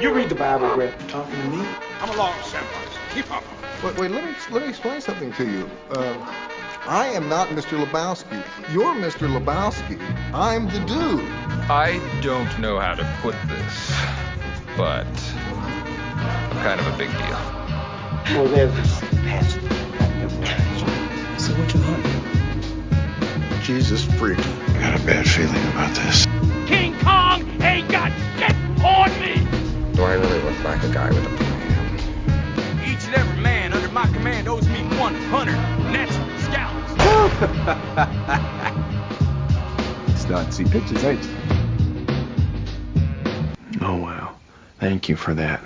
You read the Bible, Brett. Talking to me? Come along, Samwise. Keep up. Wait, wait, let me let me explain something to you. Uh, I am not Mr. Lebowski. You're Mr. Lebowski. I'm the dude. I don't know how to put this, but I'm kind of a big deal. Well, there's this pastor. Never So what you want? Jesus freak. I got a bad feeling about this. King Kong ain't got shit on me. Do I really look like a guy with a plan? Each and every man under my command owes me 100 natural scallops. Starting to see pictures, ain't you? Oh, wow. Thank you for that.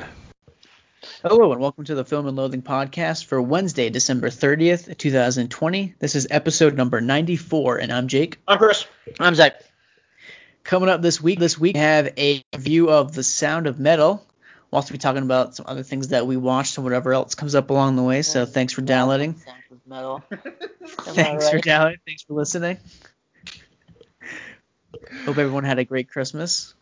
Hello and welcome to the Film and Loathing podcast for Wednesday, December 30th, 2020. This is episode number 94 and I'm Jake. I'm Chris. I'm Zach. Coming up this week, this week we have a view of The Sound of Metal. We'll also be talking about some other things that we watched and whatever else comes up along the way. So thanks for downloading. Sounds of metal. Thanks for downloading. Thanks for listening. Hope everyone had a great Christmas.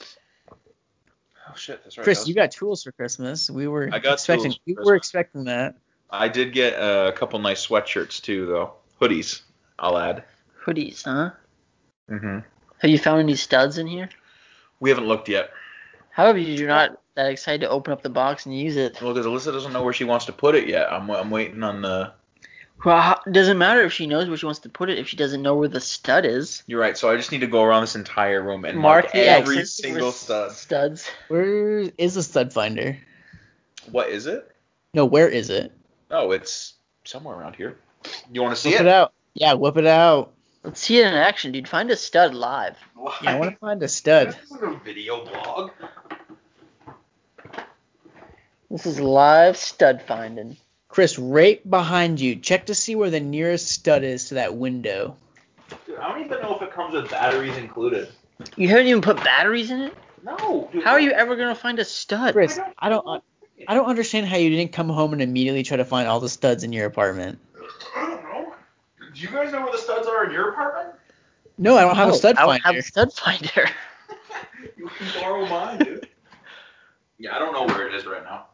Oh shit, that's right. Chris, That you was- got tools for Christmas. We were I got expecting tools for we were Christmas. expecting that. I did get uh, a couple nice sweatshirts too, though. Hoodies, I'll add. Hoodies, huh? Mm-hmm. Have you found any studs in here? We haven't looked yet. However, you're not that excited to open up the box and use it. Well, because Alyssa doesn't know where she wants to put it yet. I'm, I'm waiting on. Uh, Well, how- doesn't matter if she knows where she wants to put it if she doesn't know where the stud is. you're right. So I just need to go around this entire room and mark, every axis where single s- stud. Studs. Where is the stud finder? What is it? No, where is it? Oh, it's somewhere around here. You want to see Whip it? it out. Yeah, whip it out. Let's see it in action, dude. Find a stud live. Why? Yeah, I want to find a stud. This isn't a video blog. This is live stud finding. Chris, right behind you. Check to see where the nearest stud is to that window. Dude, I don't even know if it comes with batteries included. You haven't even put batteries in it? No. dude. How are you ever gonna find a stud? Chris, I don't I don't understand how you didn't come home and immediately try to find all the studs in your apartment. I don't know. Do you guys know where the studs are in your apartment? No, I don't have Oh, a stud I don't have finder. a stud finder. You can borrow mine, dude. Yeah, I don't know where it is right now.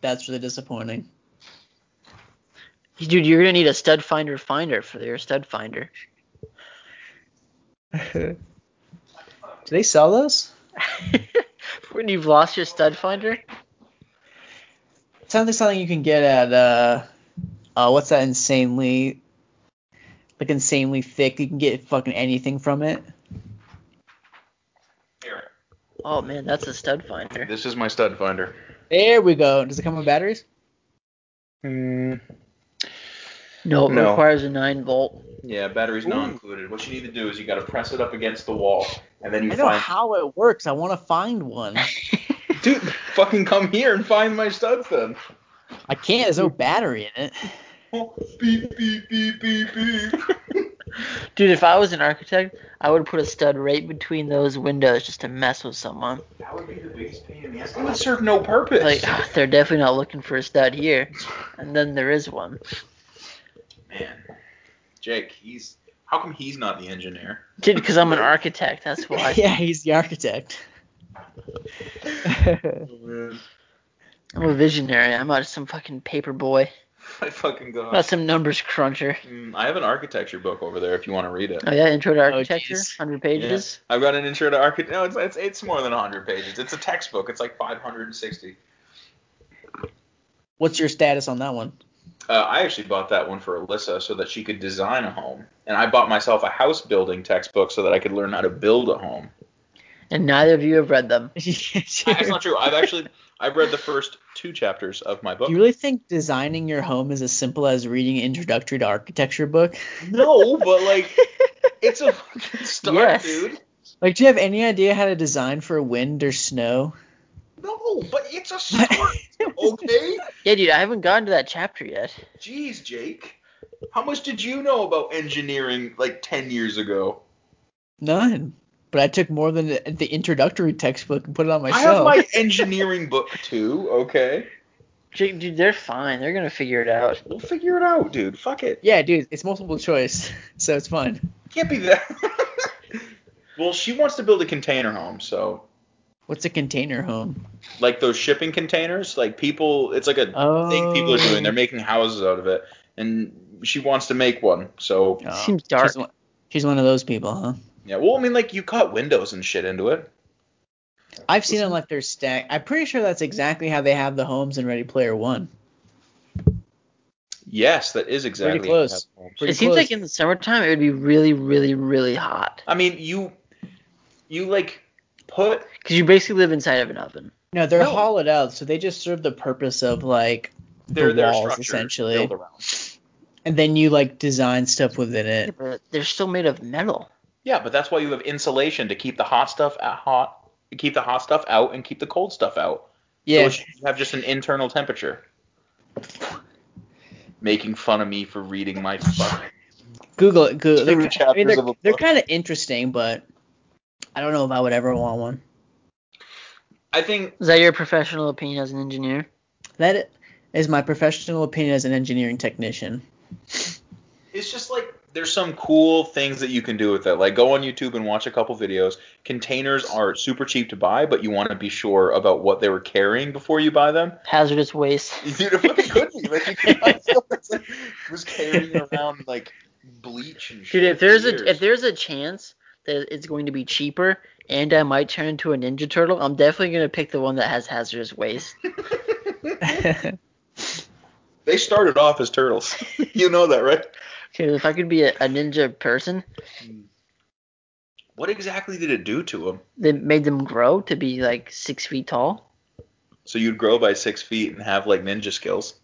That's really disappointing. Dude, you're gonna need a stud finder finder for your stud finder. Do they sell those? when you've lost your stud finder? Sounds like something you can get at uh, uh what's that insanely like insanely thick. You can get fucking anything from it. Here. Oh man, that's a stud finder. This is my stud finder. There we go. Does it come with batteries? Hmm. No, it No. requires a nine volt. Yeah, batteries not included. What you need to do is you got to press it up against the wall, and then you I know find. how it works. I want to find one. Dude, fucking come here and find my studs then. I can't. There's no battery in it. beep beep beep beep beep. Dude, if I was an architect, I would put a stud right between those windows just to mess with someone. That would be the biggest pain in the ass. It would serve no purpose. Like they're definitely not looking for a stud here, and then there is one. Man, Jake, he's. How come he's not the engineer? Dude, because I'm an architect, that's why. yeah, he's the architect. I'm a visionary. I'm not some fucking paper boy. My fucking I'm god. not some numbers cruncher. Mm, I have an architecture book over there if you want to read it. Oh yeah, intro to architecture, jeez. hundred pages. Yeah. I've got an intro to architecture. No, it's, it's it's more than 100 pages. It's a textbook. It's like 560. What's your status on that one? Uh, I actually bought that one for Alyssa so that she could design a home, and I bought myself a house building textbook so that I could learn how to build a home. And neither of you have read them. That's not true. I've actually I've read the first two chapters of my book. Do you really think designing your home is as simple as reading an introductory to architecture book? No, but like it's a fucking start, Yes. dude. Like, do you have any idea how to design for wind or snow? No, but it's a start. okay. Yeah, dude, I haven't gotten to that chapter yet. Jeez, Jake. How much did you know about engineering like 10 years ago? None. But I took more than the, the introductory textbook and put it on I myself. have my engineering book too, okay? Jake, dude, they're fine. They're gonna figure it out. We'll figure it out, dude. Fuck it. yeah, dude, it's multiple choice, so it's fine. Can't be that. Well, she wants to build a container home, so What's a container home? like those shipping containers, like people, it's like a thing people are doing. They're making houses out of it, and she wants to make one. So Oh, Seems dark. She's one, she's one of those people, huh? yeah, well, I mean, like you cut windows and shit into it. I've seen them like they're stacked. I'm pretty sure that's exactly how they have the homes in Ready Player One. Yes, that is exactly. Pretty close. Pretty it seems close. like in the summertime it would be really, really, really hot I mean, you, you like put because you basically live inside of an oven. no, they're No. hollowed out, so they just serve the purpose of like, their The their walls, structure essentially. built around. and then you like design stuff within Yeah, it. but they're still made of metal. Yeah, but that's why you have insulation to keep the hot stuff at hot, keep the hot stuff out, and keep the cold stuff out. Yeah, So you have just an internal temperature. Making fun of me for reading my fucking. Google it. Google. Two They're, ki- I mean, chapters they're, of a they're book. kind of interesting, but I don't know if I would ever want one. I think Is that your professional opinion as an engineer? That is my professional opinion as an engineering technician. it's just like there's some cool things that you can do with it. Like go on YouTube and watch a couple videos. Containers are super cheap to buy, but you want to be sure about what they were carrying before you buy them. Hazardous waste. Dude, it fucking could be. Like you could buy stuff that's like was carrying around like bleach and shit. Dude, if there's for a if years. there's a chance that it's going to be cheaper and I might turn into a ninja turtle, I'm definitely gonna pick the one that has hazardous waste. they started off as turtles. you know that, right? Because if I could be a, a ninja person What exactly did it do to them? that made them grow to be like six feet tall, So you'd grow by six feet and have like ninja skills,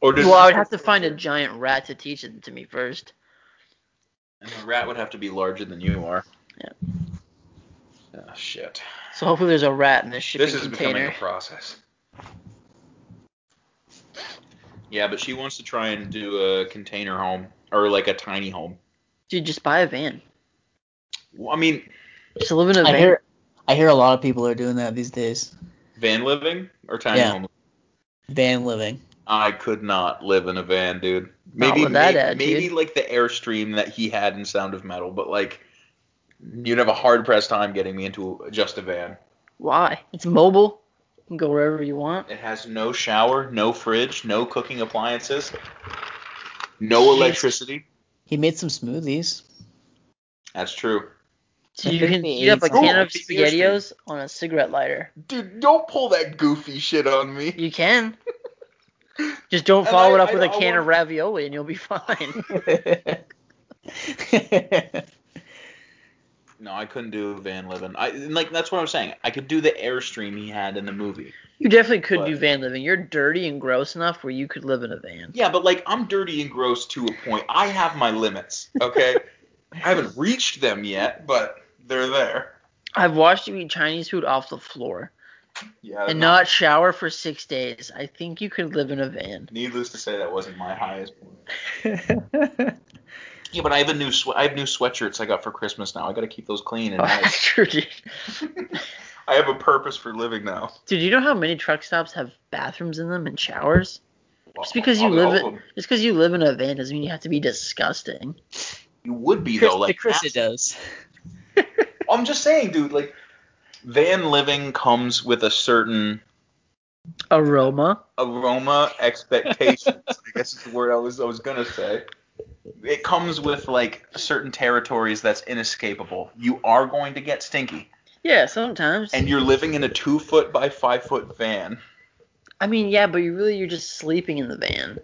or did well, I would have to find a giant rat to teach it to me first. And the rat would have to be larger than you are. Yeah. Oh shit. So hopefully there's a rat in this shipping This is becoming container. a process. Yeah, but she wants to try and do a container home or like a tiny home. Dude, just buy a van. Well, I mean, Just live in a van. I hear, I hear a lot of people are doing that these days. van living or tiny Yeah. home. Van living. I could not live in a van, dude. Not Maybe with that may- attitude. maybe like the airstream that he had in Sound of Metal, but like you'd have a hard pressed time getting me into just a van. Why? It's mobile. You can go wherever you want. It has no shower, no fridge, no cooking appliances, no electricity. He made some smoothies. That's true. So you can Maybe heat up a inside. can Ooh, of it's the airstream. SpaghettiOs on a cigarette lighter. Dude, don't pull that goofy shit on me. You can. Just don't And follow I- it up I- with a I can of want- ravioli and you'll be fine. No, I couldn't do van living. I and, like that's what I'm saying. I could do the airstream he had in the movie. you definitely could do But- van living. You're dirty and gross enough where you could live in a van. Yeah, but like I'm dirty and gross to a point. I have my limits, okay? I haven't reached them yet, but they're there. I've watched you eat Chinese food off the floor Yeah. and no- not shower for six days. I think you could live in a van. needless to say that wasn't my highest point. Yeah, but I have a new swe- I have new sweatshirts I got for Christmas now. I got to keep those clean and nice. Sure, dude. I have a purpose for living now. Dude, you know how many truck stops have bathrooms in them and showers? Just because you Probably live all of in, them. just because you live in a van doesn't mean you have to be disgusting. you would be Chris, though. Like Chris abs- it does. I'm just saying, dude. Like, van living comes with a certain Aroma. aroma expectations. I guess is the word I was I was gonna say. It comes with like certain territories that's inescapable. You are going to get stinky, Yeah, sometimes. and you're living in a two foot by five foot van. I mean, yeah, but you really you're just sleeping in the van.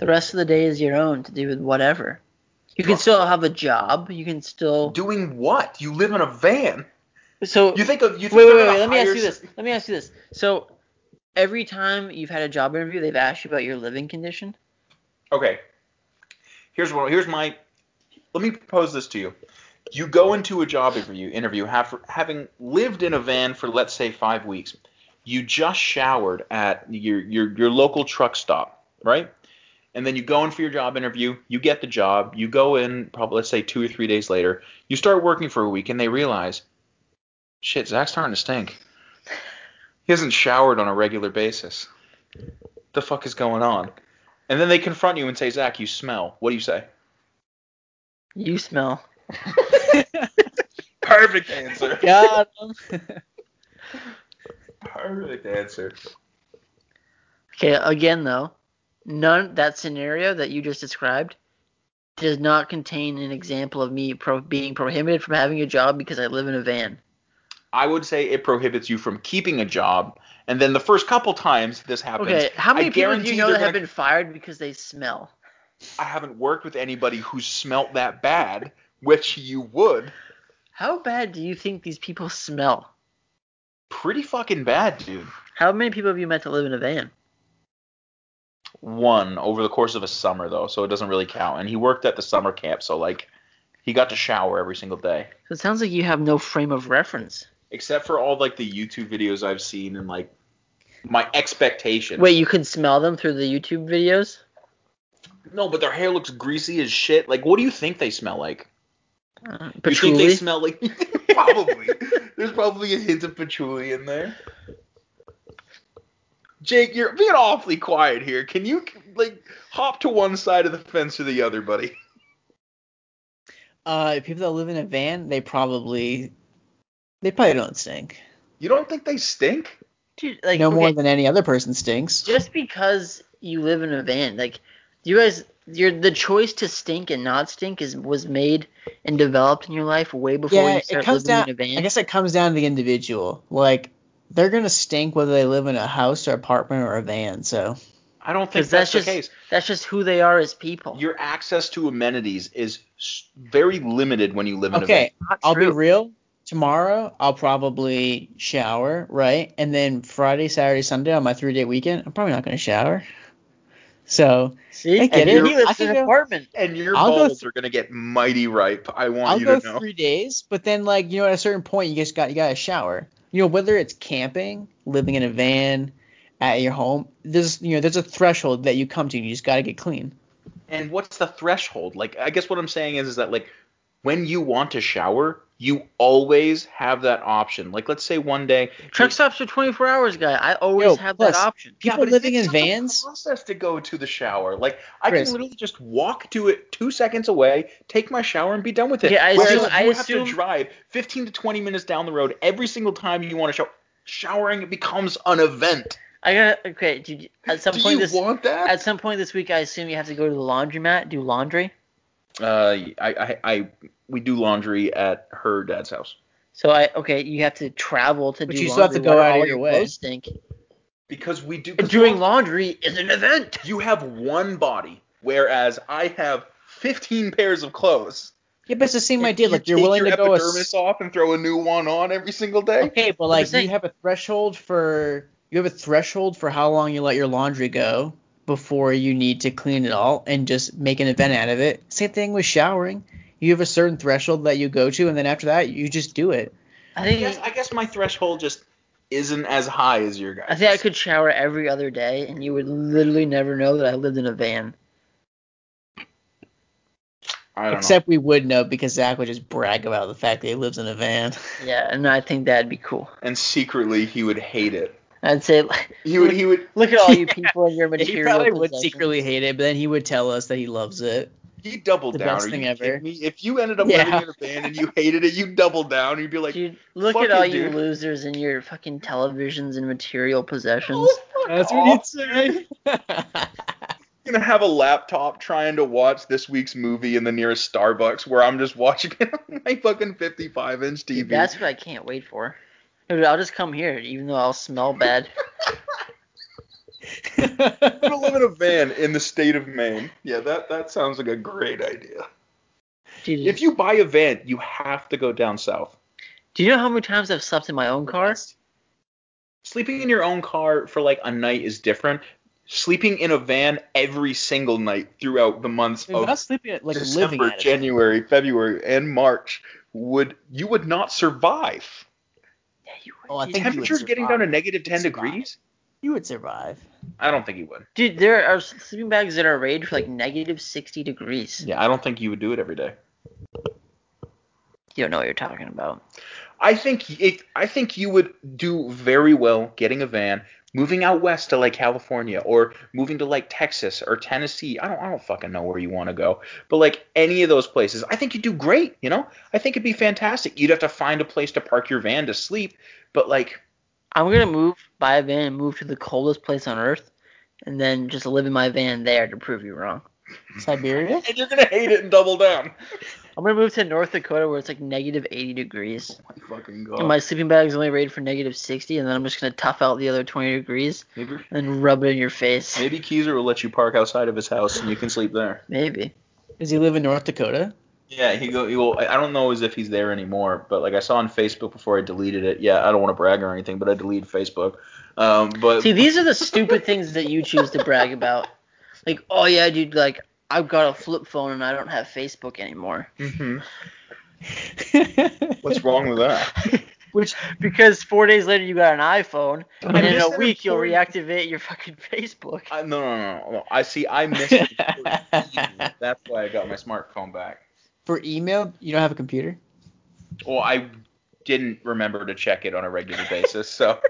The rest of the day is your own to do with whatever. You can still have a job. You can still Doing what? You live in a van. so. You think of you. Think wait, wait, they're wait. gonna Let me ask hire you this. Let me ask you this. So every time you've had a job interview, they've asked you about your living condition. Okay. Here's what. Here's my. Let me propose this to you. You go into a job interview, interview have, having lived in a van for let's say five weeks. You just showered at your your your local truck stop, right? And then you go in for your job interview. You get the job. You go in probably let's say two or three days later. You start working for a week, and they realize, shit, Zach's starting to stink. He hasn't showered on a regular basis. The fuck is going on? And then they confront you and say, Zach, you smell. What do you say? You smell. Perfect answer. Got him. Perfect answer. Okay, again though, none that scenario that you just described does not contain an example of me pro- being prohibited from having a job because I live in a van. I would say it prohibits you from keeping a job. And then the first couple times this happens, Okay, how many I people do guarantee you know they're that have gonna- been fired because they smell? I haven't worked with anybody who smelt that bad, which you would. How bad do you think these people smell? Pretty fucking bad, dude. How many people have you met to live in a van? One over the course of a summer though, so it doesn't really count. And he worked at the summer camp, so like he got to shower every single day. So it sounds like you have no frame of reference. Except for all like the YouTube videos I've seen and like my expectations. Wait, you can smell them through the YouTube videos? No, but their hair looks greasy as shit. Like, what do you think they smell like? Uh, You think patchouli? they smell like? probably. There's probably a hint of patchouli in there. Jake, you're being awfully quiet here. Can you like hop to one side of the fence or the other, buddy? Uh, people that live in a van, they probably, they probably don't stink. You don't think they stink? Dude, like, no more okay, than any other person stinks. just because you live in a van, like you guys, your the choice to stink and not stink is was made and developed in your life way before yeah, you it start comes living down. in a van. I guess it comes down to the individual. Like they're gonna stink whether they live in a house or apartment or a van. So I don't think 'Cause that's, that's, the just case. that's just who they are as people. Your access to amenities is s- very limited when you live in a van. okay, Not I'll be true. real. Tomorrow I'll probably shower, right? And then Friday, Saturday, Sunday on my three day weekend, I'm probably not gonna shower. So See, I get And it. He I lives can in an go- apartment. And your I'll go balls th- are gonna get mighty ripe. I want I'll you go to know. three days, but then like you know, at a certain point, you just got you got to shower. You know, whether it's camping, living in a van, at your home, there's you know there's a threshold that you come to. You just got to get clean. and what's the threshold? Like, I guess what I'm saying is, is that like when you want to shower, you always have that option. Like, let's say one day Truck stops are 24 hours, guy. I always Yo, have plus- that option. People but it living takes in such a vans, Process to go to the shower. Like, I Chris. can literally just walk to it two seconds away, take my shower, and be done with it. Yeah, I Whereas assume- I you have assume- to drive 15 to 20 minutes down the road every single time you want to shower. Showering becomes an event. I got to okay. Dude, at some Do point you this want that? at some point this week, I assume you have to go to the laundromat, do laundry. uh, I, I, I, we do laundry at her dad's house. So I okay, you have to travel to But do you laundry. still have to go while out of all your way. clothes Stink. Because we do. And doing laundry is an event. you have one body, whereas I have 15 pairs of clothes. yeah, but it's the same idea. You Like you're take willing to your go a epidermis off and throw a new one on every single day. okay, but like you saying- have a threshold for you have a threshold for how long you let your laundry go before you need to clean it all and just make an event out of it. Same thing with showering. You have a certain threshold that you go to, and then after that, you just do it. I I think guess, I guess my threshold just isn't as high as your guys. I think I could shower every other day, and you would literally never know that I lived in a van. I don't know. Except we would know because Zach would just brag about the fact that he lives in a van. Yeah, and I think that'd be cool. And secretly, he would hate it. I'd say, like, He would. He would. look at all you people and your he material. probably would possessions. secretly hate it, but then he would tell us that he loves it. He doubled The down. best Are thing you ever. kidding me? If you ended up Yeah. living in a van and you hated it, you doubled down. You'd be like, Dude, look Fuck at all it, you dude. losers and your fucking televisions and material possessions. oh, fuck off. say. I'm gonna have a laptop trying to watch this week's movie in the nearest Starbucks where I'm just watching it on my fucking 55 inch TV. Dude, that's what I can't wait for. Dude, I'll just come here, even though I'll smell bad. I'm gonna live in a van in the state of Maine. Yeah, that that sounds like a great idea. Dude, If you buy a van, you have to go down south. do you know how many times I've slept in my own car? Sleeping in your own car for like a night is different. Sleeping in a van every single night throughout the months Dude, not of sleeping, like living Oh. December, out of it. January, February, and March would you would not survive. Yeah, you would. Oh, I think you would Temperatures getting down survive. to negative 10 Survive. degrees. You would survive. I don't think he would. Dude, there are sleeping bags that are rated for like negative 60 degrees. Yeah, I don't think you would do it every day. You don't know what you're talking about. I think it, I think you would do very well getting a van, moving out west to like California or moving to like Texas or Tennessee. I don't I don't fucking know where you want to go, but like any of those places, I think you'd do great. You know, I think it'd be fantastic. You'd have to find a place to park your van to sleep, but like I'm gonna move buy a van and move to the coldest place on earth, and then just live in my van there to prove you wrong. Siberia? and you're gonna hate it and double down. I'm gonna move to North Dakota where it's like negative 80 degrees. Oh my fucking And god. my sleeping bag's only rated for negative 60, and then I'm just gonna tough out the other 20 degrees maybe and rub it in your face. maybe Keezer will let you park outside of his house and you can sleep there. Maybe. Does he live in North Dakota? Yeah, he go. He will, I I don't know as if he's there anymore, but like I saw on Facebook before I deleted it. Yeah, I don't want to brag or anything, but I deleted Facebook. Um, but See, these are the stupid things that you choose to brag about. Like, oh yeah, dude, like I've got a flip phone and I don't have Facebook anymore. Mhm. what's wrong with that? Which because four days later you got an iPhone, and in a missing week you'll important- reactivate your fucking Facebook. I, no, no, no, no. I see. I missed. it. That's why I got my smartphone back. For email, you don't have a computer? Well, I didn't remember to check it on a regular basis, so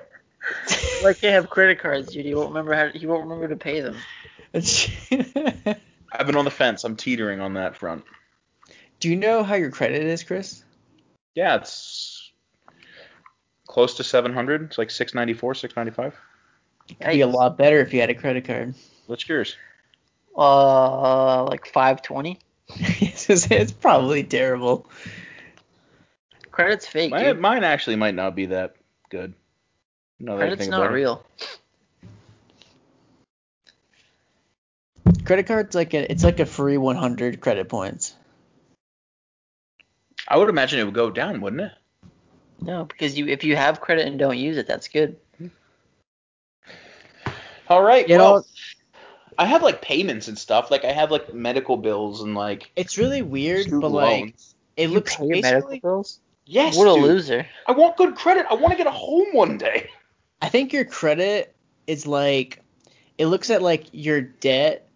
Like they have credit cards, dude. He won't remember how he won't remember to pay them. Do I've been on the fence. I'm teetering on that front. you know how your credit is, Chris? Yeah, it's close to 700. It's like 694, 695. It would be a lot better if you had a credit card. What's yours? Uh, like 520. it's, just- it's probably terrible. Credit's fake, Mine, dude. mine actually might not be that good. No, Credit's not real. Credit card's like a, it's like a free 100 credit points. I would imagine it would go down, wouldn't it? No, because you if you have credit and don't use it, that's good. All right. You know- well, I have like payments and stuff. Like I have like medical bills and like It's really weird, student but like loans. it looks Pay your medical basically. bills. yes, what a dude. loser. I want good credit. I want to get a home one day. I think your credit is like it looks at like your debt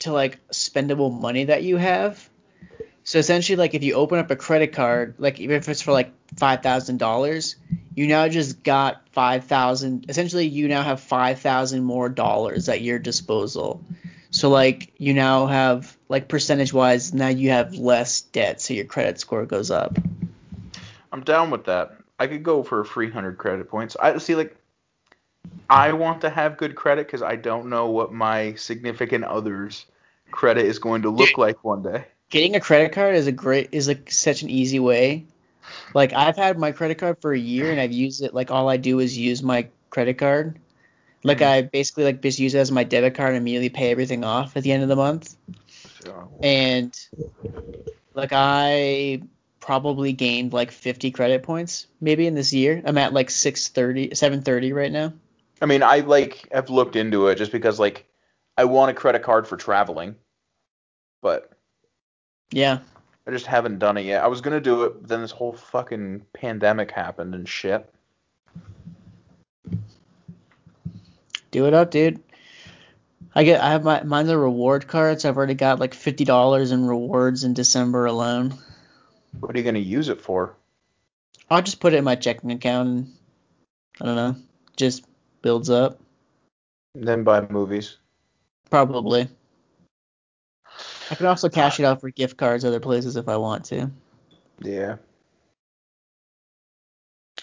to like spendable money that you have. So essentially, like if you open up a credit card, like even if it's for like five thousand dollars, you now just got five thousand. Essentially, you now have five thousand more dollars at your disposal. So like you now have like percentage wise, now you have less debt, so your credit score goes up. I'm down with that. I could go for a free hundred credit points. I see like. I want to have good credit because I don't know what my significant other's credit is going to look like one day. getting a credit card is a great is like such an easy way. Like I've had my credit card for a year and I've used it like all I do is use my credit card. Like I basically like just use it as my debit card and immediately pay everything off at the end of the month. So, And like I probably gained like 50 credit points maybe in this year. I'm at like 630 730 right now. I mean, I like have looked into it just because like I want a credit card for traveling, but Yeah. I just haven't done it yet. I was gonna do it, but then this whole fucking pandemic happened and shit. Do it up, dude. I get I have my mine's a reward card, so I've already got like fifty dollars in rewards in December alone. What are you gonna use it for? I'll just put it in my checking account and I don't know, just builds up And then buy movies. probably. I could also cash it out for gift cards other places if I want to. Yeah.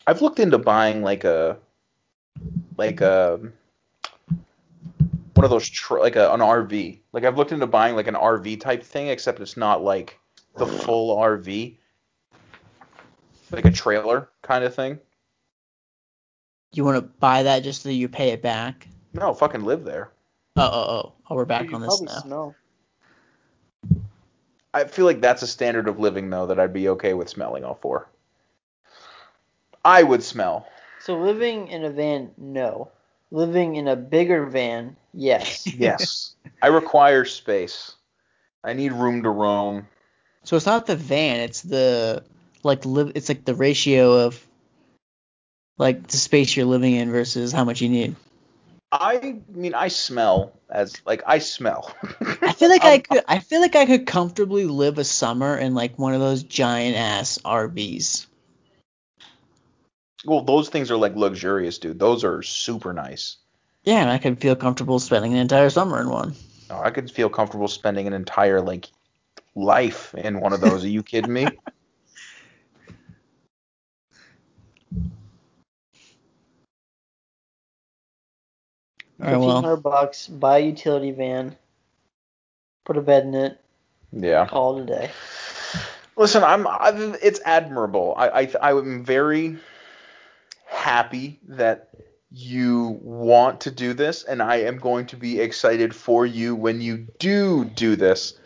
I've looked into buying like a like a one of those tr- like a, an RV. Like I've looked into buying like an RV type thing, except it's not like the full RV, like a trailer kind of thing. You want to buy that just so you pay it back? No, fucking live there. Oh, oh, oh, oh we're back on this now. I feel like that's a standard of living though that I'd be okay with smelling all for. I would smell. So living in a van, no. Living in a bigger van, yes. Yes. I require space. I need room to roam. So it's not the van, it's the like live. It's like the ratio of like the space you're living in versus how much you need. I mean, I smell as like I smell. I feel like I I'm- could. I feel like I could comfortably live a summer in like one of those giant ass RVs. well, those things are like luxurious, dude. Those are super nice. Yeah, and I could feel comfortable spending an entire summer in one. Oh, I could feel comfortable spending an entire like life in one of those. Are you kidding me? All right, well, 1500 bucks, buy a utility van, put a bed in it, Yeah. call it a day. Listen, I'm. I've, it's admirable. I, I I am very happy that you want to do this, and I am going to be excited for you when you do do this.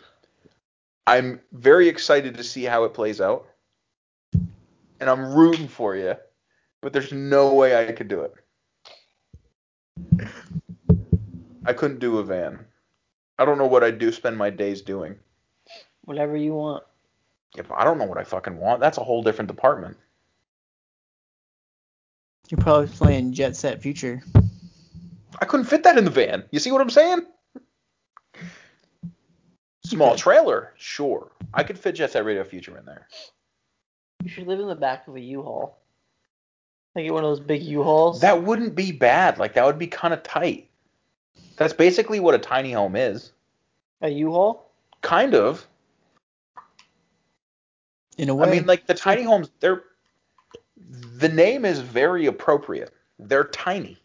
I'm very excited to see how it plays out, and I'm rooting for you. But there's no way I could do it. I couldn't do a van. I don't know what I'd do. Spend my days doing. Whatever you want. If I don't know what I fucking want, that's a whole different department. you're probably playing Jet Set Future. I couldn't fit that in the van. You see what I'm saying? Small trailer, sure. I could fit Jet Set Radio Future in there. You should live in the back of a U-Haul. Like get one of those big U-Hauls. That wouldn't be bad. Like that would be kind of tight. That's basically what a tiny home is. a U-Haul? Kind of. In a way, I mean, like the tiny homes, they're the name is very appropriate. They're tiny.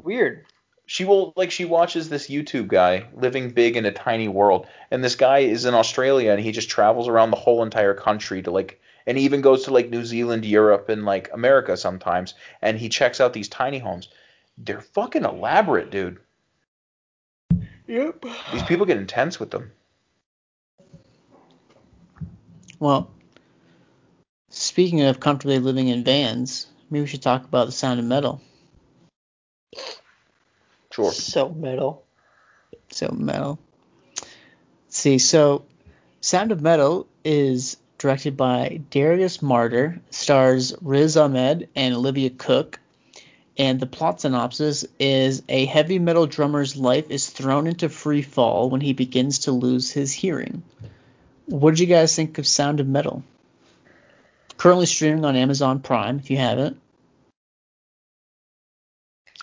Weird. she will like she watches this YouTube guy living big in a tiny world, and this guy is in Australia and he just travels around the whole entire country to like, and he even goes to like New Zealand, Europe, and like America sometimes, and he checks out these tiny homes. They're fucking elaborate, dude. Yep. These people get intense with them. well, speaking of comfortably living in vans, maybe we should talk about the Sound of Metal. Sure. So metal. So metal. see, so Sound of Metal is directed by Darius Martyr, stars Riz Ahmed and Olivia Cook. And the plot synopsis is a heavy metal drummer's life is thrown into free fall when he begins to lose his hearing. What did you guys think of Sound of Metal? Currently streaming on Amazon Prime if you haven't.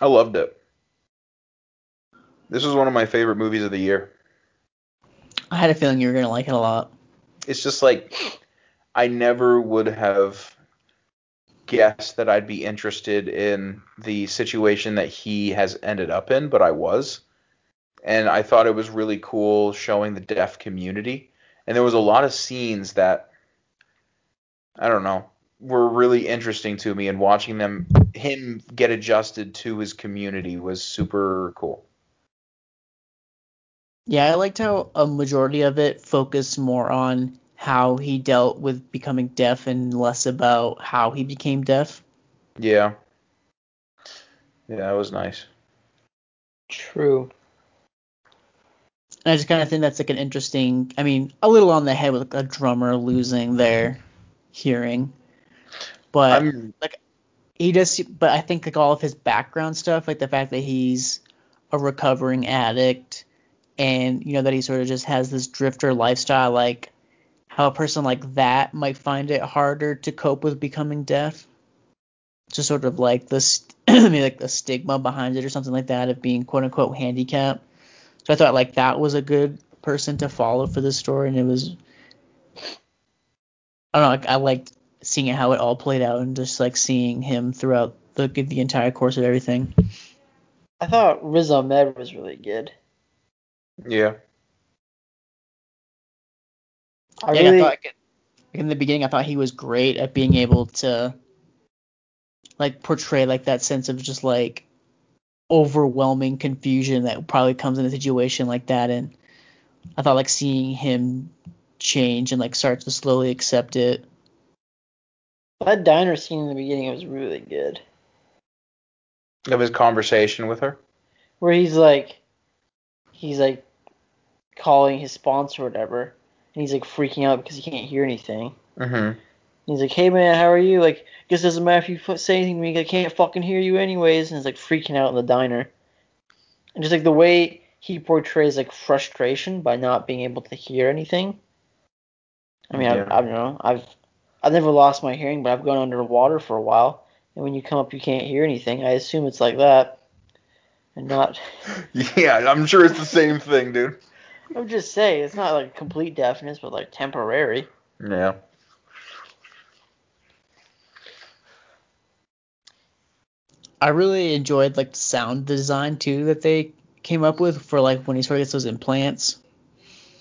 I loved it. This was one of my favorite movies of the year. I had a feeling you were going to like it a lot. it's just like I never would have guessed that I'd be interested in the situation that he has ended up in, but I was. And I thought it was really cool showing the deaf community. And there was a lot of scenes that I don't know were really interesting to me and watching them him get adjusted to his community was super cool. Yeah, I liked how a majority of it focused more on how he dealt with becoming deaf and less about how he became deaf. Yeah. Yeah, that was nice. True. And I just kind of think that's like an interesting, I mean, a little on the head with a drummer losing their hearing. But I'm he does, se- but I think like all of his background stuff, like the fact that he's a recovering addict and, you know, that he sort of just has this drifter lifestyle, like how a person like that might find it harder to cope with becoming deaf. Just sort of like this, maybe like the stigma behind it or something like that of being quote unquote handicapped. So I thought like that was a good person to follow for this story, and it was. I don't know. Like, I liked seeing how it all played out, and just like seeing him throughout the the entire course of everything. I thought Riz Ahmed was really good. yeah. I Yeah, really I thought like, in the beginning, I thought he was great at being able to like portray like that sense of just like overwhelming confusion that probably comes in a situation like that, and I thought like seeing him change and like start to slowly accept it that diner scene in the beginning was really good. Of his conversation with her. where he's like he's like calling his sponsor or whatever and he's like freaking out because he can't hear anything And hmm he's like hey man how are you like guess it doesn't matter if you fu- say anything to me i can't fucking hear you anyways and he's like freaking out in the diner and just like the way he portrays like frustration by not being able to hear anything i mean Yeah. I, I don't know i've i've never lost my hearing but i've gone underwater for a while and when you come up you can't hear anything i assume it's like that and not. Yeah, I'm sure it's the same thing, dude. I'm just saying, it's not like complete deafness, but like temporary. Yeah. I really enjoyed like the sound design too that they came up with for like when he sort of gets those implants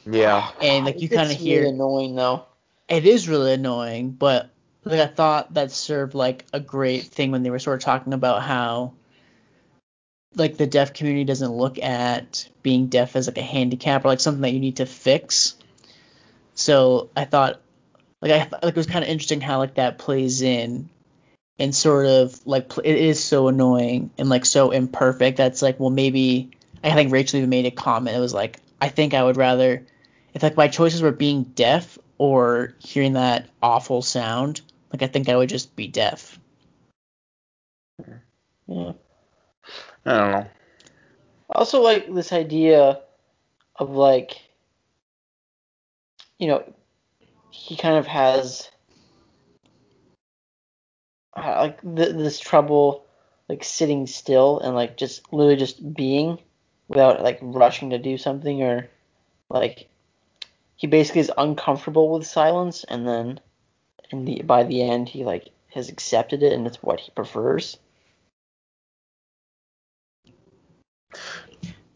Yeah. and like you It's kind of hear really annoying though. it is really annoying, but like I thought that served like a great thing when they were sort of talking about how like the deaf community doesn't look at being deaf as like a handicap or like something that you need to fix. So I thought like I thought, like it was kind of interesting how like that plays in and sort of like pl- it is so annoying and like so imperfect that's like well maybe I think Rachel even made a comment it was like I think I would rather if like my choices were being deaf or hearing that awful sound, like I think I would just be deaf. Yeah. I don't know. I also like this idea of like you know he kind of has uh, like th- this trouble like sitting still and like just literally just being without like rushing to do something or like he basically is uncomfortable with silence and then in the by the end he like has accepted it and it's what he prefers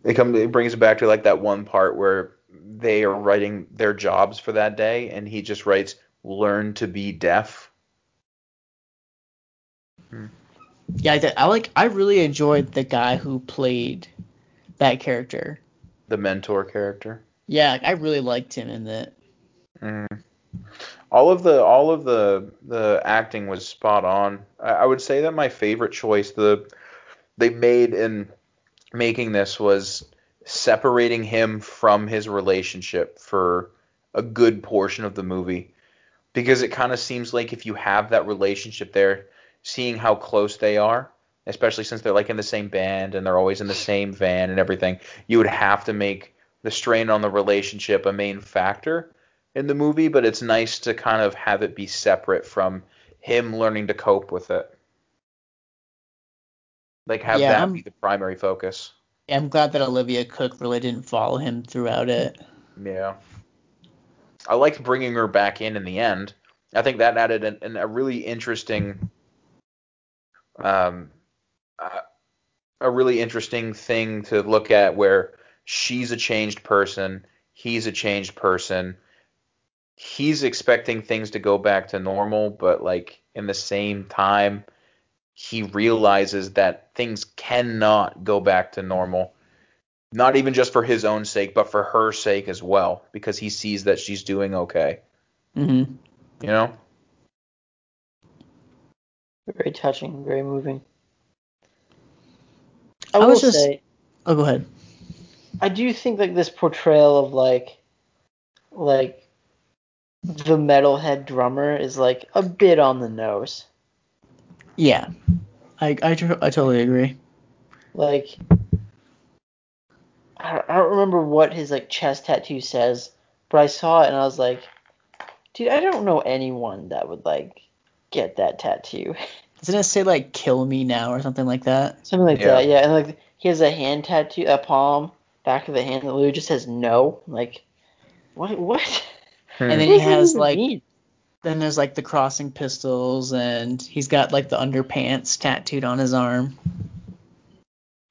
It comes. It brings it back to like that one part where they are writing their jobs for that day, and he just writes, "Learn to be deaf." Yeah, I, did- I like I really enjoyed the guy who played that character. The mentor character. Yeah, like, I really liked him in that. All of the all of the the acting was spot on. I, I would say that my favorite choice the they made in making this was separating him from his relationship for a good portion of the movie because it kind of seems like if you have that relationship there, seeing how close they are, especially since they're like in the same band and they're always in the same van and everything, you would have to make the strain on the relationship a main factor in the movie, but it's nice to kind of have it be separate from him learning to cope with it. Like have Yeah, that I'm- be the primary focus. I'm glad that Olivia Cook really didn't follow him throughout it. Yeah. I liked bringing her back in in the end. I think that added an, an, a really interesting, um, uh, a really interesting thing to look at where she's a changed person, he's a changed person. He's expecting things to go back to normal, but like in the same time, he realizes that things cannot go back to normal not even just for his own sake, but for her sake as well, because he sees that she's doing okay. hmm You know? very touching very moving I i, will was just- say Oh, go ahead. I do think like this portrayal of like like the metalhead drummer is like a bit on the nose. Yeah, I I, tr- I totally agree. Like I don't, I don't remember what his like chest tattoo says, but I saw it and I was like, dude, I don't know anyone that would like get that tattoo. Doesn't it say like "kill me now" or something like that? Something like Yeah. that, yeah. And like he has a hand tattoo, a palm back of the hand that literally just says no. Like what? What? And then he What does that has even like mean? then there's like the crossing pistols and he's got like the underpants tattooed on his arm.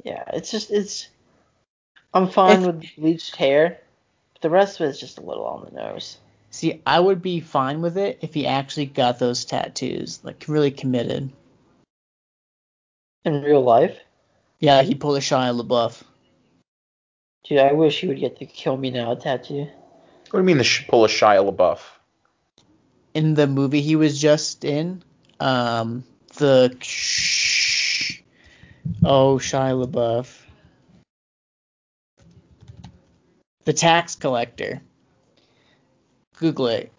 Yeah, it's just it's. I'm fine If- with bleached hair. But the rest of it's just a little on the nose. See, I would be fine with it if he actually got those tattoos, like really committed. In real life, Yeah, he pulled a Shia LaBeouf. dude, I wish he would get the "Kill Me Now" tattoo. What do you mean the sh- pull a Shia LaBeouf? In the movie he was just in, um, the sh- oh Shia LaBeouf, the tax collector. Google it.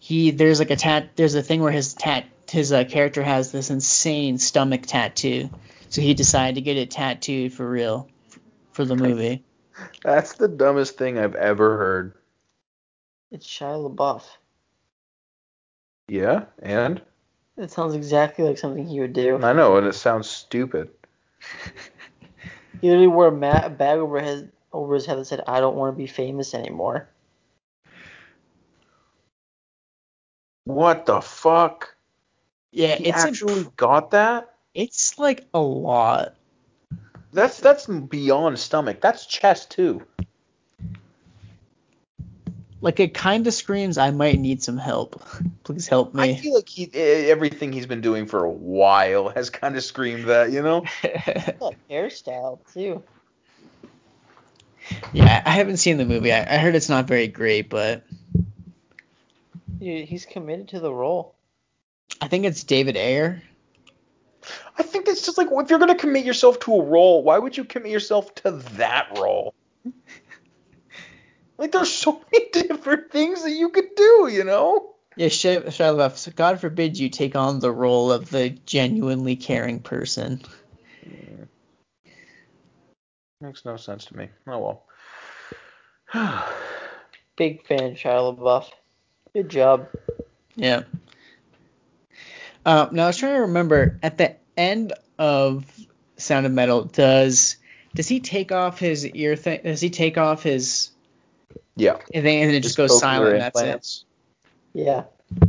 He there's like a tat there's a thing where his tat his uh, character has this insane stomach tattoo, so he decided to get it tattooed for real f- for the movie. That's the dumbest thing I've ever heard. It's Shia LaBeouf. Yeah, and It sounds exactly like something he would do. I know, and it sounds stupid. He literally wore a, ma- a bag over his over his head that said, "I don't want to be famous anymore." What the fuck? Yeah, He it's actually imp- got that? it's like a lot. That's that's beyond stomach. That's chest too. Like it kind of screams, I might need some help. Please help I me. feel like he, eh, everything he's been doing for a while has kind of screamed that, you know? That hairstyle too. yeah, I haven't seen the movie. I, I heard it's not very great, but Dude, he's committed to the role. I think it's David Ayer. I think that's just like if you're gonna commit yourself to a role, why would you commit yourself to that role? like there's so many different things that you could do, you know? Yeah, Shia, Shia LaBeouf. so God forbid you take on the role of the genuinely caring person. Makes no sense to me. Oh well. Big fan, Shia LaBeouf. Good job. Yeah. Uh, now I was trying to remember at the end of Sound of Metal, does does he take off his ear thing? Does he take off his Yeah. and then, and then it just goes silent? and That's it. Yeah.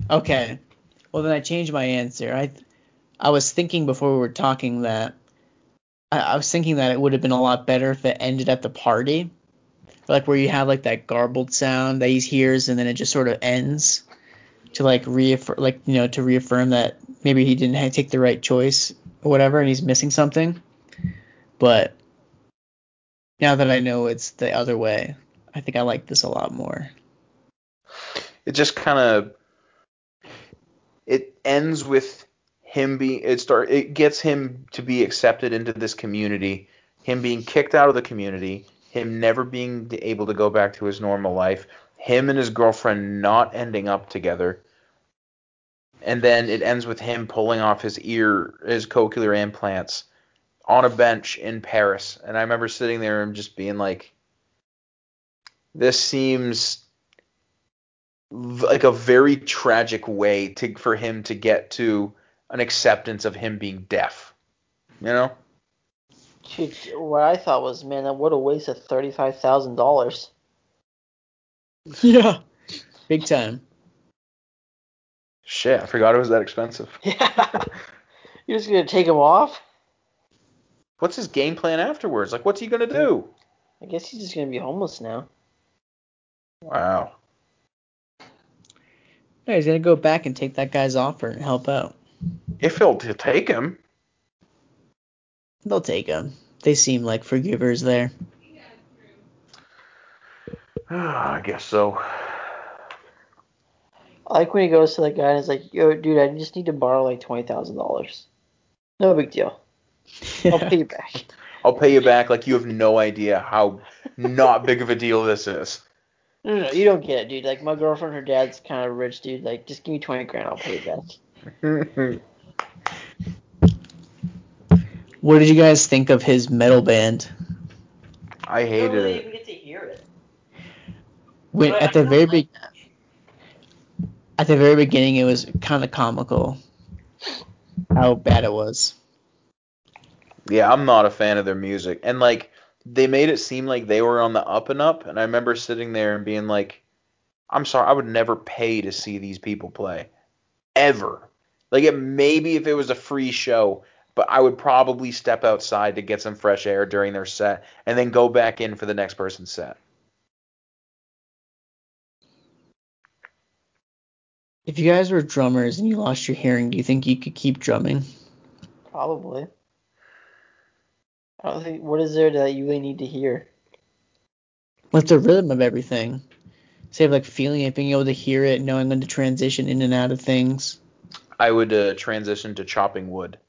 Okay. Well, then I changed my answer. I I was thinking before we were talking that I, I was thinking that it would have been a lot better if it ended at the party, like where you have like that garbled sound that he hears and then it just sort of ends to like reaffirm, like you know, to reaffirm that maybe he didn't ha- take the right choice or whatever, and he's missing something. But now that I know it's the other way, I think I like this a lot more. It just kind of it ends with him being it start it gets him to be accepted into this community, him being kicked out of the community, him never being able to go back to his normal life, him and his girlfriend not ending up together. And then it ends with him pulling off his ear his cochlear implants on a bench in Paris. And I remember sitting there and just being like this seems v- like a very tragic way to for him to get to an acceptance of him being deaf. You know? Dude, what I thought was, man, that what a waste of thirty-five thousand dollars. Yeah. Big time. Shit, I forgot it was that expensive. Yeah. You're just gonna take him off? What's his game plan afterwards? Like, what's he gonna do? I guess he's just gonna be homeless now. Wow. Yeah, he's gonna go back and take that guy's offer and help out. If he'll t- take him, They'll take him. They seem like forgivers there. I guess so. I like when he goes to the guy and is like, "Yo, dude, I just need to borrow like twenty thousand dollars. No big deal. I'll pay you back." I'll pay you back. Like, you have no idea how not big of a deal this is. No, no, no, you don't get it, dude. Like my girlfriend, her dad's kind of rich, dude. Like, just give me twenty grand, I'll pay you back. what did you guys think of his metal band? I hated it. get to hear it. When But at I the don't very like be- at the very beginning, it was kind of comical how bad it was. Yeah, I'm not a fan of their music. And, like, they made it seem like they were on the up and up. And I remember sitting there and being like, I'm sorry, I would never pay to see these people play. Ever. Like, it, maybe if it was a free show, but I would probably step outside to get some fresh air during their set and then go back in for the next person's set. If you guys were drummers and you lost your hearing, do you think you could keep drumming? Probably. I don't think. What is there that you really need to hear? With the rhythm of everything, save like feeling it, being able to hear it, knowing when to transition in and out of things. I would uh, transition to chopping wood.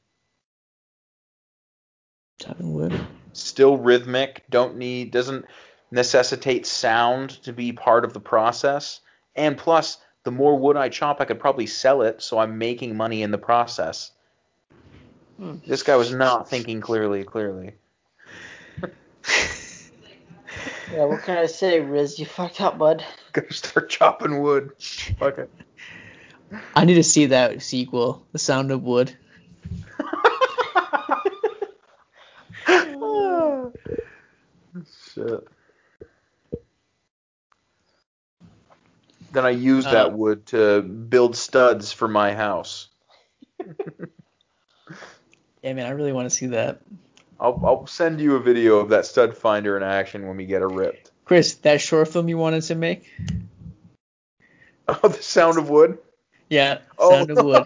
Chopping wood. Still rhythmic, don't need doesn't necessitate sound to be part of the process. And plus, the more wood I chop, I could probably sell it, so I'm making money in the process. Hmm. This guy was not thinking clearly, clearly. Yeah, what can I say, Riz? You fucked up, bud. Go start chopping wood. Fuck it. I need to see that sequel, The Sound of Wood. oh, Shit. Then I used that Uh, wood to build studs for my house. Yeah, man, I really want to see that. I'll, I'll send you a video of that stud finder in action when we get it ripped. Chris, that short film you wanted to make? Oh, the sound of wood. Yeah, Oh. Sound of Wood.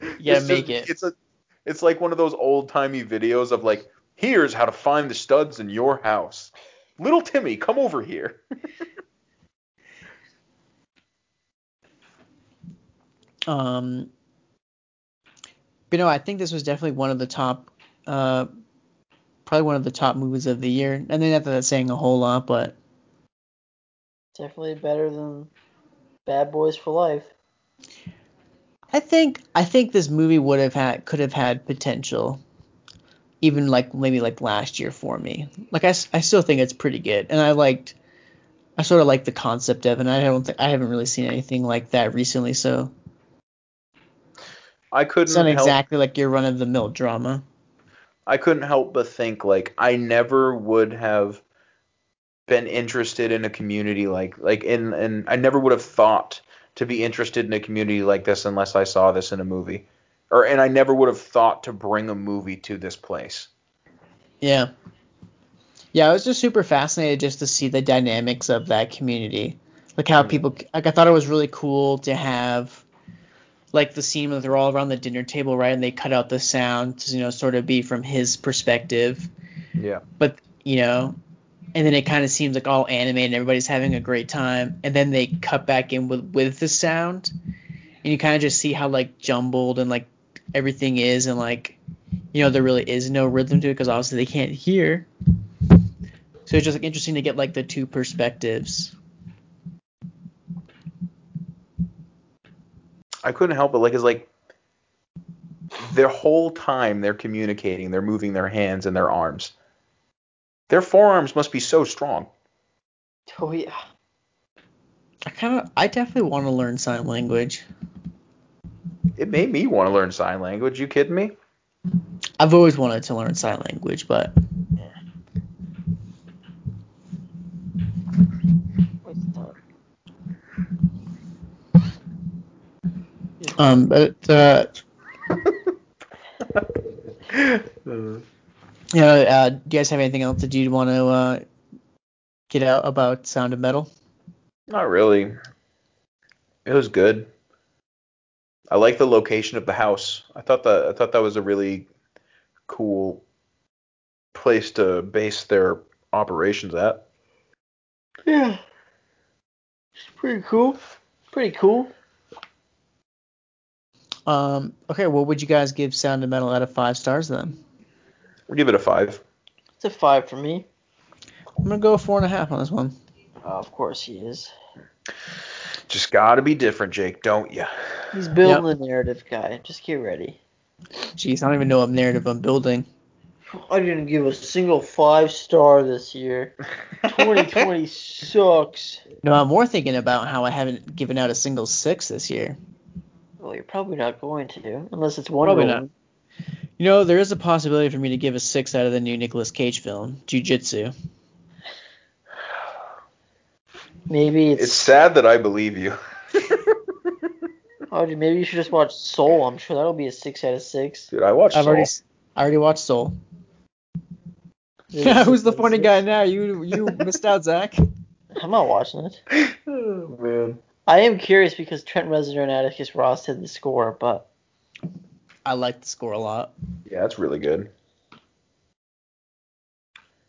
You gotta It's make just- it. It's a, it's like one of those old timey videos of like, here's how to find the studs in your house. Little Timmy, come over here. Um, but no, I think this was definitely one of the top, uh, probably one of the top movies of the year. And then after that, saying a whole lot, but Definitely better than Bad Boys for Life. I think I think this movie would have had could have had potential, even like maybe like last year for me. Like I, s- I still think it's pretty good, and I liked, I sort of like the concept of, it, and I don't think I haven't really seen anything like that recently, so I couldn't it's not help. exactly like your run of the mill drama. I couldn't help but think like I never would have been interested in a community like like in and I never would have thought to be interested in a community like this unless I saw this in a movie. Or and I never would have thought to bring a movie to this place. Yeah. Yeah, I was just super fascinated just to see the dynamics of that community. Like how people like I thought it was really cool to have like the scene where they're all around the dinner table, right? And they cut out the sound to, you know, sort of be from his perspective. Yeah. But you know, and then it kind of seems like all animated and everybody's having a great time. And then they cut back in with with the sound. And you kind of just see how like jumbled and like everything is and like you know, there really is no rhythm to it because obviously they can't hear. So it's just like interesting to get like the two perspectives. I couldn't help but like it's like the whole time they're communicating, they're moving their hands and their arms. Their forearms must be so strong. Oh yeah. I kind of, I definitely want to learn sign language. It made me want to learn sign language. You kidding me? I've always wanted to learn sign language, but Waste of time. um, but uh, you know, uh, do you guys have anything else that you'd want to uh, get out about Sound of Metal? Not really. It was good. I like the location of the house. I thought that I thought that was a really cool place to base their operations at. Yeah. It's pretty cool. Pretty cool. Um, okay, what would you guys give Sound of Metal out of five stars then? We'll give it a five. It's a five for me. I'm gonna go four and a half on this one. Uh, of course he is. Just gotta be different, Jake, don't ya? He's building the narrative guy. Just get ready. Jeez, I don't even know what narrative I'm building. I didn't give a single five star this year. 2020 sucks. No, I'm more thinking about how I haven't given out a single six this year. Well, you're probably not going to, unless it's Wonder Probably Woman. not. You know, there is a possibility for me to give a six out of the new Nicolas Cage film, Jujitsu. Maybe It's it's, sad that I believe you. oh, dude, maybe you should just watch Soul. I'm sure that'll be a six out of six. Dude, I watched I've already, s- Soul. I already watched Soul. Maybe it's Who's six the out of funny six. guy now? You you missed out, Zach. I'm not watching it. Oh, man. I am curious because Trent Reznor and Atticus Ross did the score, but I like the score a lot. Yeah, that's really good.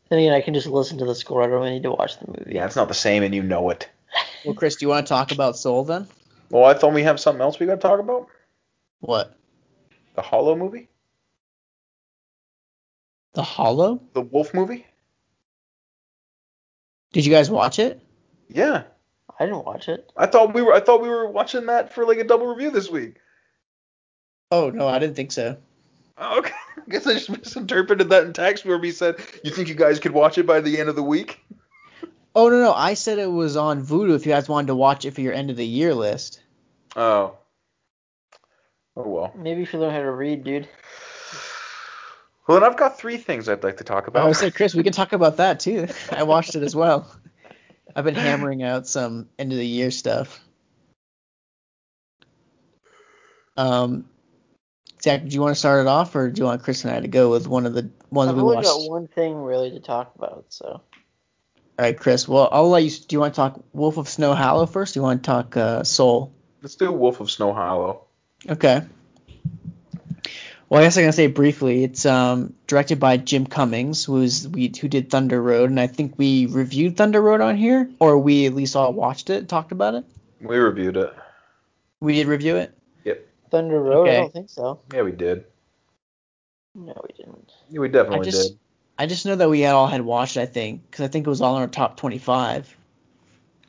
then again, I can just listen to the score. I don't really need to watch the movie. Yeah, it's not the same and you know it. Well, Chris, do you want to talk about Soul then? Well, I thought we have something else we gotta talk about. What? The Hollow movie? The Hollow? The Wolf movie? Did you guys watch it? Yeah. I didn't watch it. I thought we were I thought we were watching that for like a double review this week. Oh no, I didn't think so. Oh, okay. I guess I just misinterpreted that in text where we said, "You think you guys could watch it by the end of the week?" Oh no no, I said it was on Voodoo. If you guys wanted to watch it for your end of the year list. Oh. Oh well. Maybe if you learn how to read, dude. Well, then I've got three things I'd like to talk I about. was like, Chris, we can talk about that too. I watched it as well. I've been hammering out some end of the year stuff. Um, Zach, do you want to start it off, or do you want Chris and I to go with one of the ones I've we only watched? got one thing really to talk about, so All right, Chris. Well, I'll let you. Do you want to talk Wolf of Snow Hollow first? Do you want to talk uh, Soul? Let's do Wolf of Snow Hollow. Okay. Well, I guess I can say briefly. It's um, directed by Jim Cummings, who's we who did Thunder Road, and I think we reviewed Thunder Road on here, or we at least all watched it, talked about it. We reviewed it. We did review it. Thunder Road. Okay. I don't think so. Yeah, we did. No, we didn't. Yeah, we definitely I just did. I just know that we had all had watched. it, I think because I think it was all in our top twenty-five.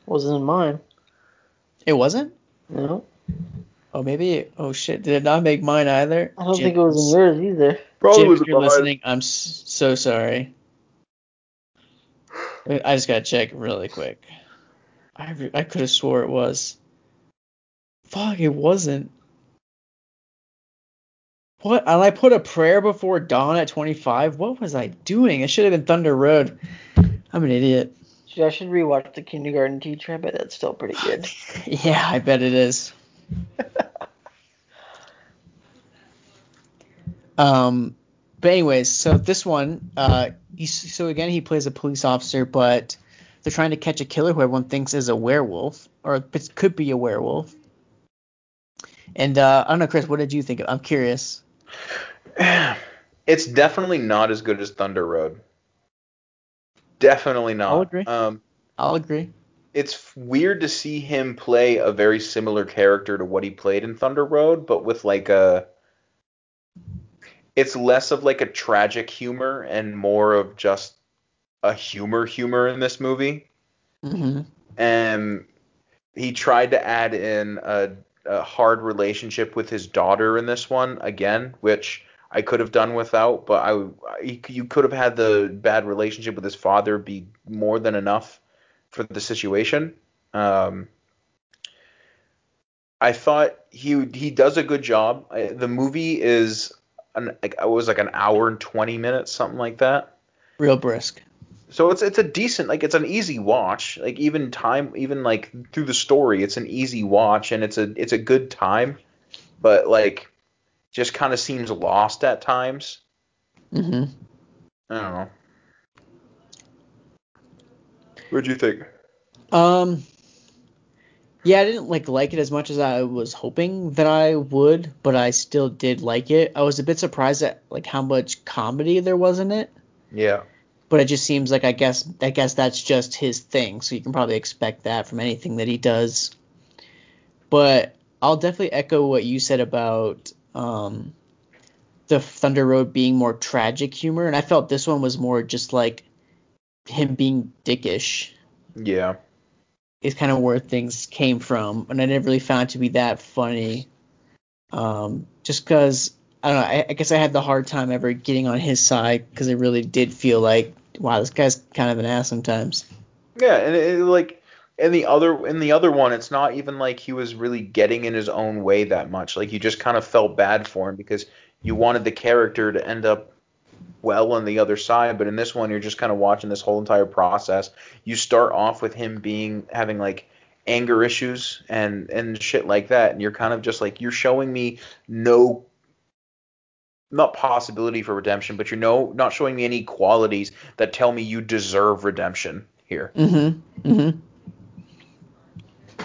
Wasn't in mine. It wasn't. No, Oh, maybe. Oh shit! Did it not make mine either? I don't Jim- think it was in yours either. Probably Jim, was if you're behind- listening, I'm s- so sorry. Wait, I just gotta check really quick. I re- I could have swore it was. Fuck, it wasn't. What? And I put a prayer before dawn at 25. What was I doing? It should have been Thunder Road. I'm an idiot. Dude, I should rewatch The Kindergarten Teacher. I bet that's still pretty good. Yeah, I bet it is. um, but anyways, so this one, uh, he's, so again, he plays a police officer, but they're trying to catch a killer who everyone thinks is a werewolf, or it could be a werewolf. And uh, I don't know, Chris, what did you think? of I'm curious. It's definitely not as good as Thunder Road. Definitely not. I'll agree. Um, I'll agree. it's f- weird to see him play a very similar character to what he played in Thunder Road, but with like a. It's less of like a tragic humor and more of just a humor humor in this movie. hmm and Um, he tried to add in a, a hard relationship with his daughter in this one again, which I could have done without. But I, I- you could have had the bad relationship with his father be more than enough for the situation. Um, I thought he he does a good job. I, the movie is an, like it was like an hour and twenty minutes, something like that Real brisk. so it's it's a decent like it's an easy watch like even time even like through the story it's an easy watch and it's a it's a good time but like just kind of seems lost at times hmm i don't know what'd you think Um. Yeah, I didn't like like it as much as I was hoping that I would, but I still did like it. I was a bit surprised at like how much comedy there was in it, yeah but it just seems like I guess I guess that's just his thing, so you can probably expect that from anything that he does. But I'll definitely echo what you said about um, the Thunder Road being more tragic humor, and I felt this one was more just like him being dickish yeah is kind of where things came from, and I never really found it to be that funny. Um, just because I don't know, I, I guess I had the hard time ever getting on his side because it really did feel like, wow, this guy's kind of an ass sometimes. yeah and it, it, like in the other in the other one it's not even like he was really getting in his own way that much like you just kind of felt bad for him because you wanted the character to end up well on the other side but in this one you're just kind of watching this whole entire process you start off with him being having like anger issues and and shit like that and you're kind of just like you're showing me no not possibility for redemption but you're no not showing me any qualities that tell me you deserve redemption here Mm-hmm. Mm-hmm.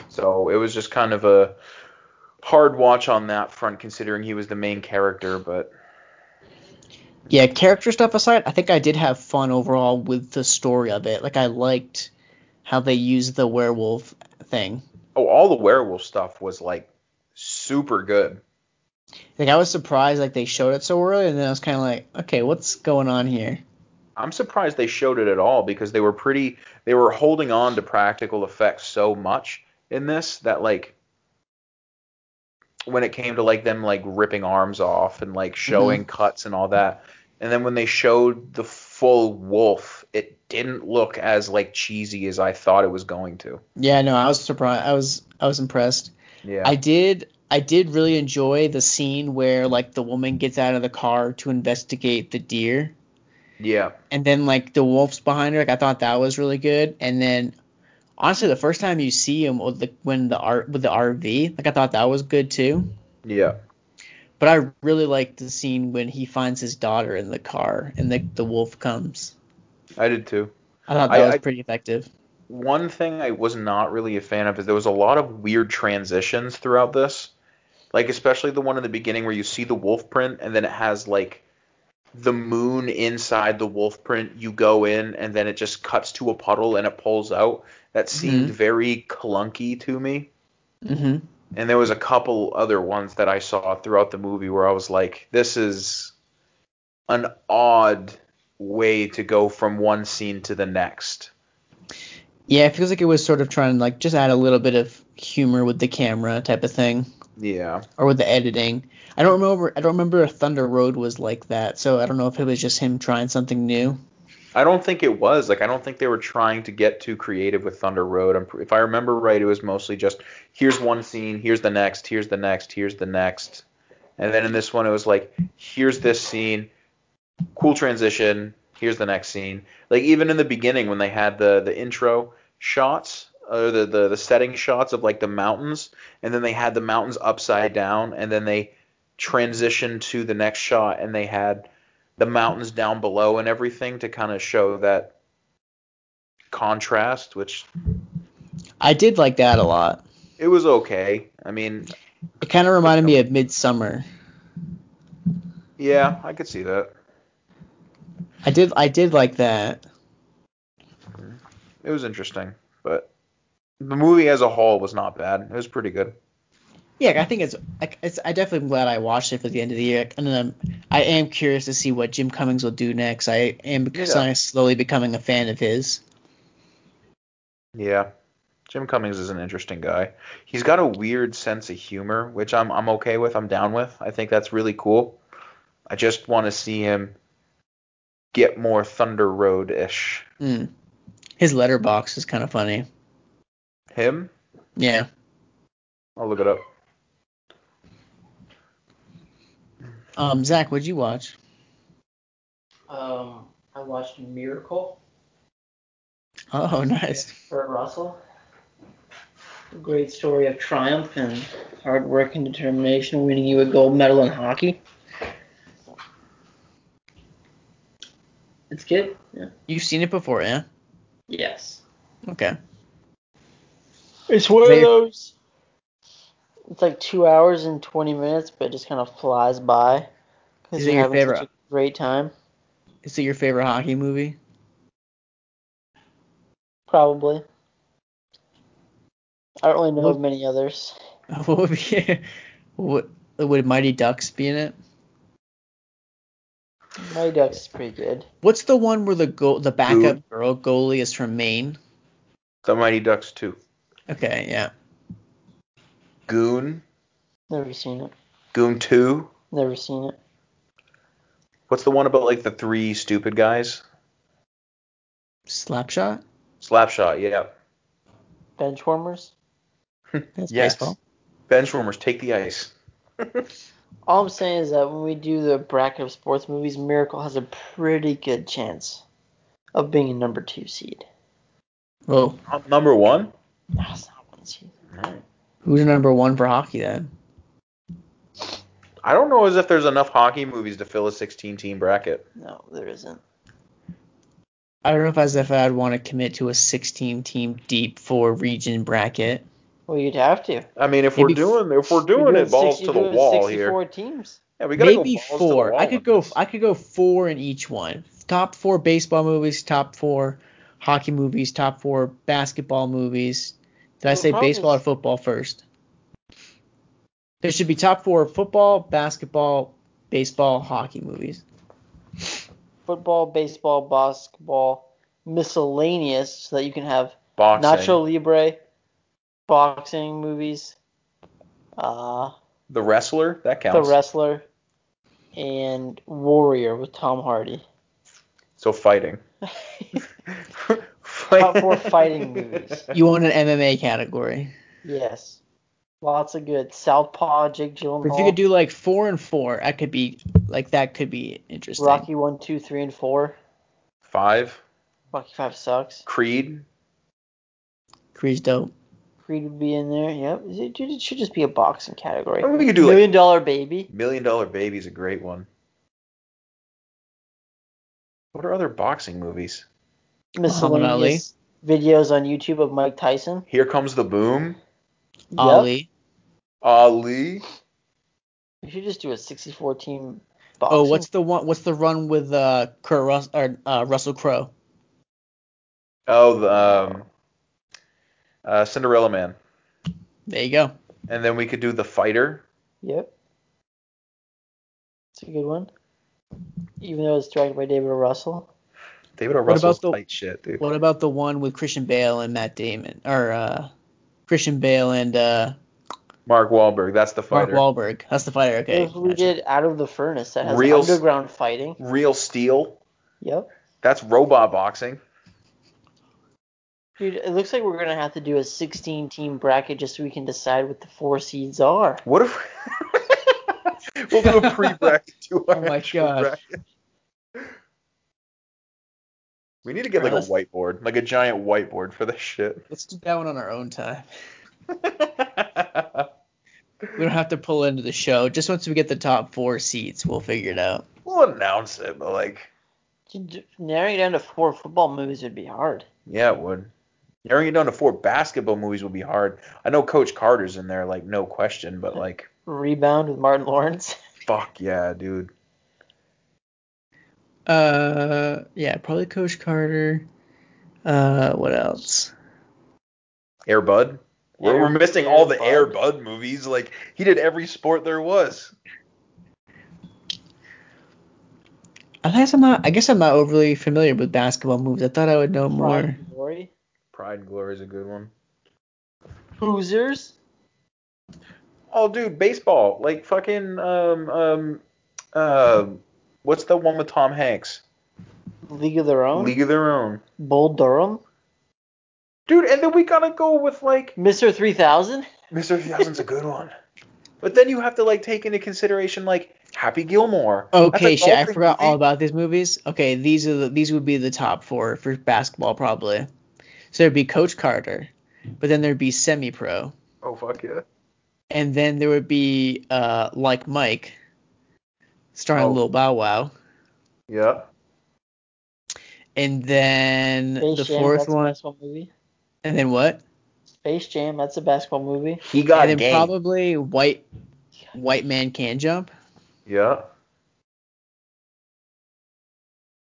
so it was just kind of a hard watch on that front considering he was the main character but Yeah, character stuff aside, I think I did have fun overall with the story of it. Like I liked how they used the werewolf thing. oh all the werewolf stuff was like super good Like I was surprised like they showed it so early, and then I was kind of like, okay, what's going on here? I'm surprised they showed it at all because they were pretty they were holding on to practical effects so much in this that like when it came to like them like ripping arms off and like showing cuts and all that and then when they showed the full wolf it didn't look as like cheesy as I thought it was going to. Yeah, no, I was surprised. I was I was impressed. Yeah. I did I did really enjoy the scene where like the woman gets out of the car to investigate the deer yeah. and then like the wolf's behind her. Like I thought that was really good. And then honestly, the first time you see him with the when the art with the RV, like I thought that was good too. Yeah. But I really liked the scene when he finds his daughter in the car and the the wolf comes. I did too. I thought that I- was I- pretty effective. one thing I was not really a fan of is there was a lot of weird transitions throughout this. Like especially the one in the beginning where you see the wolf print and then it has like the moon inside the wolf print. You go in and then it just cuts to a puddle and it pulls out. That seemed very clunky to me. hmm And there was a couple other ones that I saw throughout the movie where I was like, this is an odd way to go from one scene to the next. Yeah, it feels like it was sort of trying to like just add a little bit of humor with the camera type of thing Yeah. or with the editing. I don't remember. I don't remember if Thunder Road was like that, so I don't know if it was just him trying something new. I don't think it was. Like, I don't think they were trying to get too creative with Thunder Road. I'm, pr- if I remember right, it was mostly just here's one scene, here's the next, here's the next, here's the next. And then in this one, it was like here's this scene, cool transition, here's the next scene. Like even in the beginning when they had the the intro shots or the the, the setting shots of like the mountains, and then they had the mountains upside down, and then they transitioned to the next shot, and they had the mountains down below and everything to kind of show that contrast, which I did like that a lot. it was okay. I mean, It kind of reminded me of Midsummer. yeah, I could see that. I did. I did like that. It was interesting, but the movie as a whole was not bad. It was pretty good. Yeah, I think it's. like, it's I definitely am glad I watched it for the end of the year, and then I'm, I am curious to see what Jim Cummings will do next. I am Yeah. slowly- slowly becoming a fan of his. Yeah. Jim Cummings is an interesting guy. He's got a weird sense of humor, which I'm I'm okay with. I'm down with. I think that's really cool. I just want to see him get more Thunder Road ish. Mm. His letterbox is kind of funny. Him? Yeah. I'll look it up. Um, Zach, what'd you watch? Um, I watched Miracle. Oh, nice. Kurt Russell. A great story of triumph and hard work and determination, winning you a gold medal in hockey. It's good. Yeah. You've seen it before, yeah? Yes. Okay. It's one of They- those. It's like two hours and twenty minutes, but it just kind of flies by because Is it you're your having such favorite? a great time. Is it your favorite hockey movie? Probably. I don't really know Nope. of many others. What would be? What, would Mighty Ducks be in it? My Ducks is pretty good. What's the one where the goal, the backup Ooh. girl goalie is from Maine? The Mighty Ducks 2. Okay, yeah. Goon. Never seen it. Goon 2. Never seen it. What's the one about like the three stupid guys? Slapshot? Slapshot, yeah. Benchwarmers. That's Yes. baseball. Benchwarmers, take the ice. All I'm saying is that when we do the bracket of sports movies, Miracle has a pretty good chance of being a number two seed. Well, Uh, Number one? No, it's not one seed. who's number one for hockey then? I don't know as if there's enough hockey movies to fill a 16 team bracket. No, there isn't. I don't know if as if I'd want to commit to a 16 team deep four region bracket. Well, you'd have to. I mean, if Maybe we're doing if we're doing, You're it balls 60 to the you're doing wall 64 here. teams. Yeah, we gotta go Maybe balls to the four. wall I on could go. this. I could go four in each one. Top four baseball movies. Top four hockey movies. Top four basketball movies. Did I Well, say problem baseball is- or football first? There should be top four football, basketball, baseball, hockey movies. Football, baseball, basketball, miscellaneous, so that you can have boxing. Nacho Libre, boxing movies, uh, The wrestler that The counts. Wrestler, and Warrior with Tom Hardy. so fighting. Top four fighting movies. You want an MMA category. Yes. Lots of good. Southpaw, Jake But Gyllenhaal. if you could do like four and four, that could be like that could be interesting. Rocky one, two, three, and four. Five. Rocky five sucks. Creed. Creed's dope. Creed would be in there. Yep. It should- it should just be a boxing category. Or we could do like- Million Dollar Baby. Million Dollar Baby's a great one. What are other boxing movies? Muhammad Ali. Miscellaneous videos on YouTube of Mike Tyson. Here Comes the Boom. Yep. Ali. Ali. You should just do a 64 team boxing. Oh, what's the one? What's the run with uh, Kurt Rus- or uh, Russell Crowe? Oh, the um, uh, Cinderella Man. There you go. And then we could do The Fighter. Yep. It's a good one. Even though it's directed by David O. Russell. David O. What about Russell's the- tight shit, dude. What about the one with Christian Bale and Matt Damon, or uh, Christian Bale and uh, Mark Wahlberg. That's The Fighter. Mark Wahlberg? That's the fighter. Okay. if we gotcha. did Out of the Furnace, that has Real- underground fighting. Real Steel. Yep. That's robot boxing. Dude, it looks like we're going to have to do a 16 team bracket just so we can decide what the four seeds are. What if we'll do a pre-bracket to our Oh my actual gosh. bracket? We need to get like a Let's- whiteboard, like a giant whiteboard for this shit. Let's do that one on our own time. well, We don't have to pull into the show. Just once we get the top four seats, we'll figure it out. we'll announce it, but like, To d- Narrowing it down to four football movies would be hard. yeah, it would. Narrowing it down to four basketball movies will be hard. I know Coach Carter's in there, like no question, but like, Rebound with Martin Lawrence. fuck yeah, dude. Uh, yeah, probably Coach Carter. Uh, what else? Air Bud. We're, Air- we're missing all Air the Bud. Air Bud movies. Like he did every sport there was. I guess I'm not. I guess I'm not overly familiar with basketball moves. I thought I would know more. Pride and Glory. Pride and Glory is a good one. Hoosiers. Oh, dude, baseball. Like fucking um um uh, what's the one with Tom Hanks? League of Their Own. League of Their Own. Bull Durham. Dude, and then we gotta go with like Mr. 3000. Mr. 2000's a good one. But then you have to like take into consideration like Happy Gilmore. That's a Okay, shit. I golfing forgot all movie. about these movies. Okay, these are the, these would be the top four for basketball probably. So there'd be Coach Carter, but then there'd be semi pro, Oh fuck yeah. and then there would be uh like Mike, starring Oh. Lil Bow Wow, Yeah. and then Space the Jam, fourth that's one, a basketball movie. and then what? Space Jam, that's a basketball movie. He got and then game. probably white white man can jump. yeah.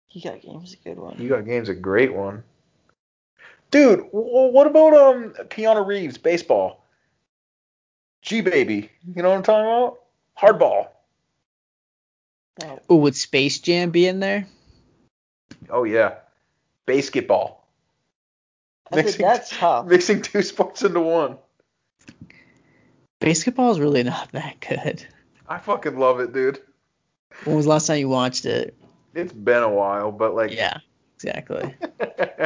He got games, a good one. You got game's a great one. Dude, wh- wh- what about um Keanu Reeves baseball? G baby, you know what I'm talking about? Hardball. Oh, Ooh, would Space Jam be in there? Oh yeah, basketball. I think Mixing- that's tough. Mixing two sports into one. Basketball's really not that good. I fucking love it, dude. When was the last time you watched it? It's been a while, but like, Yeah, exactly.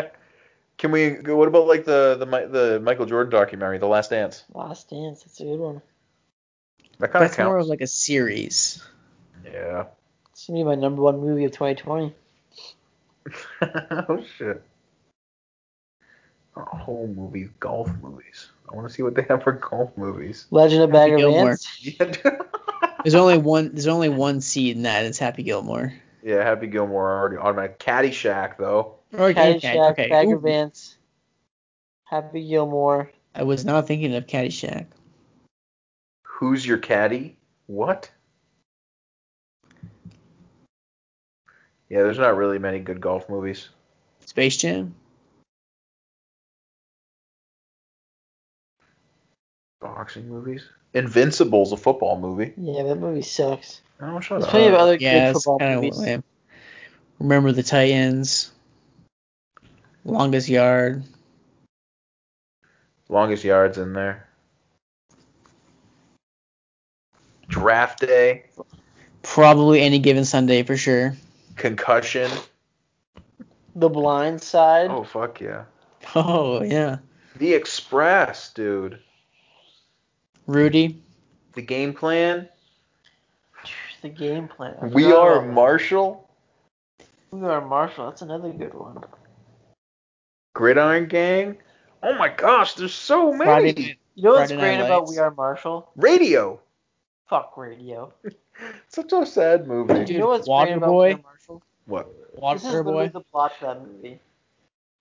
can we? go What about like the the Mi- the Michael Jordan documentary, The Last Dance? Last Dance, that's a good one. That kind of That's counts. more of like a series. yeah. It's gonna be my number one movie of 2020. oh shit. Not whole movies, golf movies. I want to see what they have for golf movies. Legend of Bagger Gilmore. Vance. Yeah, dude. There's only one. There's only one seed in that. It's Happy Gilmore. yeah Happy Gilmore already on my Caddyshack though. Or Caddyshack, Bagger Ooh, Vance. Happy Gilmore. I was not thinking of Caddyshack. Who's your caddy? What? Yeah, there's not really many good golf movies. Space Jam. Boxing movies. Invincible's a football movie. Yeah, that movie sucks. Oh, shut There's up. plenty of other Uh, Yeah, good it's football kind of movies. lame. Remember the Titans. Longest Yard. Longest yards in there. Draft day. Probably any given Sunday for sure. Concussion. The Blind Side. Oh fuck yeah. Oh yeah. The Express, dude. Rudy. The game plan. The game plan. I We forgot are about that. Marshall. We are Marshall. That's another good one. Gridiron Gang. Oh my gosh, there's so many. Friday Night- You know what's Friday Night great about Lights. We Are Marshall? Radio. Fuck radio. Such a sad movie. Dude, you know what's great about Waterboy? We Are Marshall? What? This is literally Waterboy. the plot to that movie.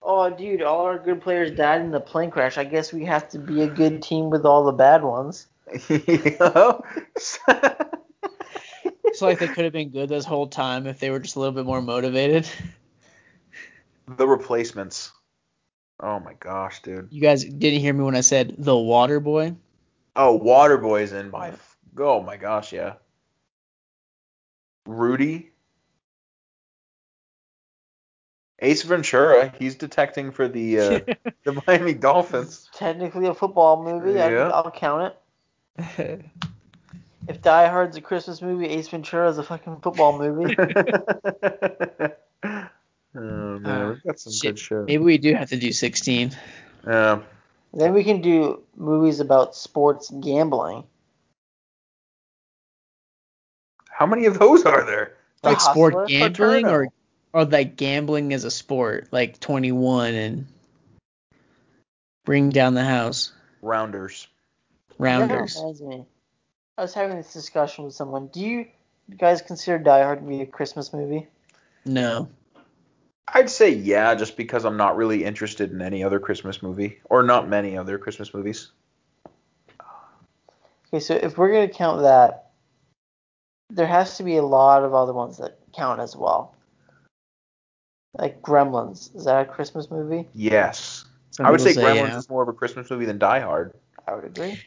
Oh, dude, all our good players died in the plane crash. I guess we have to be a good team with all the bad ones. so like they could have been good this whole time if they were just a little bit more motivated. the replacements. Oh my gosh, dude. You guys didn't hear me when I said the water boy. Oh, Waterboy's in my. F- oh my gosh, yeah. Rudy. Ace Ventura. He's detecting for the uh, the Miami Dolphins. Technically a football movie. I, Yeah. I'll count it. If Die Hard's a Christmas movie, Ace Ventura is a fucking football movie. oh man, we've got some Uh, Shit. good shit. Maybe we do have to do 16. Yeah. then we can do movies about sports gambling. how many of those are there? The Like sport Hustler? gambling or Paterno. or like gambling as a sport, like 21 and bring down the house Rounders. rounders. That reminds me. I was having this discussion with someone. Do you guys consider Die Hard to be a Christmas movie? No. I'd say yeah, just because I'm not really interested in any other Christmas movie, or not many other Christmas movies. Okay, so if we're gonna count that, there has to be a lot of other ones that count as well. Like Gremlins, is that a Christmas movie? Yes, Some I would people say, Gremlins yeah. is more of a Christmas movie than Die Hard. I would agree.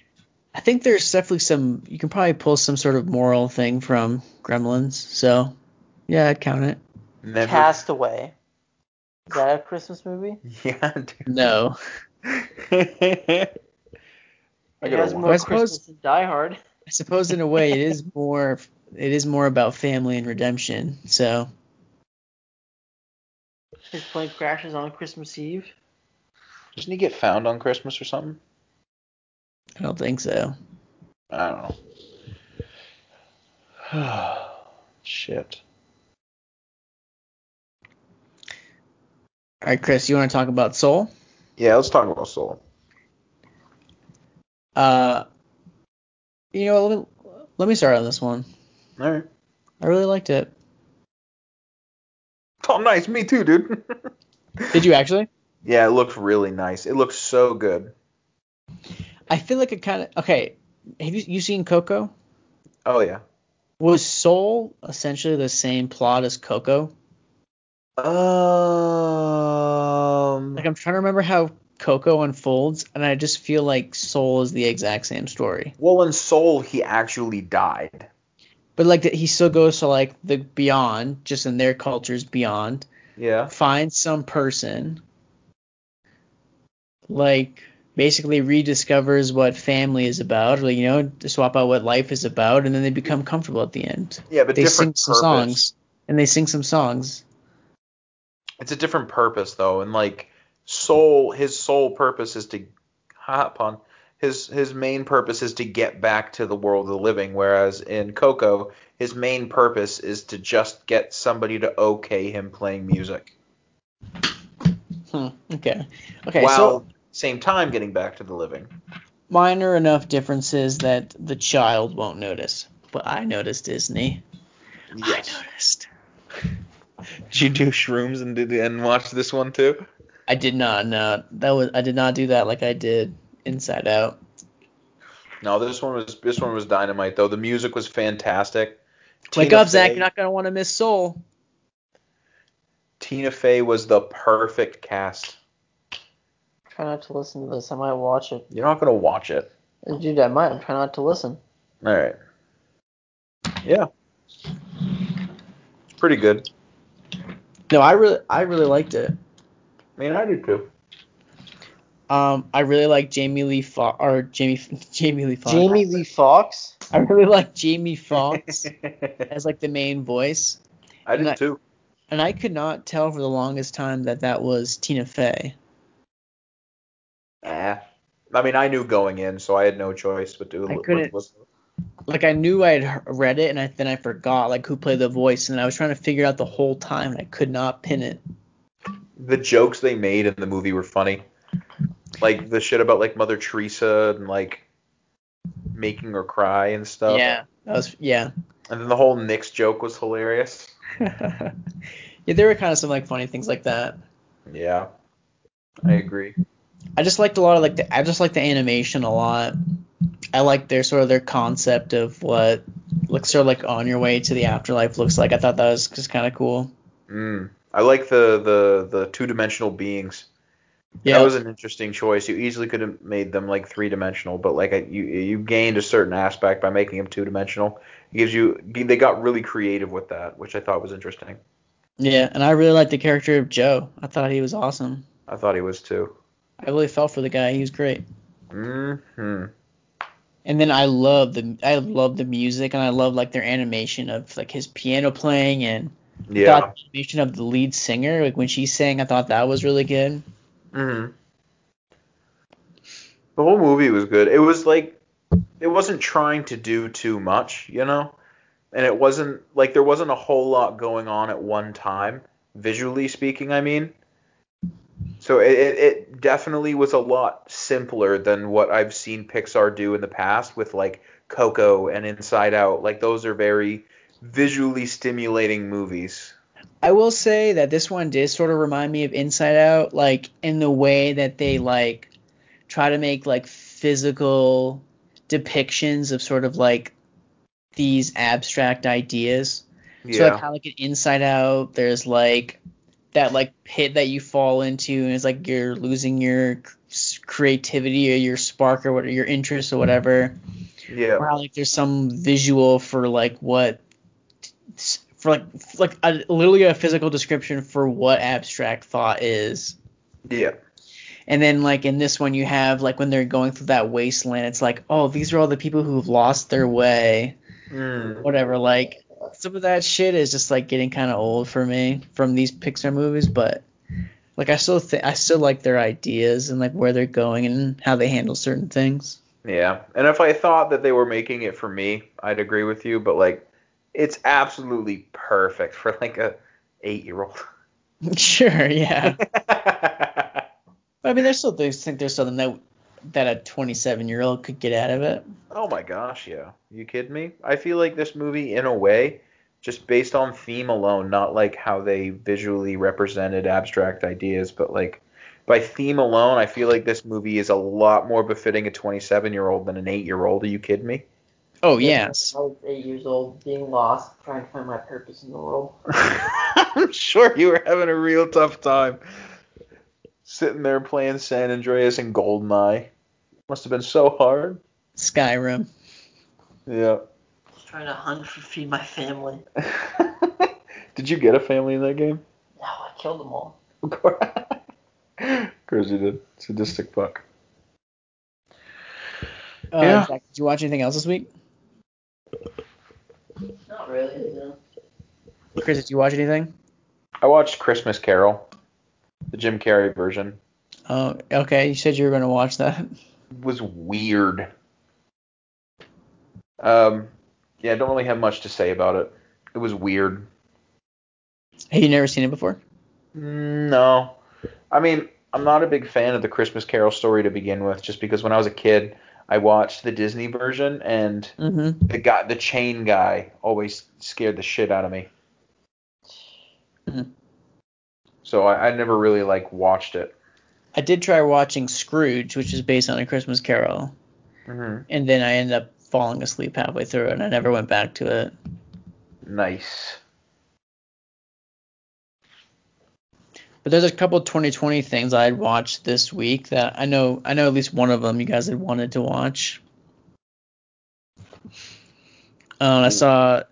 I think there's definitely some. You can probably pull some sort of moral thing from Gremlins. So, yeah, I'd count it. Never. Castaway, is that a Christmas movie? Yeah, dude. No. I It gotta has watch- more I suppose- Christmas than Die Hard. I suppose in a way it is more. It is more about family and redemption. So His plane crashes on Christmas Eve. Doesn't he get found on Christmas or something? I don't think so. I don't know. Shit. All right, Chris, you want to talk about Soul? Yeah, let's talk about Soul. Uh, you know, let me, let me start on this one. All right. I really liked it. Oh, nice. Me too, dude. Did you actually? yeah, it looks really nice. It looks so good. I feel like it kind of. Okay, have you you seen Coco? Oh yeah. Was Soul essentially the same plot as Coco? Um. Like I'm trying to remember how Coco unfolds, and I just feel like Soul is the exact same story. Well, in Soul, he actually died. But like that, he still goes to like the beyond, just in their cultures beyond, Yeah. finds some person, like basically rediscovers what family is about, or you know, to swap out what life is about, and then they become comfortable at the end. Yeah, but they sing different some purpose. songs, and they sing some songs. It's a different purpose though, and like Soul, his sole purpose is to hot pun. His his main purpose is to get back to the world of the living, whereas in Coco, his main purpose is to just get somebody to okay him playing music. Hmm, okay, okay. while So same time getting back to the living. minor enough differences that the child won't notice. But I noticed Disney. I noticed. Did you do shrooms and did and watch this one too? I did not know that was I did not do that like I did Inside Out. No, this one was this one was dynamite though. The music was fantastic. Wake Tina up, Zach, Fey- you're not gonna want to miss Soul. Tina Fey was the perfect cast. Try not to listen to this. I might watch it. You're not gonna watch it. Dude, I might. I'm trying not to listen. All right. Yeah. It's pretty good. No, I really I really liked it. I mean, I do too. Um, I really like Jamie Lee Fox or Jamie Jamie Lee Fox. Jamie Lee Fox. I really like Jamie Fox as like the main voice. I And I- did too. and I could not tell for the longest time that that was Tina Fey. Eh. I mean, I knew going in, so I had no choice but to I look- couldn't- look- Like I knew I had he- read it, and I, then I forgot like who played the voice, and I was trying to figure out the whole time, and I could not pin it. the jokes they made in the movie were funny. Like the shit about like Mother Teresa and like making her cry and stuff. yeah, that was yeah. And then the whole Nix joke was hilarious. yeah, there were kind of some like funny things like that. Yeah. I agree. I just liked a lot of like the I just like the animation a lot. I like their sort of their concept of what looks sort of like on your way to the afterlife looks like. I thought that was just kind of cool. Mm. I like the the the two dimensional beings. Yeah, That was an interesting choice. You easily could have made them like three dimensional, but like I, you you gained a certain aspect by making them two dimensional. It gives you they got really creative with that, which I thought was interesting. yeah, and I really liked the character of Joe. I thought he was awesome. I thought he was too. I really felt for the guy. He was great. hmm And then I love the I love the music and I love like their animation of like his piano playing and I Yeah. thought the animation of the lead singer like when she sang I thought that was really good. Mm-hmm. The whole movie was good. It was like it wasn't trying to do too much, you know, and it wasn't like there wasn't a whole lot going on at one time, visually speaking. I mean, so it, it, it definitely was a lot simpler than what I've seen Pixar do in the past with like Coco and Inside Out. Like those are very visually stimulating movies. I will say that this one did sort of remind me of Inside Out, like in the way that they like try to make like physical depictions of sort of like these abstract ideas. So like how like an Inside Out, there's like that like pit that you fall into, and it's like you're losing your c- creativity or your spark or what or your interest or whatever yeah. or how like there's some visual for like what for like like a, literally a physical description for what abstract thought is Yeah. and then like in this one you have like when they're going through that wasteland it's like oh these are all the people who've lost their way Mm. whatever like some of that shit is just like getting kind of old for me from these pixar movies but like i still think i still like their ideas and like where they're going and how they handle certain things Yeah, and if I thought that they were making it for me, I'd agree with you. But like, it's absolutely perfect for like a eight year old. sure yeah oh But I mean, there's still things. Think there's something that that a 27 year old could get out of it. Oh my gosh, yeah. You kidding me? I feel like this movie, in a way, just based on theme alone, not like how they visually represented abstract ideas, but like by theme alone, I feel like this movie is a lot more befitting a 27 year old than an eight year old. Are you kidding me? Oh yes. I was eight years old, being lost, trying to find my purpose in the world. I'm sure you were having a real tough time sitting there playing San Andreas and Goldeneye. Must have been so hard. Skyrim. Yeah. Trying to hunt for feed my family. did you get a family in that game? No, I killed them all. Of course. of course you did. Sadistic fuck. Uh, Yeah. Zach, did you watch anything else this week? Not really. No. Chris, did you watch anything? I watched Christmas Carol, the Jim Carrey version. Oh, okay. You said you were gonna watch that. It was weird. Um, yeah, I don't really have much to say about it. It was weird. Have you never seen it before? Mm, No. I mean, I'm not a big fan of the Christmas Carol story to begin with, just because when I was a kid, I watched the Disney version, and Mm-hmm. the guy, the chain guy, always scared the shit out of me. Mhm. So I, I never really like watched it. I did try watching Scrooge, which is based on A Christmas Carol, Mm-hmm. and then I ended up falling asleep halfway through, and I never went back to it. Nice. But there's a couple 2020 things I had watched this week that I know I know at least one of them you guys had wanted to watch. Um, I saw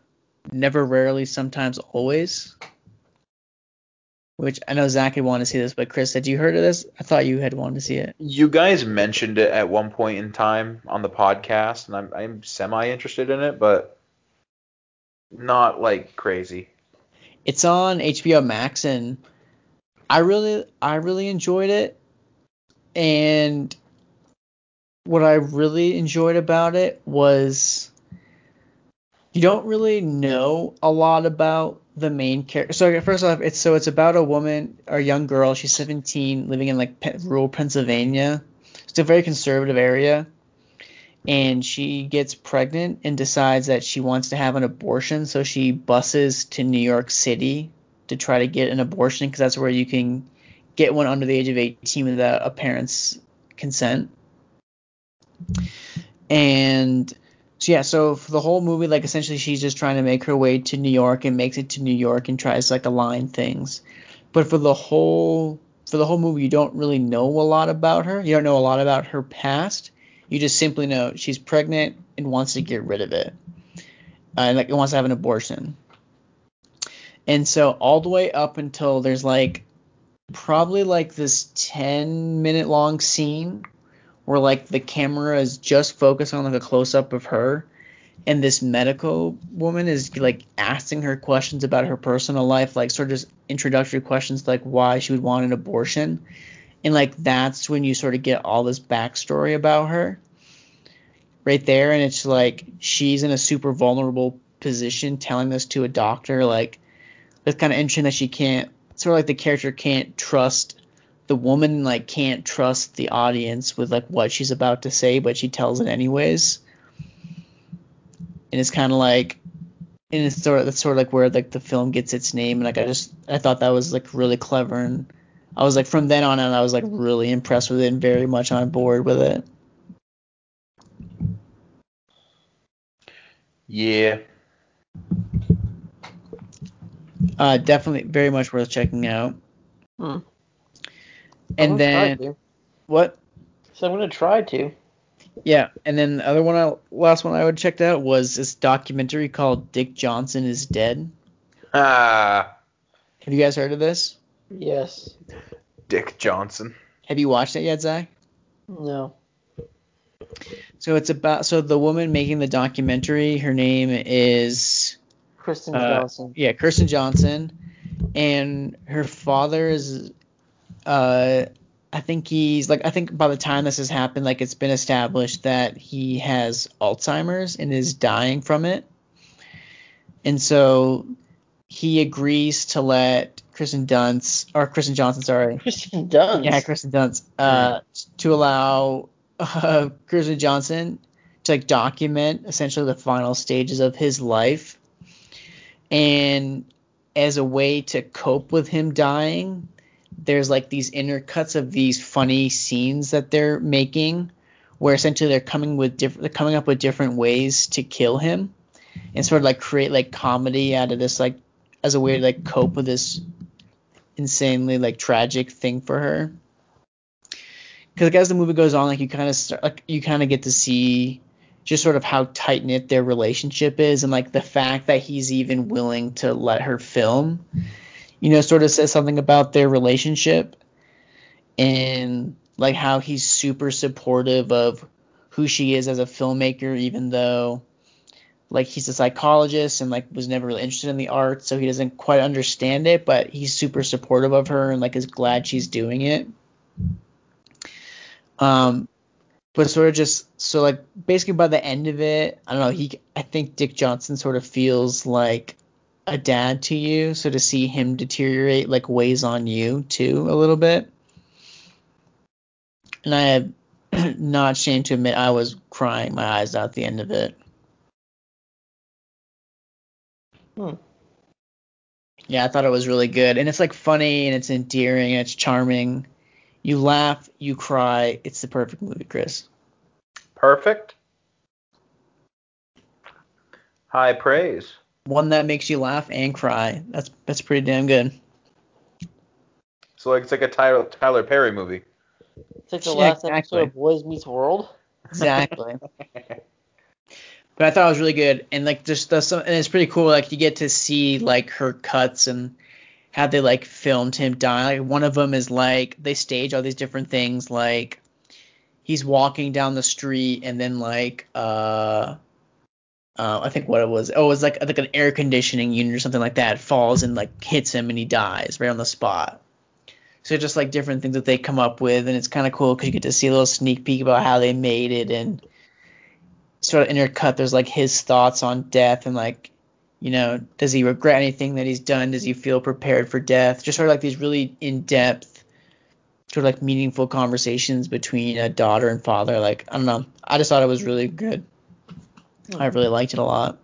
Never Rarely Sometimes Always, which I know Zach had wanted to see this, but Chris, had you heard of this? I thought you had wanted to see it. You guys mentioned it at one point in time on the podcast, and I'm I'm semi interested in it, but not like crazy. It's on HBO Max, and I really, I really enjoyed it. And what I really enjoyed about it was you don't really know a lot about the main character. So first off, it's so it's about a woman, or young girl. She's 17, living in like pe- rural Pennsylvania. It's a very conservative area, and she gets pregnant and decides that she wants to have an abortion. So she buses to New York City to try to get an abortion because that's where you can get one under the age of 18 without a parent's consent. And so yeah, so for the whole movie, like essentially she's just trying to make her way to New York and makes it to New York and tries to like align things. But for the whole for the whole movie, you don't really know a lot about her. You don't know a lot about her past. You just simply know she's pregnant and wants to get rid of it, uh, and like wants to have an abortion. And so all the way up until there's like probably like this 10 minute long scene where like the camera is just focused on like a close up of her and this medical woman is like asking her questions about her personal life like sort of just introductory questions like why she would want an abortion and like that's when you sort of get all this backstory about her right there and it's like she's in a super vulnerable position telling this to a doctor like it's kind of interesting that she can't sort of like the character can't trust the woman like can't trust the audience with like what she's about to say but she tells it anyways and it's kind of like and it's sort of that's sort of like where like the film gets its name and like i just i thought that was like really clever and i was like from then on out i was like really impressed with it and very much on board with it Yeah. uh definitely very much worth checking out Hmm. I'm gonna and Oh, try then to. what So I'm gonna try to. Yeah, and then the other one, I last one I would checked out was this documentary called "Dick Johnson is Dead." Ah, Have you guys heard of this? Yes. Dick Johnson. Have you watched it yet, Zach? No. So it's about so the woman making the documentary. Her name is Kristen uh, Johnson. yeah Kirsten Johnson, and her father is uh I think he's like I think by the time this has happened, like it's been established that he has Alzheimer's and is dying from it. And so he agrees to let Kristen Dunst or Kristen Johnson, sorry, Kristen Dunst. yeah, Kristen Dunst, uh, to allow uh, Kristen Johnson to like document essentially the final stages of his life, and as a way to cope with him dying, there's like these inner cuts of these funny scenes that they're making, where essentially they're coming with different, they're coming up with different ways to kill him, and sort of like create like comedy out of this like as a way to like cope with this insanely like tragic thing for her. Because like as the movie goes on, like you kind of like you kind of get to see just sort of how tight knit their relationship is, and like the fact that he's even willing to let her film, you know, sort of says something about their relationship, and like how he's super supportive of who she is as a filmmaker, even though like he's a psychologist and like was never really interested in the arts, so he doesn't quite understand it, but he's super supportive of her and like is glad she's doing it. Um, but sort of just so like basically by the end of it, I don't know. He I think Dick Johnson sort of feels like a dad to you, so to see him deteriorate like weighs on you too a little bit. And I am not ashamed to admit I was crying my eyes out at the end of it. Yeah, I thought it was really good. And it's like funny and it's endearing and it's charming. You laugh, you cry. It's the perfect movie, Chris. Perfect. High praise. One that makes you laugh and cry. That's that's pretty damn good. So like it's like a Tyler, Tyler Perry movie. It's like the Yeah, last exactly. episode of Boys Meets World. Exactly. but I thought it was really good. And like just the some and it's pretty cool, like you get to see like her cuts and how they like filmed him dying. Like one of them is like they stage all these different things like he's walking down the street and then like uh Uh, I think what it was. Oh, it was like like an air conditioning unit or something like that falls and like hits him and he dies right on the spot. So just like different things that they come up with, and it's kind of cool because you get to see a little sneak peek about how they made it and sort of intercut. There's like his thoughts on death and like, you know, does he regret anything that he's done? Does he feel prepared for death? Just sort of like these really in depth, sort of like meaningful conversations between a daughter and father. Like I don't know, I just thought it was really good. I really liked it a lot.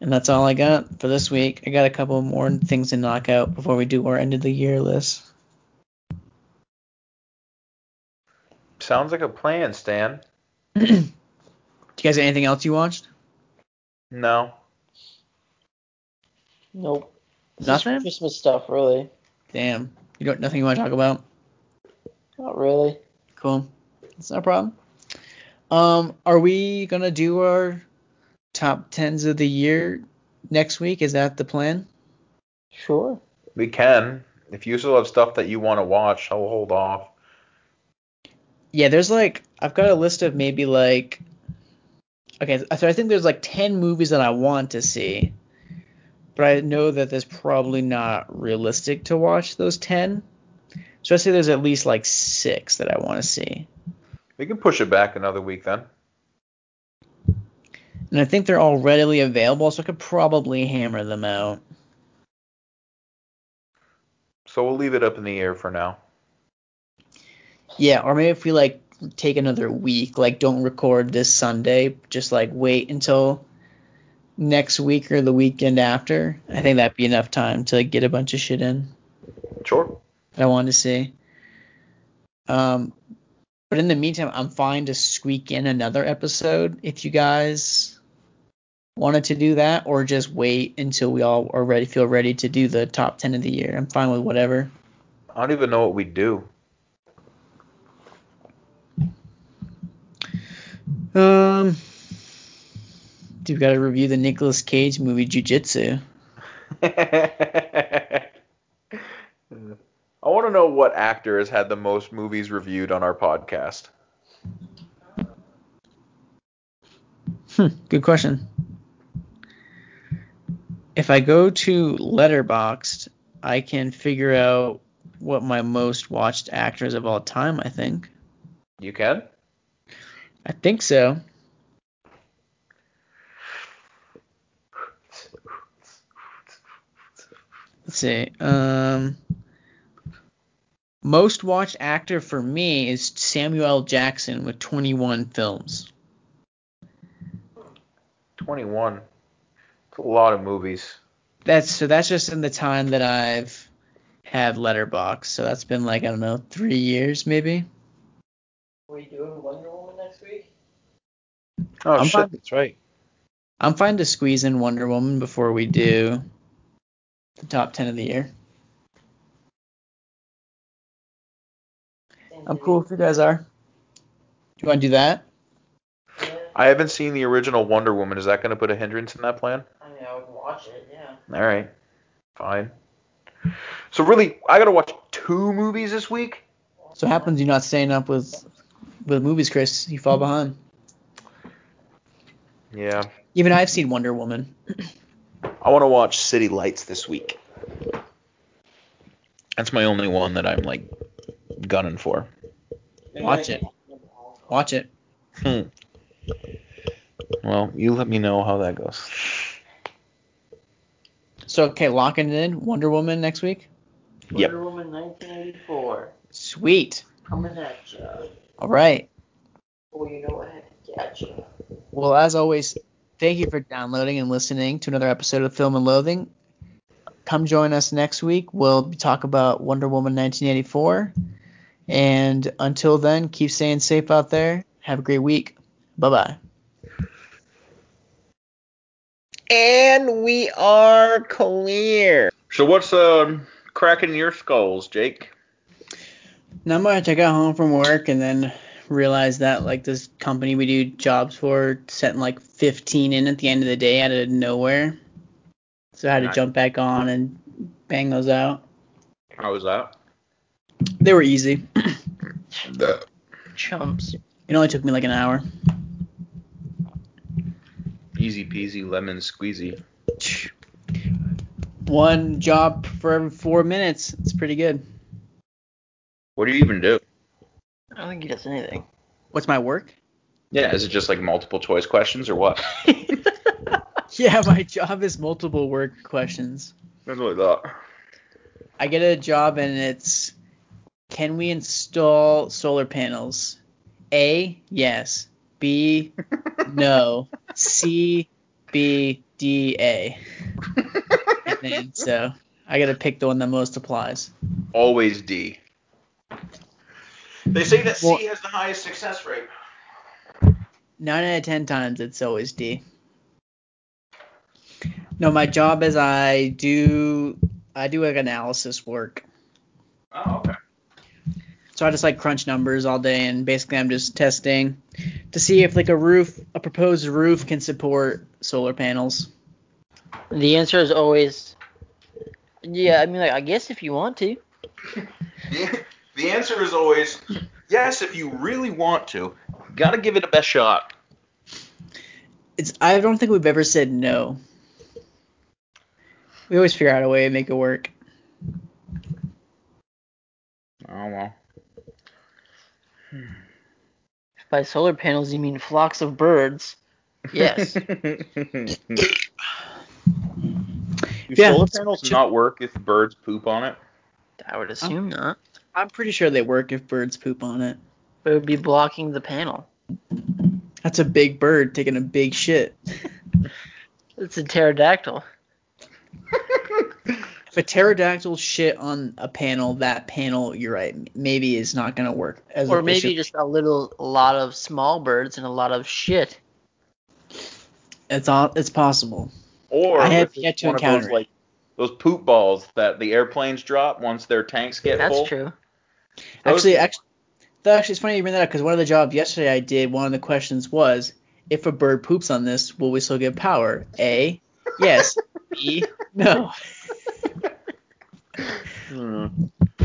And that's all I got for this week. I got a couple more things to knock out before we do our end of the year list. Sounds like a plan, Stan. do you guys have anything else you watched? No. Nope. It's just Nothing? Christmas stuff, really. Damn. You don't nothing you want to talk about? Not really. Cool. That's no problem. Um, are we gonna do our top tens of the year next week? Is that the plan? Sure. We can. If you still have stuff that you want to watch, I'll hold off. Yeah, there's like I've got a list of maybe like okay, so I think there's like ten movies that I want to see, but I know that there's probably not realistic to watch those ten. So I say there's at least like six that I want to see, We can push it back another week then. and I think they're all readily available, so I could probably hammer them out. So we'll leave it up in the air for now. Yeah, or maybe if we like take another week, like don't record this Sunday, just like wait until next week or the weekend after. I think that'd be enough time to get a bunch of shit in Sure. that I wanted to see. Um, but in the meantime, I'm fine to squeak in another episode if you guys wanted to do that, or just wait until we all are ready, feel ready to do the top ten of the year. I'm fine with whatever. I don't even know what we'd do. Um, do we got to review the Nicolas Cage movie Jujitsu? I want to know what actor has had the most movies reviewed on our podcast. Hmm, good question. If I go to Letterboxd, I can figure out what my most watched actors of all time. I think. You can? I think so. Let's see. Um, most watched actor for me is Samuel L. Jackson with 21 films. 21. It's a lot of movies. That's so that's just in the time that I've had Letterbox. So that's been like I don't know three years maybe. What are you doing Wonder Woman next week? Oh, I'm shit. fine. That's right. I'm fine to squeeze in Wonder Woman before we do the top ten of the year. I'm cool if you guys are. Do you want to do that? I haven't seen the original Wonder Woman. Is that going to put a hindrance in that plan? I mean, I would watch it, yeah. All right. Fine. So, really, I got to watch two movies this week? So it happens you're not staying up with with movies, Chris. You fall behind. Yeah. Even I've seen Wonder Woman. I want to watch City Lights this week. That's my only one that I'm like gunning for. Watch it. Watch it. Hmm. Well, you let me know how that goes. So okay, locking it in. Wonder Woman next week. Yep. Wonder Woman 1984. Sweet. Coming at ya. All right. Well, you know what? Get ya. Well, as always, thank you for downloading and listening to another episode of Film and Loathing. Come join us next week. We'll talk about Wonder Woman 1984. And until then, keep staying safe out there. Have a great week. Bye bye. And we are clear. So, what's um, cracking your skulls, Jake? Not much. I got home from work and then realized that like this company we do jobs for sent like 15 in at the end of the day out of nowhere. So I had to Nice. jump back on and bang those out. How was that? They were easy. Chumps. It only took me like an hour. Easy peasy, lemon squeezy. One job for every four minutes. It's pretty good. What do you even do? I don't think he does anything. What's my work? Yeah, is it just like multiple choice questions or what? Yeah, my job is multiple work questions. That's what I thought. I get a job and it's can we install solar panels? A yes. B no. C B D A. And then so I gotta pick the one that most applies. Always D. They say that C has the highest success rate. Nine out of ten times it's always D. No, my job is I do I do like analysis work. Oh, okay. So I just like crunch numbers all day and basically I'm just testing to see if like a roof a proposed roof can support solar panels. The answer is always, yeah. I mean, like, I guess if you want to. The, the answer is always yes if you really want to. Gotta give it a best shot. It's I don't think we've ever said no. We always figure out a way to make it work. Oh well. If by solar panels you mean flocks of birds, yes. Do Yeah. solar panels not work if birds poop on it? I would assume not. I'm pretty sure they work if birds poop on it. But it would be blocking the panel. That's a big bird taking a big shit. It's a pterodactyl. If a pterodactyl shit on a panel, that panel, you're right, maybe is not gonna work. As Or it maybe should- just a little a lot of small birds and a lot of shit. it's all it's possible. Or I have if it's yet to one of encounter those it. like those poop balls that the airplanes drop once their tanks get That's full. true. Those- Actually, actually, actually, it's funny you bring that up because one of the jobs yesterday I did, one of the questions was, if a bird poops on this, will we still get power? A, yes. B, no.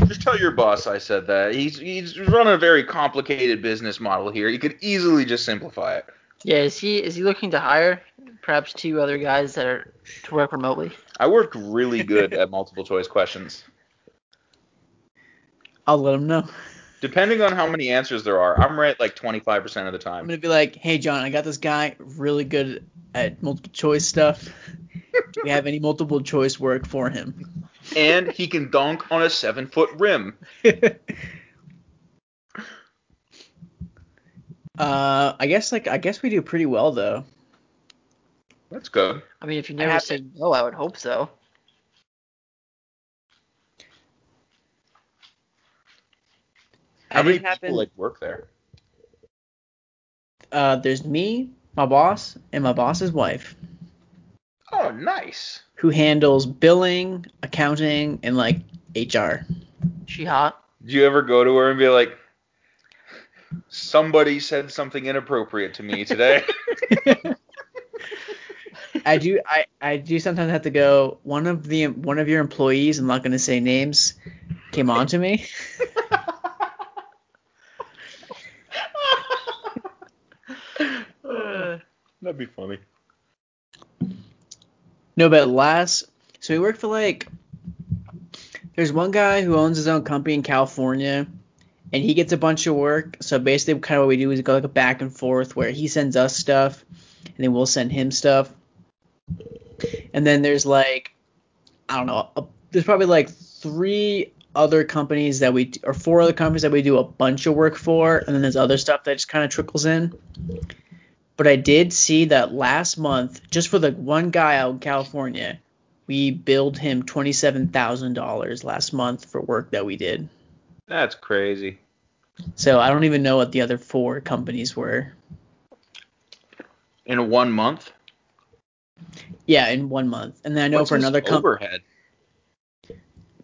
Just tell your boss I said that. He's he's running a very complicated business model here. He could easily just simplify it. Yeah, is he is he looking to hire perhaps two other guys that are to work remotely? I worked really good at multiple choice questions. I'll let him know. Depending on how many answers there are, I'm right like 25% of the I'm time. gonna be like, hey John, I got this guy really good at multiple choice stuff. Do we have any multiple choice work for him? And he can dunk on a seven foot rim. Uh, I guess like I guess we do pretty well though. That's good. I mean, if you I never have say no, I would hope so. How I many did people happen- like work there? Uh, there's me, my boss, and my boss's wife, Oh, nice. who handles billing, accounting, and like HR. She hot. Do you ever go to her and be like, somebody said something inappropriate to me today? I do I, I do sometimes have to go. One of the one of your employees, I'm not gonna say names, came on to me. That'd be funny. No, but last, so he worked for like. There's one guy who owns his own company in California, and he gets a bunch of work. So basically, kind of what we do is go like a back and forth where he sends us stuff, and then we'll send him stuff. And then there's like, I don't know, a, there's probably like three other companies that we or four other companies that we do a bunch of work for, and then there's other stuff that just kind of trickles in. But I did see that last month, just for the one guy out in California, we billed him twenty-seven thousand dollars last month for work that we did. That's crazy. So I don't even know what the other four companies were. In one month? Yeah, in one month. And then I know What's for his another company, overhead?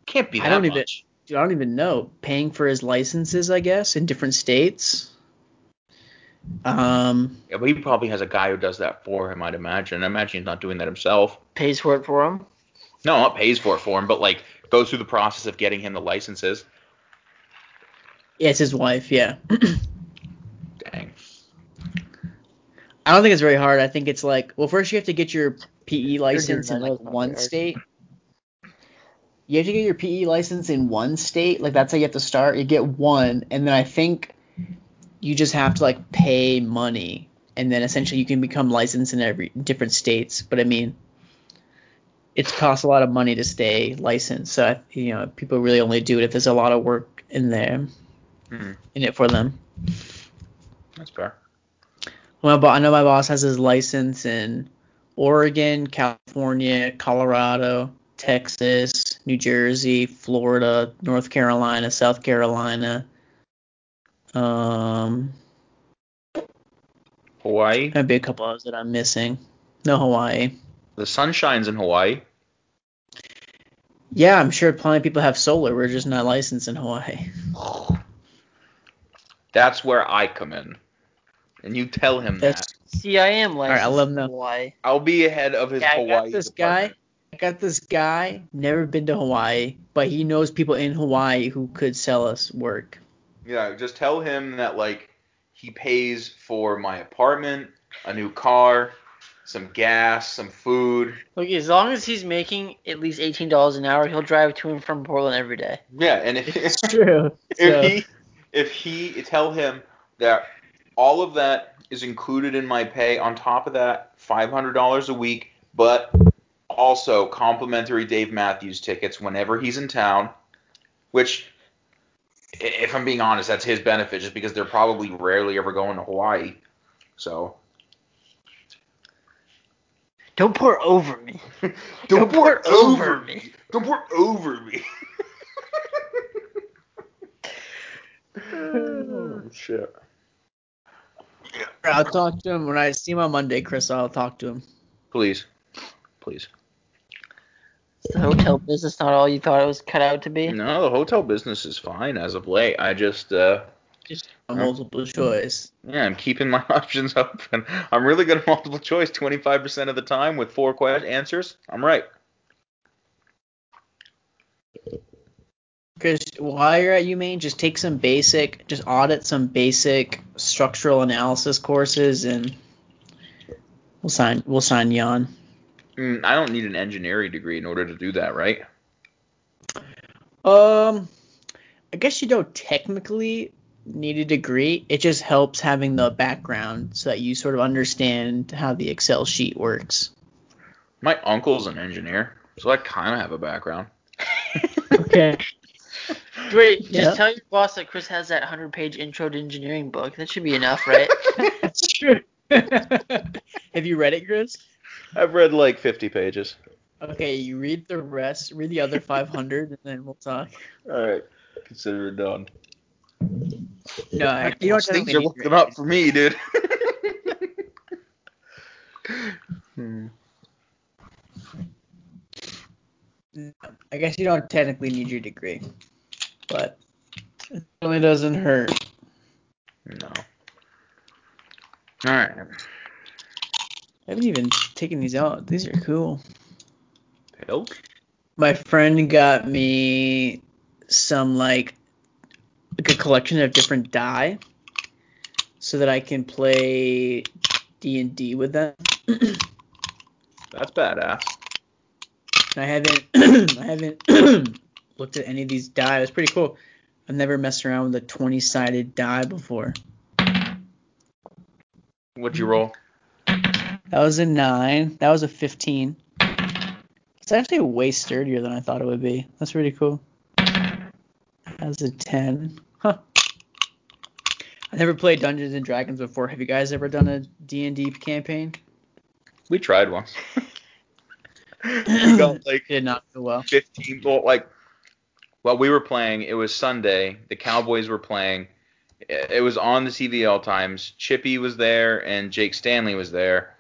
Can't be I that don't even- much. I don't even know. Paying for his licenses, I guess, in different states. Um, Yeah, but he probably has a guy who does that for him, I'd imagine. I imagine he's not doing that himself. Pays for it for him. No, not pays for it for him, but like goes through the process of getting him the licenses. yeah, it's his wife. Yeah. Dang. I don't think it's very hard. I think it's like, well, first you have to get your PE license in like one state. You have to get your PE license in one state. Like that's how you have to start. You get one, and then I think you just have to like pay money, and then essentially you can become licensed in every different states. But I mean, it costs a lot of money to stay licensed. So I, you know, people really only do it if there's a lot of work in there, Mhm. in it for them. That's fair. Well, but I know my boss has his license in Oregon, California, Colorado, Texas, New Jersey, Florida, North Carolina, South Carolina. Um, Hawaii. might be a couple others that I'm missing. No Hawaii. The sun shines in Hawaii. Yeah, I'm sure plenty of people have solar. We're just not licensed in Hawaii. That's where I come in. And you tell him That's- that. See, I am All like right, I love them. Hawaii. I'll be ahead of his Yeah, I Hawaii. got this guy. department. I got this guy. Never been to Hawaii, but he knows people in Hawaii who could sell us work. Yeah, just tell him that like he pays for my apartment, a new car, some gas, some food. Look, as long as he's making at least eighteen dollars an hour, he'll drive to and from Portland every day. Yeah, and if It's true. So- if he if he tell him that all of that is included in my pay on top of that five hundred dollars a week but also complimentary dave matthews tickets whenever he's in town which i- if i'm being honest that's his benefit just because they're probably rarely ever going to hawaii so Don't pour over me. don't pour pour over over me. me don't pour over me Oh, shit I'll talk to him when I see him on Monday, Chris. I'll talk to him. please please Is the hotel business not all you thought it was cut out to be? No, the hotel business is fine as of late. I just, uh, Just a multiple choice. yeah, I'm keeping my options open. I'm really good at multiple choice 25% of the time with four question answers. I'm right. Chris, while you're at UMaine, just take some basic, just audit some basic structural analysis courses, and we'll sign we'll sign you on. Mm, I don't need an engineering degree in order to do that, right? Um, I guess you don't technically need a degree. It just helps having the background so that you sort of understand how the Excel sheet works. My uncle's an engineer, so I kind of have a background. Okay. Great. Just Yeah. tell your boss that Chris has that hundred-page intro to engineering book. That should be enough, right? That's true. Have you read it, Chris? I've read like 50 pages. Okay, you read the rest, read the other 500, and then we'll talk. All right. Consider it done. No, I, you don't Things technically are need looking to read up for me, dude. it. I guess you don't technically need your degree, but it only doesn't hurt. no. All right. I haven't even taken these out. These are cool. Pills? My friend got me some like like a collection of different die, so that I can play D and D with them. That's badass. I haven't I haven't looked at any of these die. It's pretty cool. I've never messed around with a 20 sided die before. What'd Mm-hmm. you roll? That was a nine. That was a 15. It's actually way sturdier than I thought it would be. That's pretty cool. That was a 10. Huh. I never played Dungeons and Dragons before. Have you guys ever done a D&D campaign? We tried once. we got like It did not go well. 15 well like while we were playing it was sunday the cowboys were playing it it was on the tv at all times chippy was there and jake stanley was there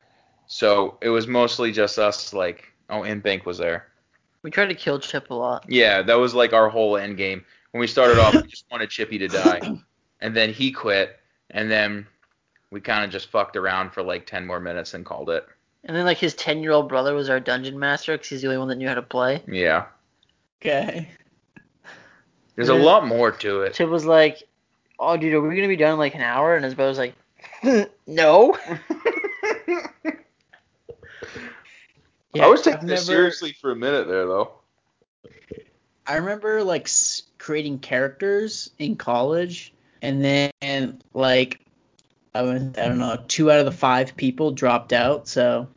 so it was mostly just us like oh and bank was there we tried to kill Chip a lot. yeah that was like our whole end game when we started off we just wanted chippy to die and then he quit and then we kind of just fucked around for like 10 more minutes and called it And then like his ten-year-old brother was our dungeon master because he's the only one that knew how to play. yeah Okay. there's a lot more to it Chip was like, "Oh, dude, are we gonna be done in like an hour?" And his brother was like, "No." I was taking I've this never- seriously for a minute there, though. I remember like s- creating characters in college, and then like I, was, I don't know, two out of the five people dropped out, so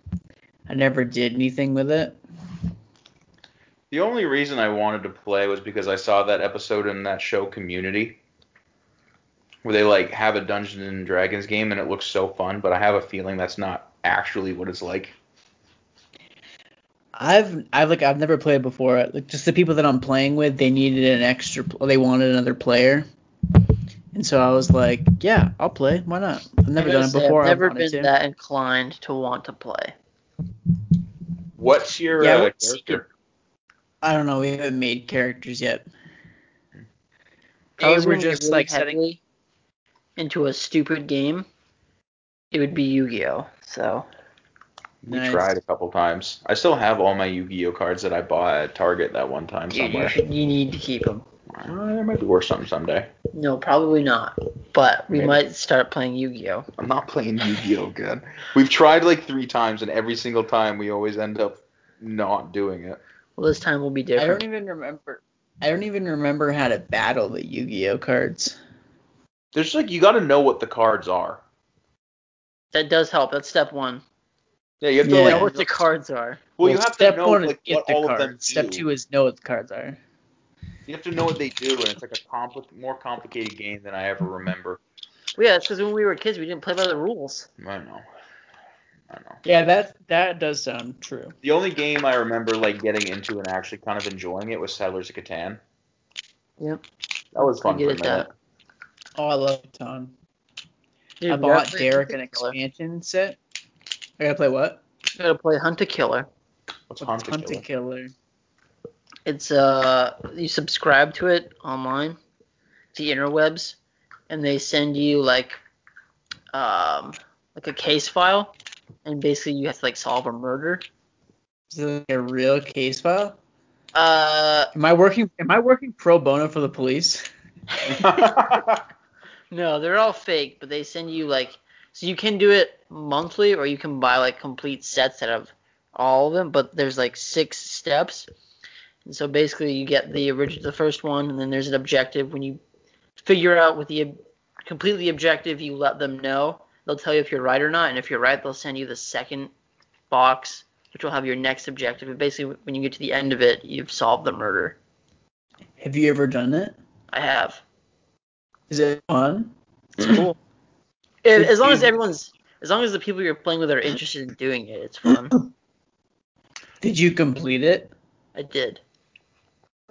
I never did anything with it. The only reason I wanted to play was because I saw that episode in that show Community, where they like have a Dungeons and Dragons game, and it looks so fun. But I have a feeling that's not actually what it's like. I've I've like I've never played before. Like just the people that I'm playing with, they needed an extra. pl- They wanted another player, and so I was like, yeah, I'll play. Why not? I've never I done it gotta say, before. I've I never wanted been to. that inclined to want to play. What's your Yeah, uh, what's- character? I don't know. We haven't made characters yet. I Because we're would get just really like setting. heavily into a stupid game. It would be Yu-Gi-Oh. So We Nice. tried a couple times. I still have all my Yu-Gi-Oh cards that I bought at Target that one time you, you, somewhere. should, you need to keep them. Uh, they might be worth something someday. No, probably not. But we Maybe. might start playing Yu-Gi-Oh. I'm not playing Yu-Gi-Oh good. We've tried like three times, and every single time we always end up not doing it. Well, this time will be I don't different. even remember. I don't even remember how to battle the Yu-Gi-Oh cards. There's like you got to know what the cards are. That does help. That's step one. Yeah, you have to Yeah. You like. know what the cards are. Well, you have step to know one is like get what the all cards. of them do. Step two is know what the cards are. You have to know what they do, and it's like a compli- more complicated game than I ever remember. Well, yeah, it's because when we were kids, we didn't play by the rules. I know. I know. Yeah, that that does sound true. The only game I remember like getting into and actually kind of enjoying it was Settlers of Catan. Yep. That was I fun get for a it, minute. Oh, I love it, Tom. Dude, I we gotta bought play Derek an Hunter Killer. expansion set. I gotta play what? We gotta play Hunter Killer. What's Haunted Hunter Killer? Killer. It's uh, you subscribe to it online, the interwebs, and they send you like, um, like a case file, and basically you have to like solve a murder. Is it like a real case file? Uh, Am I working? Am I working pro bono for the police? no, they're all fake, but they send you like, so you can do it monthly, or you can buy like complete sets that have all of them, but there's like six steps. And so basically, you get the original, the first one, and then there's an objective. When you figure out with the ob- complete the objective, you let them know. They'll tell you if you're right or not, and if you're right, they'll send you the second box, which will have your next objective. And basically, when you get to the end of it, you've solved the murder. Have you ever done it? I have. Is it fun? It's cool. If- as long as everyone's, as long as the people you're playing with are interested in doing it, it's fun. Did you complete it? I did.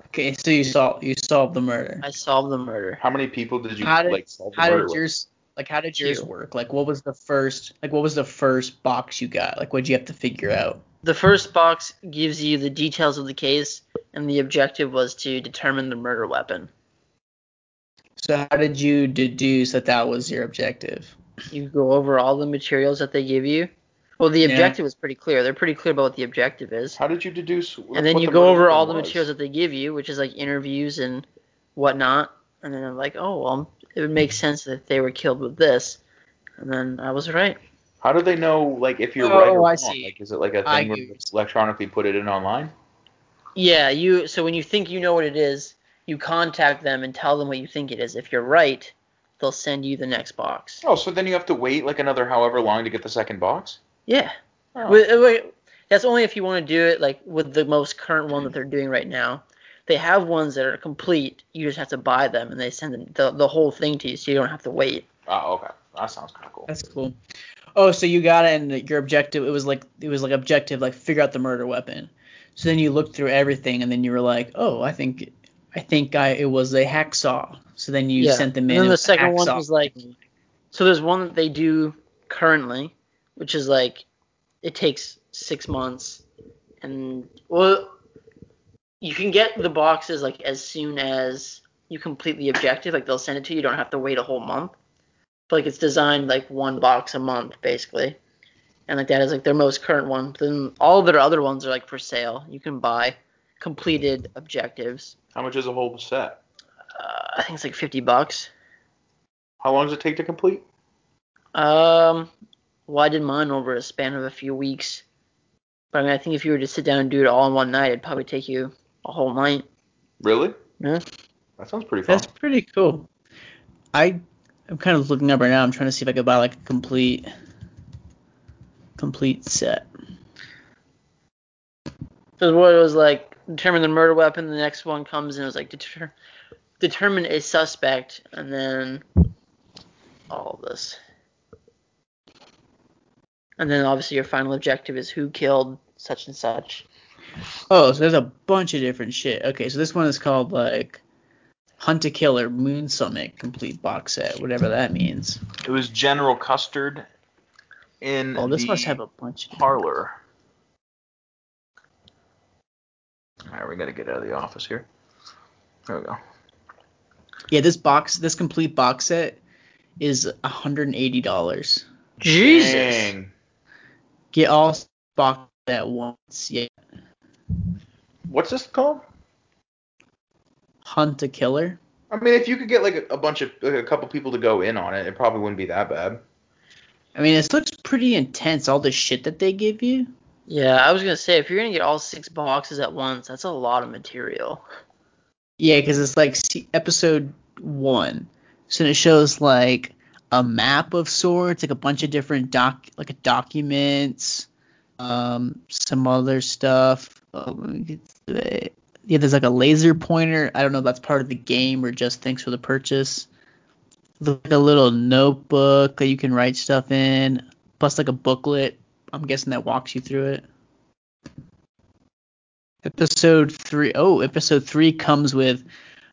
Okay, so you solved you solved the murder. I solved the murder. How many people did you How did- like solve the How murder did with? yours like how did yours Two. work? Like what was the first like what was the first box you got? Like what did you have to figure out? The first box gives you the details of the case, and the objective was to determine the murder weapon. So how did you deduce that that was your objective? You go over all the materials that they give you. Well, the Yeah. objective is pretty clear. They're pretty clear about what the objective is. How did you deduce? and then you go over all the materials that they give you, which is like interviews and whatnot. And then I'm like, oh, well, it would make sense that they were killed with this. And then I was right. How do they know like if you're Oh, right or I wrong? see. Like is it like a I thing where get you what you're electronically put it in online? Yeah, you. So when you think you know what it is, you contact them and tell them what you think it is. If you're right, they'll send you the next box. Oh, so then you have to wait like another however long to get the second box? Yeah. Oh. Wait, wait, that's only if you want to do it like with the most current one that they're doing right now. They have ones that are complete. You just have to buy them, and they send them the, the whole thing to you, so you don't have to wait. Oh, okay. That sounds kind of cool. That's cool. Oh, so you got it and your objective it was like it was like objective like figure out the murder weapon. So then you looked through everything and then you were like, "Oh, I think I think I it was a hacksaw." So then you Yeah. sent them in. And then it the was a second one hacksaw. was like, so there's one that they do currently, which is like, it takes six months, and well, you can get the boxes like as soon as you complete the objective. Like they'll send it to you. You don't have to wait a whole month. But like it's designed like one box a month basically, and like that is like their most current one. Then all their other ones are like for sale. You can buy completed objectives. How much is a whole set? Uh, I think it's like 50 bucks. How long does it take to complete? Um, well, I did mine over a span of a few weeks, But I mean, I think if you were to sit down and do it all in one night, it'd probably take you a whole night. Really? Yeah. That sounds pretty fun. That's pretty cool. I I'm kind of looking up right now. I'm trying to see if I could buy like a complete complete set. Because what it was like, determine the murder weapon. The next one comes and it was like deter, determine a suspect, and then all of this. And then obviously your final objective is who killed such and such. Oh, so there's a bunch of different shit. Okay, so this one is called like Hunt a Killer Moon Summit Complete Box Set, whatever that means. It was General Custard in Oh, this the must have a bunch. Of parlor. All right, we got to get out of the office here. There we go. Yeah, this box, this complete box set is $180. Jesus. Dang. Get all box at once. Yeah, What's this called? Hunt a Killer. I mean, if you could get like a, a bunch of like a couple people to go in on it, it probably wouldn't be that bad. I mean, this looks pretty intense. All the shit that they give you. Yeah, I was gonna say if you're gonna get all six boxes at once, that's a lot of material. Yeah, because it's like se- episode one, so it shows like a map of sorts, like a bunch of different doc, like a documents, um, some other stuff. Oh, let me get to it. yeah, there's like a laser pointer. I don't know if that's part of the game or just thanks for the purchase. Look like a little notebook that you can write stuff in, plus like a booklet. I'm guessing that walks you through it. Episode three oh, episode three comes with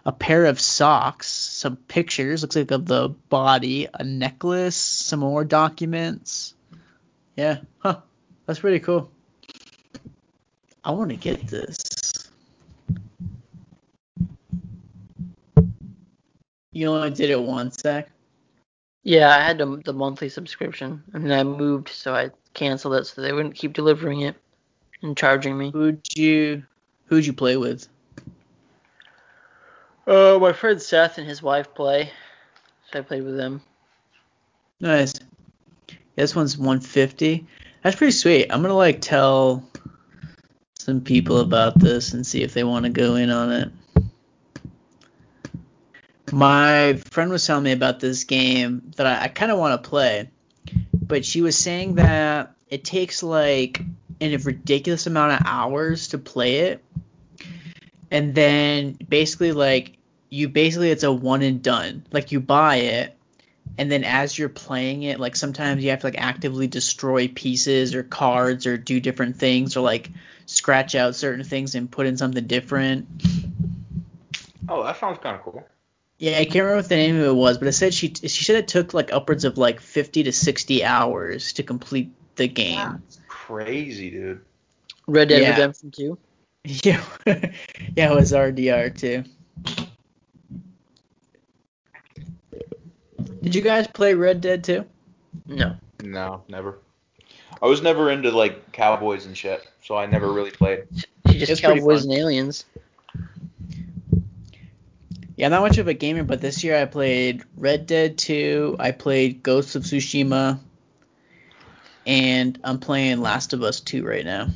a pair of socks, some pictures, looks like of the body, a necklace, some more documents. Yeah, huh. That's pretty cool. I want to get this. You only did it once, Zach. Yeah, I had the, the monthly subscription, and then I moved, so I canceled it so they wouldn't keep delivering it and charging me. Who'd you who'd you play with? Uh, my friend Seth and his wife play, so I played with them. Nice. This one's 150. That's pretty sweet. I'm gonna like tell some people about this and see if they want to go in on it. My friend was telling me about this game that I, I kind of want to play, but she was saying that it takes like a ridiculous amount of hours to play it, and then basically like you basically it's a one and done. Like you buy it and then as you're playing it like sometimes you have to like actively destroy pieces or cards or do different things or like scratch out certain things and put in something different Oh, that sounds kind of cool. yeah i can't remember what the name of it was but it said she she said it took like upwards of like 50 to 60 hours to complete the game Crazy, dude. Red Dead Yeah. Redemption 2. yeah yeah it was rdr too did you guys play red dead too No. No, never. I was never into like cowboys and shit, so I never really played. She just It's pretty cowboys fun. and aliens. Yeah, I'm not much of a gamer, but this year I played Red Dead 2, I played Ghost of Tsushima, and I'm playing Last of Us 2 right now.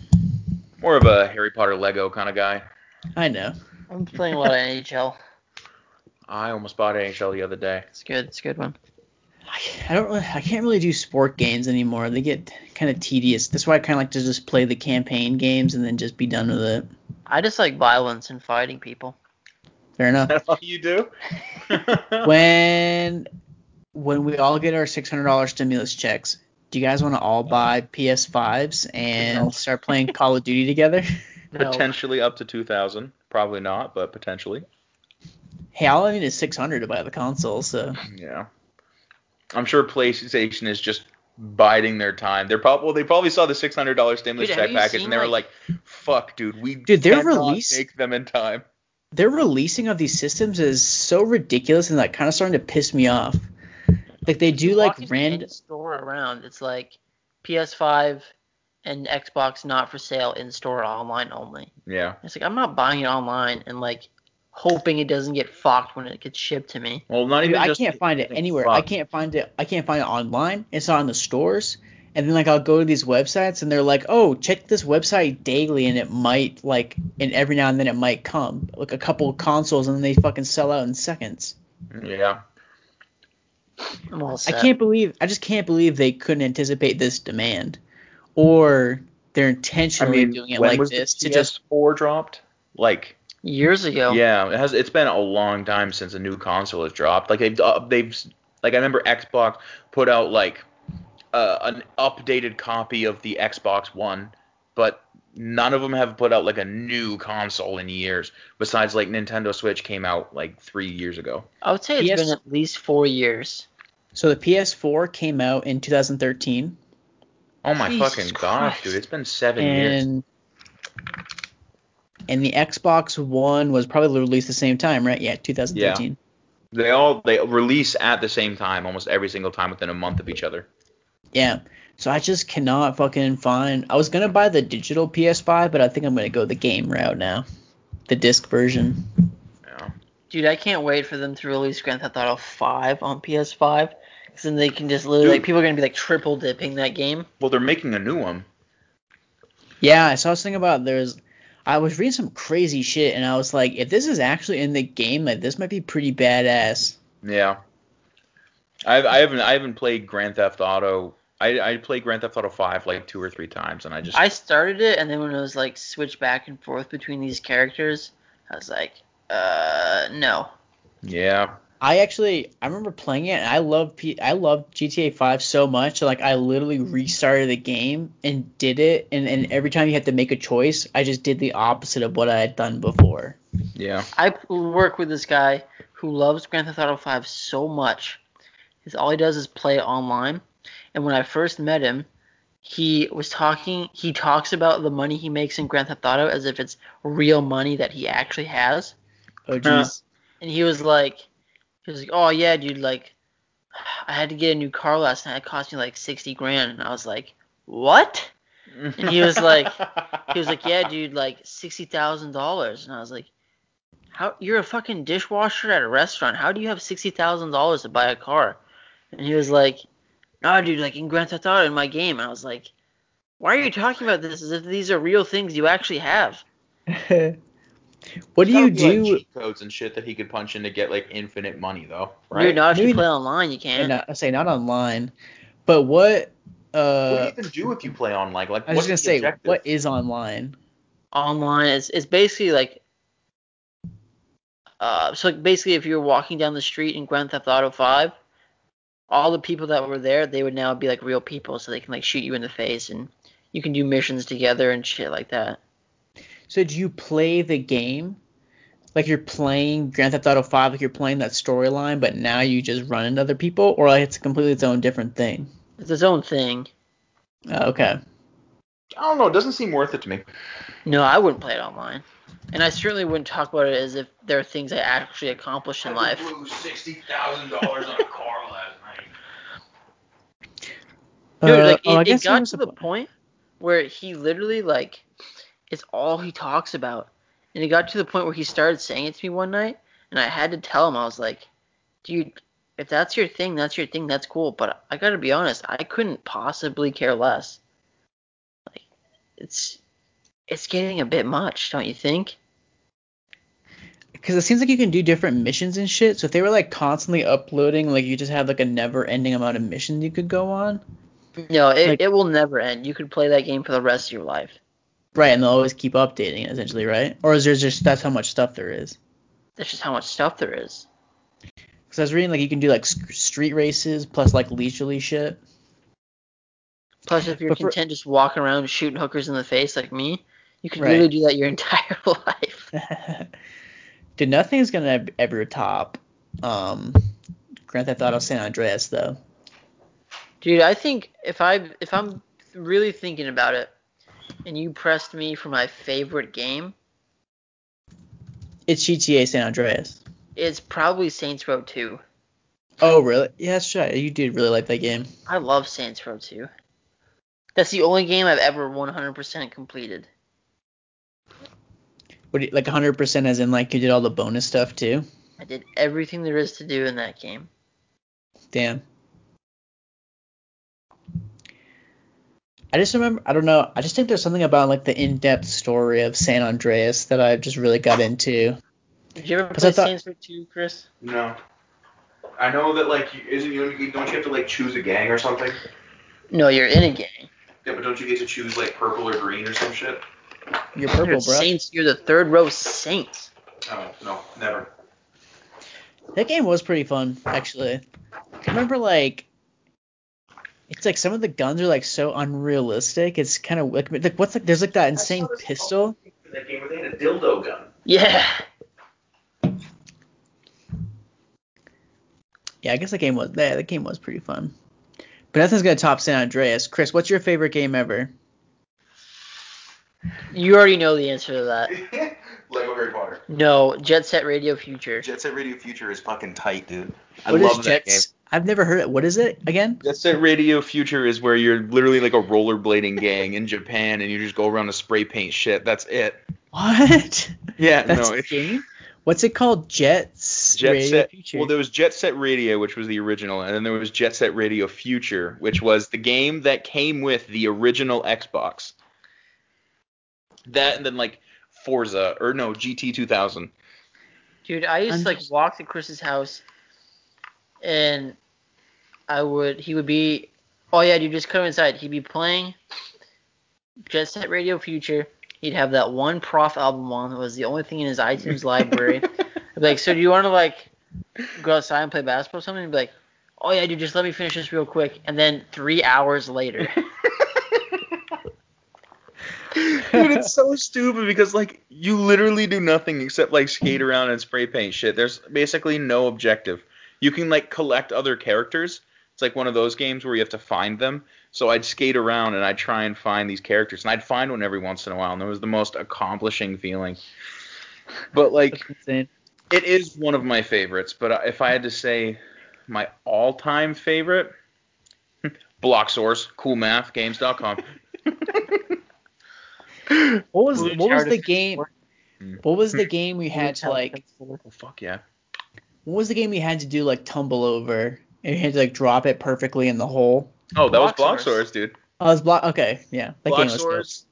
More of a Harry Potter Lego kind of guy. I know. I'm playing a lot of NHL. I almost bought NHL the other day. It's good. It's a good one. I, I don't really, I can't really do sport games anymore. They get kind of tedious. That's why I kind of like to just play the campaign games and then just be done with it. I just like violence and fighting people. Fair enough. That's all you do? when when we all get our $600 stimulus checks, do you guys want to all buy PS5s and start playing Call of Duty together? No. Potentially up to 2,000. Probably not, but potentially. Hey, all I need is 600 to buy the console, so Yeah. I'm sure PlayStation is just biding their time. They're probably well, they probably saw the six hundred dollar stimulus Dude, have check you package seen, and they were like- like, "Fuck, dude, we Dude, their cannot release- make them in time." their releasing of these systems is so ridiculous and like kind of starting to piss me off. Like they do like Walk into any random. store around. It's like PS5 and Xbox not for sale in store online only. Yeah. It's like I'm not buying it online and like hoping it doesn't get fucked when it gets shipped to me. Well, not Dude, even. I just can't find it getting anywhere. I fucked. can't find it. I can't find it online. It's not in the stores. and then like I'll go to these websites and they're like, oh, check this website daily, and it might like, and every now and then it might come like a couple consoles, and then they fucking sell out in seconds. Yeah. I'm all I set. can't believe I just can't believe they couldn't anticipate this demand, or they're I intentionally mean, doing it when like was this the to just PS4 dropped? Like, Years ago. yeah, it has. It's been a long time since a new console has dropped. Like they've uh, they've like I remember Xbox put out like uh, an updated copy of the Xbox One, but none of them have put out like a new console in years. Besides, like Nintendo Switch came out like three years ago. I would say it's Yes. been at least four years. so the PS4 came out in 2013 Oh my Jesus fucking gosh, Christ. dude! It's been seven years. and and the Xbox One was probably released the same time, right? Yeah, 2013. They all they release at the same time, almost every single time within a month of each other. Yeah. So I just cannot fucking find. I was gonna buy the digital PS5, but I think I'm gonna go the game route now, the disc version. Yeah. Dude, I can't wait for them to release Grand Theft Auto 5 on PS5. Because then they can just literally, Dude. like, people are going to be, like, triple dipping that game. Well, they're making a new one. Yeah, so I was thinking about there's I was reading some crazy shit and I was like, if this is actually in the game, like this might be pretty badass. Yeah. I've, I haven't I haven't played Grand Theft Auto. I, I played Grand Theft Auto Five like two or three times, and I just I started it, and then when it was, like, switched back and forth between these characters, I was like, uh, no. yeah I actually I remember playing it and I love P- I love GTA 5 so much, so like I literally Hmm. restarted the game and did it and and every time you had to make a choice, I just did the opposite of what I had done before. yeah I p- work with this guy who loves Grand Theft Auto 5 so much. His, all he does is play online. And when I first met him, he was talking. He talks about the money he makes in Grand Theft Auto as if it's real money that he actually has. Oh jeez. And he was like, he was like, oh yeah, dude, like, I had to get a new car last night. It cost me like 60 grand. And I was like, what? And he was like- he was like, "Yeah, dude, like sixty thousand dollars," and I was like, "How? You're a fucking dishwasher at a restaurant. How do you have sixty thousand dollars to buy a car?" And he was like, "No, dude, like in Grand Theft Auto in my game." And I was like, "Why are you talking about this as if these are real things you actually have?" what do you Gotta be, like, do? cheat codes and shit that he could punch in to get like infinite money though, right? You're not if you Maybe play online, you and can. not- I say not online, but what uh what do you even do if you play online? Like, I was what's gonna the say objective? what is online? Online is is basically like. Uh, so like, basically, if you're walking down the street in Grand Theft Auto 5, all the people that were there, they would now be like real people, so they can like shoot you in the face, and you can do missions together and shit like that. So do you play the game? Like you're playing Grand Theft Auto 5, like you're playing that storyline, but now you just run into other people, or like it's completely its own different thing. It's its own thing. Uh, okay. I don't know. It doesn't seem worth it to me. No, I wouldn't play it online, and I certainly wouldn't talk about it as if there are things I actually accomplished in life. sixty thousand dollars on a car last night. Dude, Uh, like oh, I it, it guess got was to a- the point where he literally like it's all he talks about. And it got to the point where he started saying it to me one night and I had to tell him I was like, dude, if that's your thing, that's your thing, that's cool. But I gotta be honest, I couldn't possibly care less. Like it's it's getting a bit much, don't you think? because it seems like you can do different missions and shit. So if they were like constantly uploading, like you just have like a never-ending amount of missions you could go on, No, it, Like- it will never end. You could play that game for the rest of your life. right? And they'll always keep updating it, essentially, right? Or is there just that's how much stuff there is? That's just how much stuff there is. Because I was reading like you can do like sc- street races plus like leisurely shit. Plus, if you're But for- content just walking around shooting hookers in the face like me, you could Right. really do that your entire life. Dude, nothing's gonna ev- ever top um, Grand Theft Auto San Andreas though. Dude, I think if I if I'm really thinking about it, and you pressed me for my favorite game, It's GTA San Andreas. it's probably Saints Row 2. Oh really? Yeah, that's right. You did really like that game. I love Saints Row 2. That's the only game I've ever 100% completed. What do you- like 100% as in like you did all the bonus stuff too. I did everything there is to do in that game. Damn. I just remember, I don't know, I just think there's something about like the in-depth story of San Andreas that I just really got into. Did you ever 'Cause I play thought- Saints Row 2, Chris? No. I know that like you, isn't you you- don't you have to like choose a gang or something? No, you're in a gang. Yeah, but don't you get to choose like purple or green or some shit? You're You're purple, bro. Saints. You're the third row Saints. Oh no, never. That game was pretty fun, actually. I remember like it's like some of the guns are like so unrealistic. It's kind of like, like what's like there's like that insane pistol. In that game where they had a dildo gun. Yeah. Yeah, I guess that game was yeah, that game was pretty fun. But nothing's gonna top San Andreas. Chris, what's your favorite game ever? You already know the answer to that. Lego Harry Potter. No, Jet Set Radio Future. Jet Set Radio Future is fucking tight, dude. I What is love that Jets- game. I've never heard it. What is it again? Jet Set Radio Future is where you're literally like a rollerblading gang in Japan and you just go around and spray paint shit. That's it. What? Yeah, That's no, the it's game. What's it called? Jets. Jet Radio Set. Future? Well, there was Jet Set Radio, which was the original, and then there was Jet Set Radio Future, which was the game that came with the original Xbox. That and then like Forza or no GT 2000. Dude, I used to like Understood. walk to Chris's house, and I would he would be, oh yeah, dude, just come inside. He'd be playing Jet Set Radio Future. He'd have that one Prof album on that was the only thing in his iTunes library. I'd be like, so do you want to like go outside and play basketball or something? He'd be like, oh yeah, dude, just let me finish this real quick. And then three hours later, Dude, it's so stupid because like you literally do nothing except like skate around and spray paint shit. There's basically no objective. You can like collect other characters. It's like one of those games where you have to find them. So I'd skate around and I'd try and find these characters, and I'd find one every once in a while, and it was the most accomplishing feeling. But like, That's insane. it is one of my favorites. But I- if I had to say my all-time favorite, Block Source, Cool Math, Games.com. What was Blue what was Child the Defense game? Force. What was Hmm. the game we had to like? Oh fuck yeah. What was the game we had to do like tumble over and you had to like drop it perfectly in the hole? Oh, that was Block Block Source. Source, dude. Oh, it was block. Okay, yeah, that Block game was Source,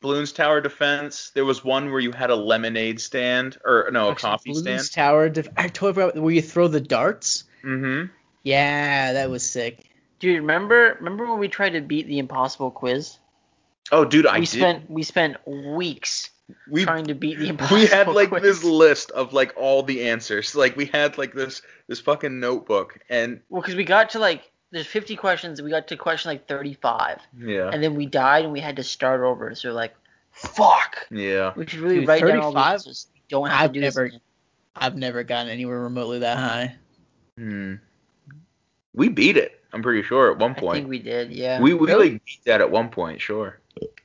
Balloons Tower Defense. There was one where you had a lemonade stand, or no, dope. a Oh, coffee Balloons stand. Tower. Def- I totally forgot where you throw the darts. mm-hmm. Yeah, that was sick. dude, remember remember when we tried to beat the impossible quiz? Oh, dude, I we did. spent we spent weeks we trying to beat the impossible. we had like quiz. this list of like all the answers. Like we had like this this fucking notebook, and Well, because we got to like there's 50 questions, we got to question like 35, yeah, and then we died and we had to start over. So we're like, fuck, yeah. we should really Dude, write down 35? all these answers. We Don't have I've to do never- this. again. I've never gotten anywhere remotely that high. Hmm. We beat it. I'm pretty sure at one I think point. we did, yeah. We we Really? like beat that at one point, sure.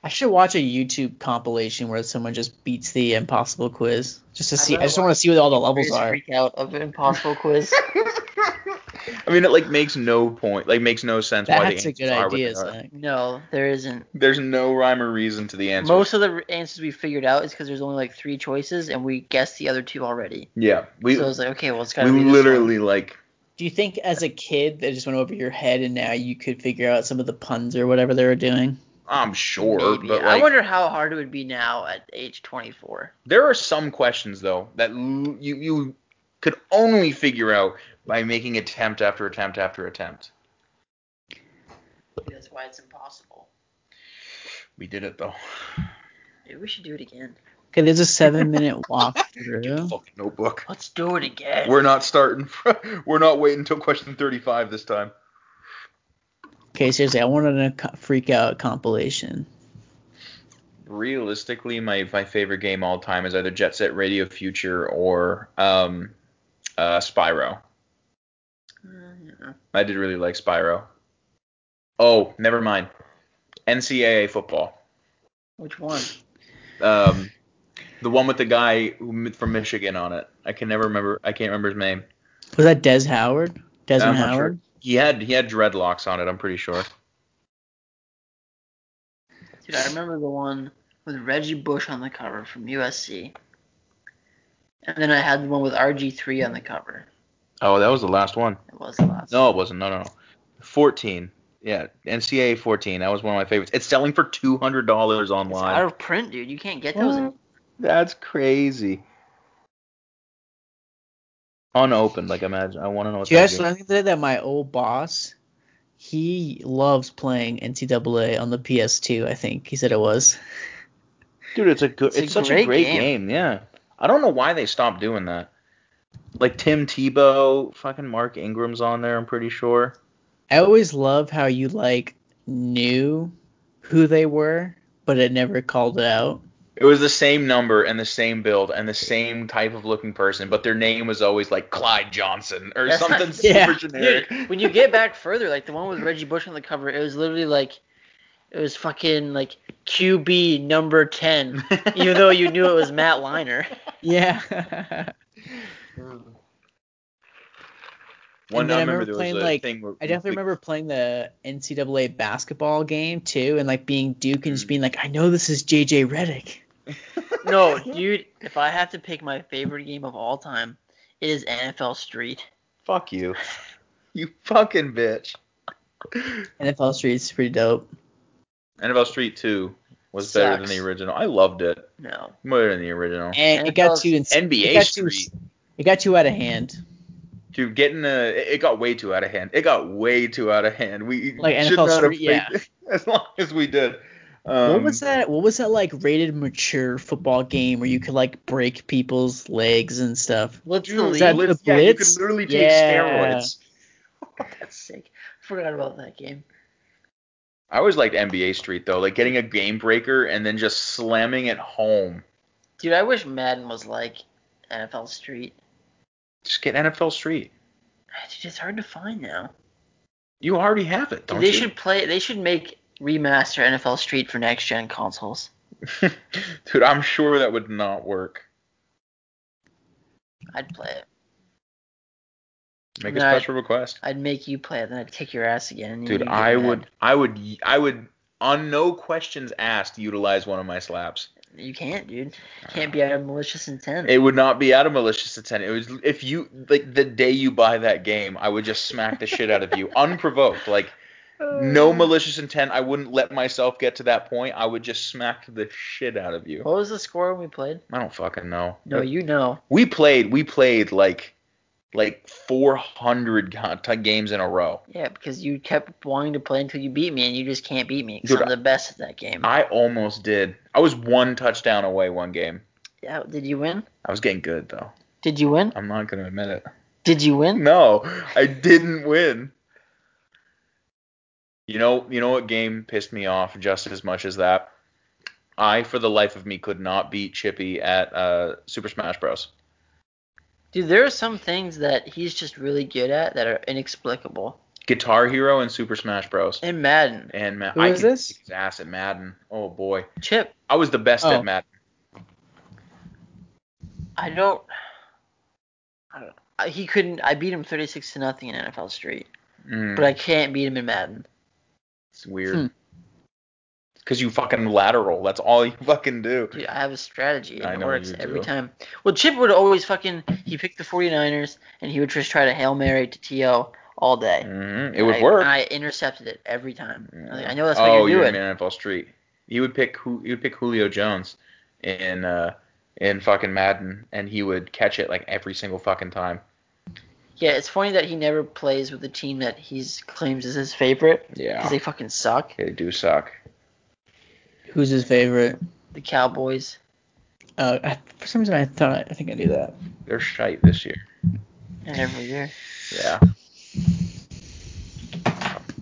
I should watch a YouTube compilation where someone just beats the impossible quiz just to I'd see. I rather just want to see what all the levels Greatest are. freak out of an impossible quiz. I mean, it like makes no point, like makes no sense why the That's a answers good are what idea, they are. Zach. No, there isn't. There's no rhyme or reason to the answers. Most of the answers we figured out is because there's only like three choices and we guessed the other two already. Yeah, we so I was like, okay, well it's we gotta be this one. literally like Do you think as a kid that just went over your head and now you could figure out some of the puns or whatever they were doing? I'm sure, Maybe. but I like, wonder how hard it would be now at age 24. there are some questions though that l- you you could only figure out by making attempt after attempt after attempt. That's why it's impossible. We did it though. Maybe we should do it again. Okay, there's a seven minute Get the walkthrough. fucking notebook. Let's do it again. We're not starting. fr we're not waiting until question 35 this time. Okay, seriously, I wanted a co- freak out compilation. Realistically, my my favorite game all time is either Jet Set Radio Future or um, uh, Spyro. Uh, I did really like Spyro. Oh, never mind. NCAA football. Which one? um, the one with the guy who, from Michigan on it. I can never remember. I can't remember his name. Was that Des Howard? Desmond I'm not sure. Howard? He had he had dreadlocks on it. I'm pretty sure. Dude, I remember the one with Reggie Bush on the cover from USC. And then I had the one with RG3 on the cover. Oh, that was the last one. It was the last. No, it wasn't. No, no, no. Fourteen. Yeah, NCA 14. That was one of my favorites. It's selling for two hundred dollars It's online. out of print, dude. You can't get those. What? That's crazy. Unopened, like imagine. I want to know what's Do you guys know today that my old boss, he loves playing NCAA on the PS2. I think he said it was. Dude, it's a good. It's, It's a such a great great game. game. Yeah, I don't know why they stopped doing that. Like Tim Tebow, fucking Mark Ingram's on there. I'm pretty sure. I always love how you like knew who they were, but it never called it out. It was the same number and the same build and the same type of looking person, but their name was always like Clyde Johnson or That's something not- super Yeah. generic. Dude, when you get back further, like the one with Reggie Bush on the cover, it was literally like it was fucking like QB number ten, even though you knew it was Matt Liner. Yeah. One And then I I remember remember there playing, was a like- thing where I definitely we- remember playing the NCAA basketball game too, and like being Duke and just being like, I know this is JJ Redick. No, dude, if I have to pick my favorite game of all time, it is NFL Street. Fuck you. You fucking bitch. NFL Street is pretty dope. NFL Street 2 was better than Sucks. the original. I loved it. No. Better than the original. And it got NFL's too ins- NBA it got too, Street. It got too out of hand. Dude, getting a, it it got way too out of hand. It got way too out of hand. We Like should NFL not have Street, played yeah. it As long as we did. Um, what was that? What was that like rated mature football game where you could like break people's legs and stuff? What's the Dude, league? that- Blitz- the yeah, you could Blitz? literally take Yeah. steroids. That's sick. Forgot about that game. I always liked NBA Street though, like getting a game breaker and then just slamming it home. Dude, I wish Madden was like NFL Street. Just get NFL Street. Dude, it's hard to find now. You already have it, Dude, don't they you? should play. They should make remaster NFL Street for next gen consoles. Dude, I'm sure that would not work. I'd play it. Make Nah. a special request. I'd make you play it, then I'd kick your ass again. and Dude, you'd get I mad. would I would I would on no questions asked utilize one of my slaps. You can't, dude. Can't be out of malicious intent. Ah. It would not be out of malicious intent. It was if you like the day you buy that game, I would just smack the shit out of you unprovoked. Like Uh. no malicious intent. I wouldn't let myself get to that point. I would just smack the shit out of you. What was the score when we played? I don't fucking know. No, you know. we played we played like like 400 con- t- games in a row. Yeah, because you kept wanting to play until you beat me, and you just can't beat me. 'cause Dude, I'm the best at that game. I almost did. I was one touchdown away one game. yeah, did you win? I was getting good though. Did you win? I'm not gonna admit it. Did you win? No, I didn't win. You know, you know what game pissed me off just as much as that. I, for the life of me, could not beat Chippy at uh, Super Smash Bros. Dude, there are some things that he's just really good at that are inexplicable. Guitar Hero and Super Smash Bros. And Madden, And Ma- Who I is could this? kick his ass at Madden. Oh boy, Chip, I was the best Oh. at Madden. I don't. I don't. I- He couldn't. I beat him 36 to nothing in NFL Street, Mm, but I can't beat him in Madden. it's weird. Hmm. Cause you fucking lateral. That's all you fucking do. Dude, I have a strategy I and it know works you every do. time. Well, Chip would always fucking he picked the 49ers and he would just try to hail mary to To all day. hmm It And would I- work. And I intercepted it every time. Yeah. Like, I know that's oh, how you do you're it. in NFL Street. You would pick who? You would pick Julio Jones in uh, in fucking Madden, and he would catch it like every single fucking time. Yeah, it's funny that he never plays with the team that he claims is his favorite because Yeah, they fucking suck. they do suck. Who's his favorite? The Cowboys. Uh, I, for some reason, I thought I think I knew that. They're shite this year. And every year. Yeah.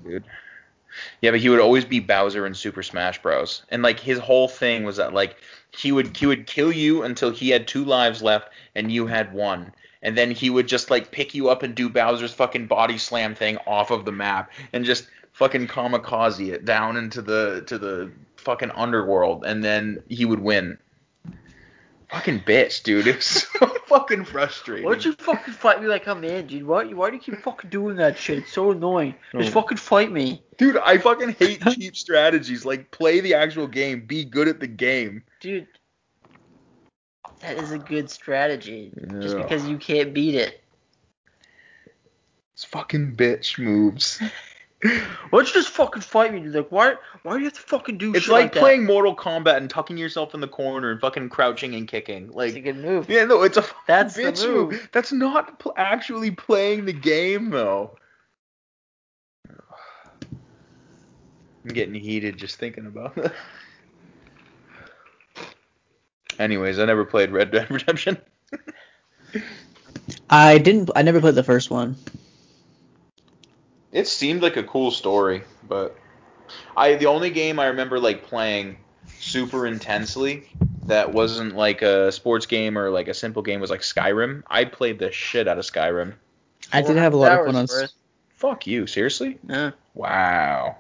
Dude. Yeah, but he would always be Bowser in Super Smash Bros. And like his whole thing was that like he would he would kill you until he had two lives left and you had one. And then he would just like pick you up and do Bowser's fucking body slam thing off of the map and just fucking kamikaze it down into the to the fucking underworld and then he would win. Fucking bitch, dude. It was so fucking frustrating. Why don't you fucking fight me like a man, dude? Why, why do you keep fucking doing that shit? It's so annoying. Just Mm. fucking fight me. Dude, I fucking hate cheap strategies. Like, play the actual game. Be good at the game. Dude, that is a good strategy. Just Yeah. because you can't beat it. It's fucking bitch moves. Why don't you just fucking fight me? dude? Like, why? Why do you have to fucking do It's shit like, like that? playing Mortal Kombat and tucking yourself in the corner and fucking crouching and kicking. Like, It's a good move. yeah, no, it's a fucking That's the bitch move. That's not pl- actually playing the game though. I'm getting heated just thinking about that. Anyways, I never played Red Dead Redemption. I didn't. I never played the first one. It seemed like a cool story, but I the only game I remember like playing super intensely that wasn't like a sports game or like a simple game was like Skyrim. I played the shit out of Skyrim. I did have a lot of fun on. Hours worth. Fuck you, seriously? No. Wow.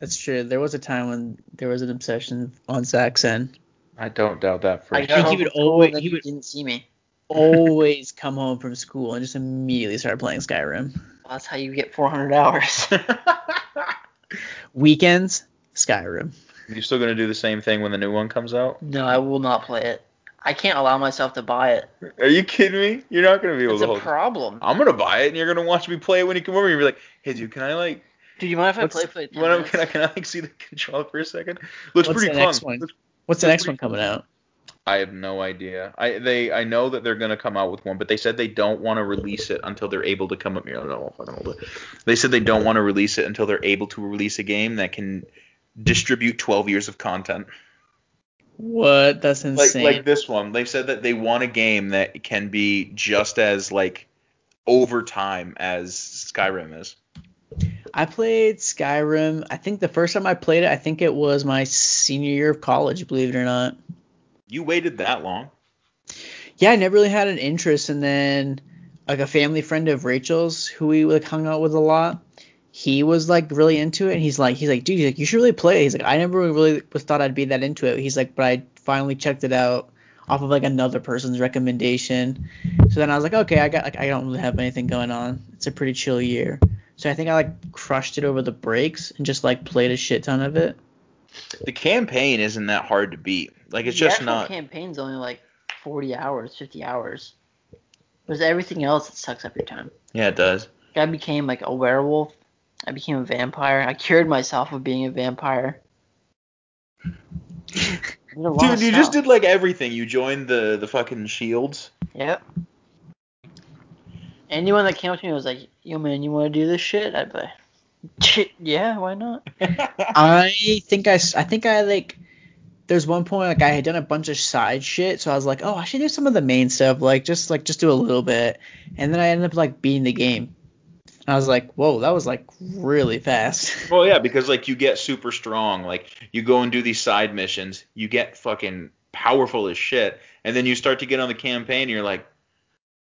That's true. There was a time when there was an obsession on Saxon. I don't doubt that for I a got think home he would from school always- and then he you would- didn't see me. always come home from school and just immediately start playing Skyrim. Well, that's how you get 400 hours. Weekends, Skyrim. You still gonna do the same thing when the new one comes out? no, I will not play it. I can't allow myself to buy it. Are you kidding me? You're not gonna be able It's a to hold. problem. I'm gonna buy it, and you're gonna watch me play it when you come over. And you're gonna be like, "Hey, dude, can I like, Dude, you mind if I What's- play for like 10 when I'm, minutes? can I can I like see the control for a second? Looks What's pretty the fun. next one? Looks- What's the next one coming out? I have no idea. I they I know that they're gonna come out with one, but they said they don't want to release it until they're able to come up here. I don't know if I don't know, but They said they don't want to release it until they're able to release a game that can distribute 12 years of content. What? That's Like insane. like this one. They said that they want a game that can be just as like over time as Skyrim is. I played Skyrim. I think the first time I played it, I think it was my senior year of college, believe it or not. You waited that long? Yeah, I never really had an interest and then like a family friend of Rachel's who we like hung out with a lot. He was like really into it and he's like he's like, dude, he's like, you should really play it. He's like, I never really was thought I'd be that into it. He's like, but I finally checked it out off of like another person's recommendation. So then I was like, okay, I got like I don't really have anything going on. It's a pretty chill year. So I think I like crushed it over the breaks and just like played a shit ton of it. The campaign isn't that hard to beat. Like it's the just actual not. campaign's only like 40 hours, 50 hours. There's everything else that sucks up your time. Yeah, it does. I became like a werewolf. I became a vampire. I cured myself of being a vampire. I did a lot Dude, of you just stuff. did like everything. You joined the the fucking shields. Yep. Anyone that came up to me and was like, "Yo, man, you want to do this shit?" I'd be like, "Shit, yeah, why not?" I think I, s- I think I like. There's one point like I had done a bunch of side shit, so I was like, oh, I should do some of the main stuff, like just like just do a little bit, and then I ended up like beating the game. And I was like, whoa, that was like really fast. Well, yeah, because like you get super strong. Like you go and do these side missions, you get fucking powerful as shit, and then you start to get on the campaign. And you're like,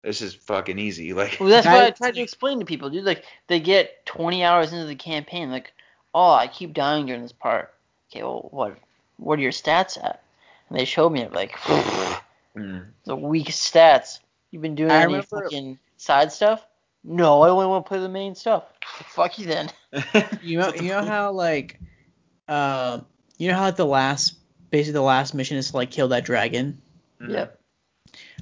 this is fucking easy. Like, Well, that's Guys- what I tried to explain to people, dude. Like, they get 20 hours into the campaign, like, "Oh, I keep dying during this part." Okay, well, what, what are your stats at? And they showed me it, like, mm. the weakest stats. You've been doing I any remember- fucking side stuff? No, I only want to play the main stuff. Fuck you then. you know, you know how like, um, you know how like the last basically the last mission is to like kill that dragon. Yep.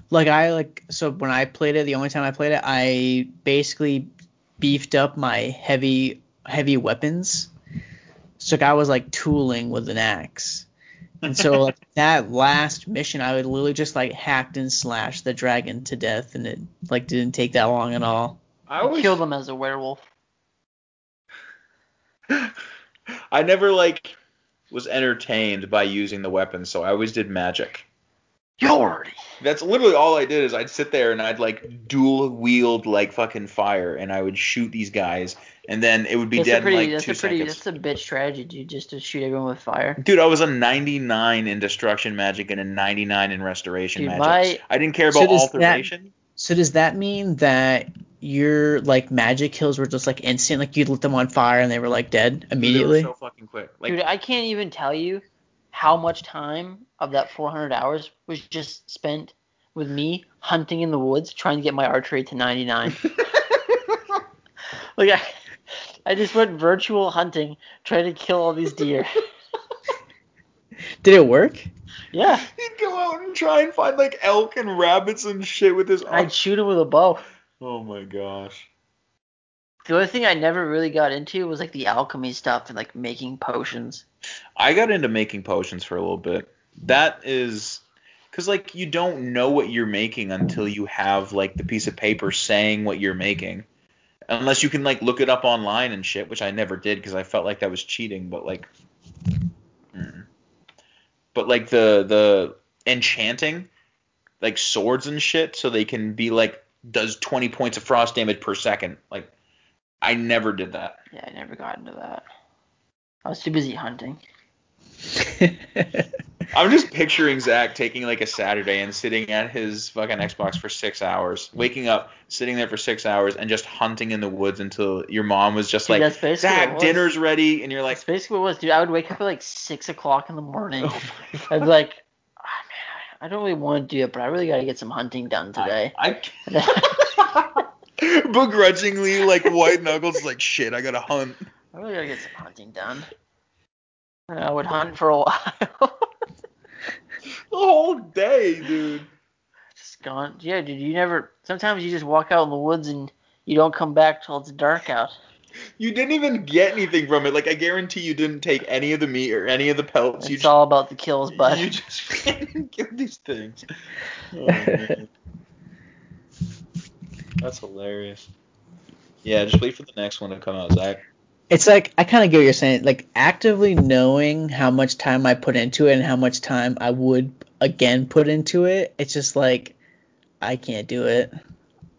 Like I like so when I played it, the only time I played it, I basically beefed up my heavy heavy weapons. So like, I was like tooling with an axe. And so like that last mission I would literally just like hacked and slashed the dragon to death and it like didn't take that long at all. I I always killed him as a werewolf. I never like was entertained by using the weapon, so I always did magic. Yordy. That's literally all I did is I'd sit there and I'd like dual wield like fucking fire and I would shoot these guys and then it would be That's dead a pretty, in like that's two a pretty, seconds. that's a bitch strategy, dude. Just to shoot everyone with fire. Dude, I was a 99 in destruction magic and a 99 in restoration Dude, my- magic. I didn't care So about does that- alteration. So does that mean that your like magic kills were just like instant, like you'd lit them on fire and they were like dead Dude, they were immediately? so fucking quick. Like dude, I can't even tell you how much time of that 400 hours was just spent with me hunting in the woods trying to get my archery to 99. like I, I just went virtual hunting trying to kill all these deer. Did it work? yeah, he'd go out and try and find like elk and rabbits and shit with his I'd shoot him with a bow. Oh my gosh. The only thing I never really got into was like the alchemy stuff and like making potions. I got into making potions for a little bit. That is because like you don't know what you're making until you have like the piece of paper saying what you're making, unless you can like look it up online and shit, which I never did because I felt like that was cheating. But like, mm. but like the the enchanting like swords and shit, so they can be like does 20 points of frost damage per second. Like I never did that. Yeah, I never got into that. I was too busy hunting. I'm just picturing Zach taking like a Saturday and sitting at his fucking Xbox for six hours, waking up, sitting there for six hours, and just hunting in the woods until your mom was just Dude, like, that's basically what it Zach, was. dinner's ready, and you're like, That's basically what it was, dude. I would wake up at like six o'clock in the morning. oh my I'd be like, "Ah, man, I don't really want to do it, but I really got to get some hunting done today. I begrudgingly like white knuckles like shit. I gotta hunt. I really gotta get some hunting done. And I would hunt for a while. The whole day, dude. just gone. Yeah, dude. You never. Sometimes you just walk out in the woods and you don't come back till it's dark out. You didn't even get anything from it. Like I guarantee you didn't take any of the meat or any of the pelts. It's You just, all about the kills, bud. you just fucking killed these things. Oh, man. That's hilarious. Yeah, just wait for the next one to come out, Zach. It's like I kind of get what you're saying. Like actively knowing how much time I put into it and how much time I would again put into it, it's just like I can't do it.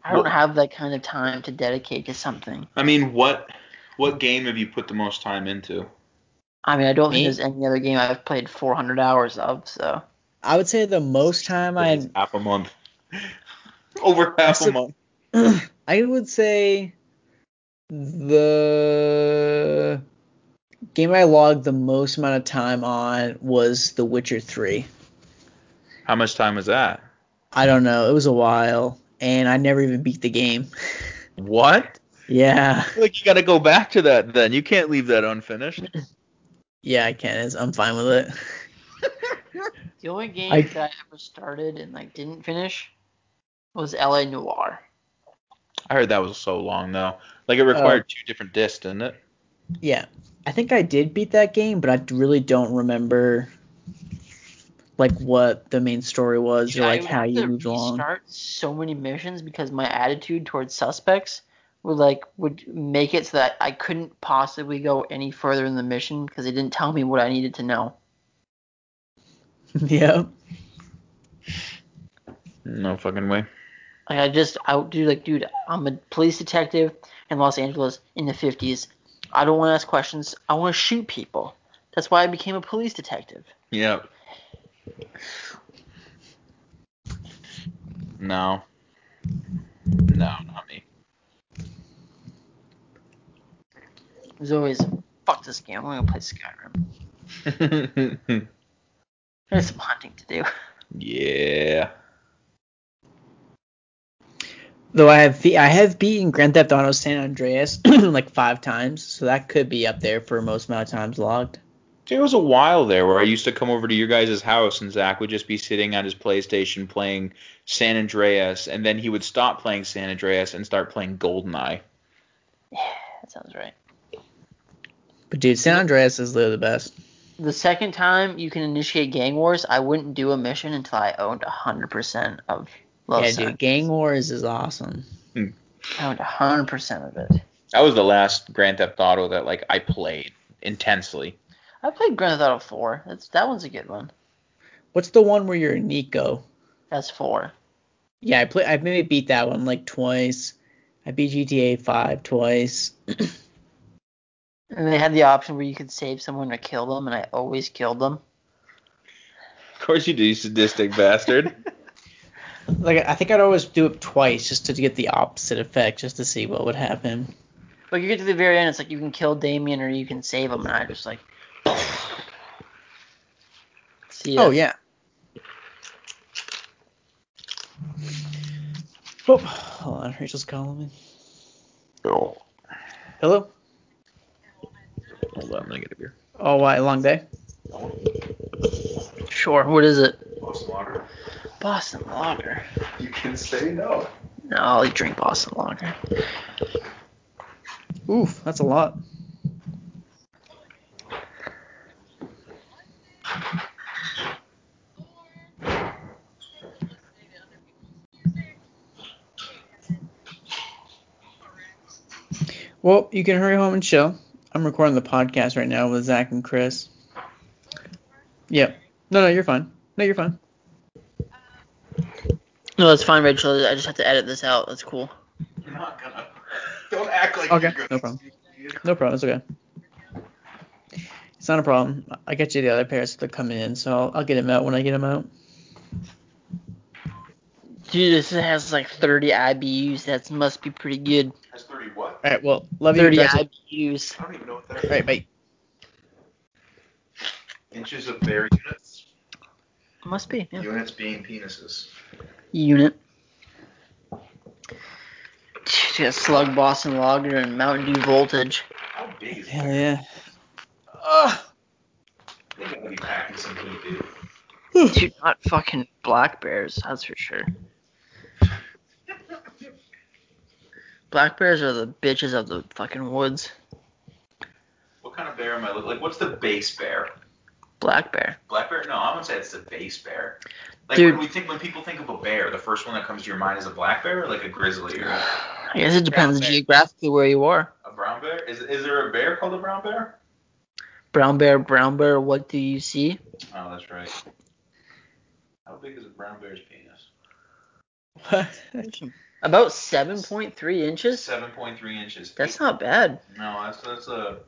I don't Well- have that kind of time to dedicate to something. I mean, what what game have you put the most time into? I mean, I don't Me? think there's any other game I've played 400 hours of. So I would say the most time I half a month. Over half a said- month. I would say the game I logged the most amount of time on was The Witcher 3. How much time is that? I don't know, it was a while and I never even beat the game. What? yeah. Like you got to go back to that then. You can't leave that unfinished. Yeah, I can. It's, I'm fine with it. the only game I- that I ever started and like didn't finish was LA Noir. I heard that was so long though. Like it required two different discs, didn't it? Yeah. I think I did beat that game, but I really don't remember like what the main story was or I like would how have you to moved along. restart so many missions because my attitude towards suspects would like would make it so that I couldn't possibly go any further in the mission because they didn't tell me what I needed to know. yeah. No fucking way. Like I just I would do like dude, I'm a police detective in Los Angeles in the 50s. I don't want to ask questions. I want to shoot people. That's why I became a police detective. Yeah. No. No, not me. It was always fuck this game. I'm gonna play Skyrim. There's some hunting to do. yeah. Though I have I have beaten Grand Theft Auto San Andreas like five times, so that could be up there for most amount of times logged. There was a while there where I used to come over to your guys' house and Zach would just be sitting on his PlayStation playing San Andreas, and then he would stop playing San Andreas and start playing Goldeneye. That sounds right. But dude, San Andreas is literally the best. The second time you can initiate gang wars, I wouldn't do a mission until I owned 100% of Los yeah, dude, Gang Wars is awesome. I owned 100% of it. That was the last Grand Theft Auto that like I played intensely. I played Grand Theft Auto 4. That's that one's a good one. What's the one where you're Nico? That's 4. Yeah, I play. I maybe beat that one like twice. I beat GTA 5 twice. And they had the option where you could save someone or kill them, and I always killed them. Of course you do, you sadistic bastard. Like I think I'd always do it twice just to get the opposite effect, just to see what would happen. But you get to the very end, it's like you can kill Damien or you can save him, and I just like. See ya. Oh yeah. Oh, hold on, Rachel's calling me. Oh, Hello. hold on, I'm gonna get a beer. Oh, why long day? Sure. What is it? Lost water. Boston Lager. You can say no. No, I'll drink Boston Lager. Oof, that's a lot. Well, you can hurry home and chill. I'm recording the podcast right now with Zach and Chris. Yep. No, no, you're fine. No, you're fine. No, that's fine, Rachel. I just have to edit this out. That's cool. You're not gonna. Don't act like Okay, you're gonna. no problem. No problem. It's okay. It's not a problem. I get you the other pairs that are coming in, so I'll, I'll get them out when I get them out. Dude, this has like 30 IBUs. That must be pretty good. That's 30 what? All right. Well, love you. 30 guys. All IBUs. I don't even know what that is. right, bye. Inches of their units. Must be. Yeah. Units being penises. Unit. Dude, got Slug Boston Lager and Mountain Dew Voltage. How big is Hell yeah. They gotta be packing some heat, dude. Dude, not fucking black bears, that's for sure. Black bears are the bitches of the fucking woods. What kind of bear am I? Like, what's the base bear? Black bear. Black bear? No, I'm gonna say it's the base bear. Like Dude. when we think when people think of a bear, the first one that comes to your mind is a black bear, or like a grizzly, or I guess it depends geographically where you are. a brown bear. Is is there a bear called a brown bear? Brown bear, brown bear, what do you see? Oh, that's right. How big is a brown bear's penis? About 7.3 inches? Seven point three inches. That's not bad. No, that's that's a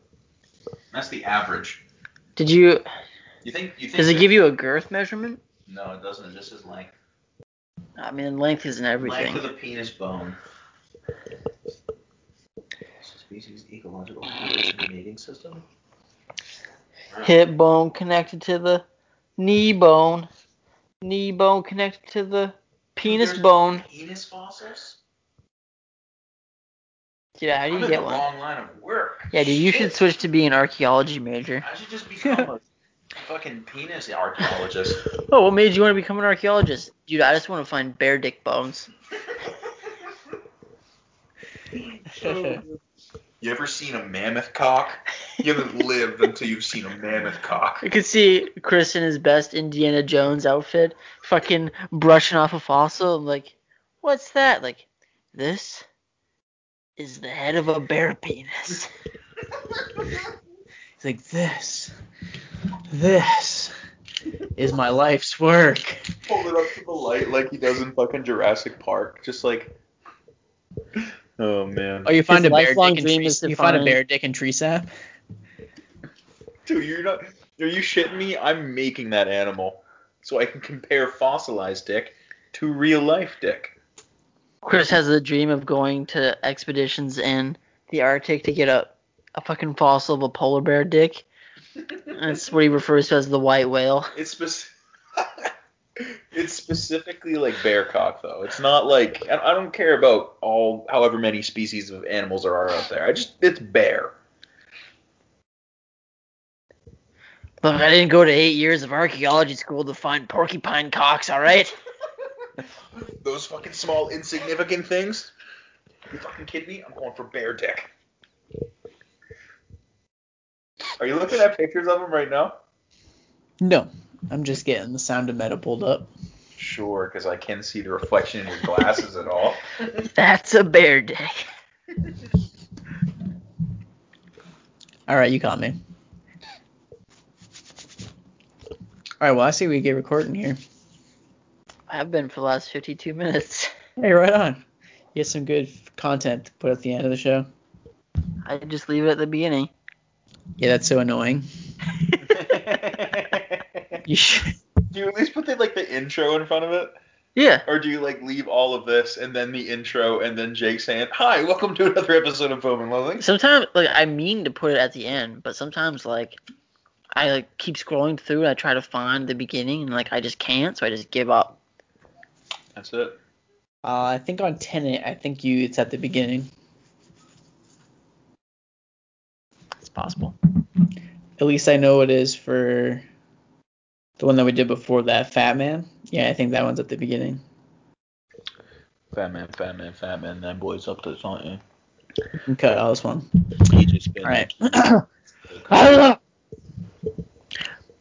that's the average. Did you? You think you think? Does it give you a girth measurement? No, it doesn't. It just is length. I mean, length isn't Length everything. of the penis bone. Species ecological mating system. Hip bone connected to the knee bone. Knee bone connected to the penis There's bone. Penis fossils. Yeah, how do I'm you in get a one? long line of work. Yeah, dude, you Shit. should switch to being an archaeology major. I should just become a fucking penis archaeologist. Oh, what made you want to become an archaeologist? Dude, I just want to find bear dick bones. You ever seen a mammoth cock? You haven't lived until you've seen a mammoth cock. I could see Chris in his best Indiana Jones outfit, fucking brushing off a fossil. I'm like, what's that? Like, this is the head of a bear penis. It's like this. This is my life's work. Hold it up to the light like he does in fucking Jurassic Park. Just like. Oh man. Oh, you find His a bear lifelong dick and dream tree. is to You find a find- bear dick and tree sap. Dude, you're not. Are you shitting me? I'm making that animal so I can compare fossilized dick to real life dick. Chris has the dream of going to expeditions in the Arctic to get a, a fucking fossil of a polar bear dick. That's what he refers to as the white whale. It's spec- It's specifically like bear cock though. It's not like I I don't care about all however many species of animals there are out there. I just it's bear. Look, I didn't go to eight years of archaeology school to find porcupine cocks, all right? Those fucking small insignificant things. You fucking kidding me? I'm going for bear dick. Are you looking at pictures of them right now? No, I'm just getting the sound of metal pulled up. Sure, because I can see the reflection in your glasses at all. That's a bear dick. All right, you caught me. All right, well, I see we get recording here. I've been for the last 52 minutes. Hey, right on. You get some good content to put at the end of the show. I just leave it at the beginning. Yeah, that's so annoying. You should. Do you at least put the, like the intro in front of it? yeah. Or do you like leave all of this and then the intro and then Jake saying, "Hi, welcome to another episode of Bowman Loving." Sometimes, like, I mean to put it at the end, but sometimes, like, I like keep scrolling through and I try to find the beginning and like I just can't, so I just give up. That's it. Uh, I think on Tenet, I think you it's at the beginning. It's possible. At least I know it is for the one that we did before that Fat Man. Yeah, I think that one's at the beginning. Fat man, fat man, fat man. That boy's up to something. Cut out this one. You just been All right.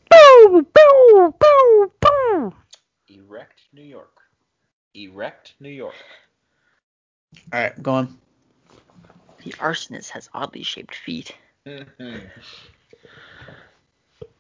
Boo, boo, boo, boo. erect New York. Erect New York. All right, go on. The arsonist has oddly shaped feet. Mhm.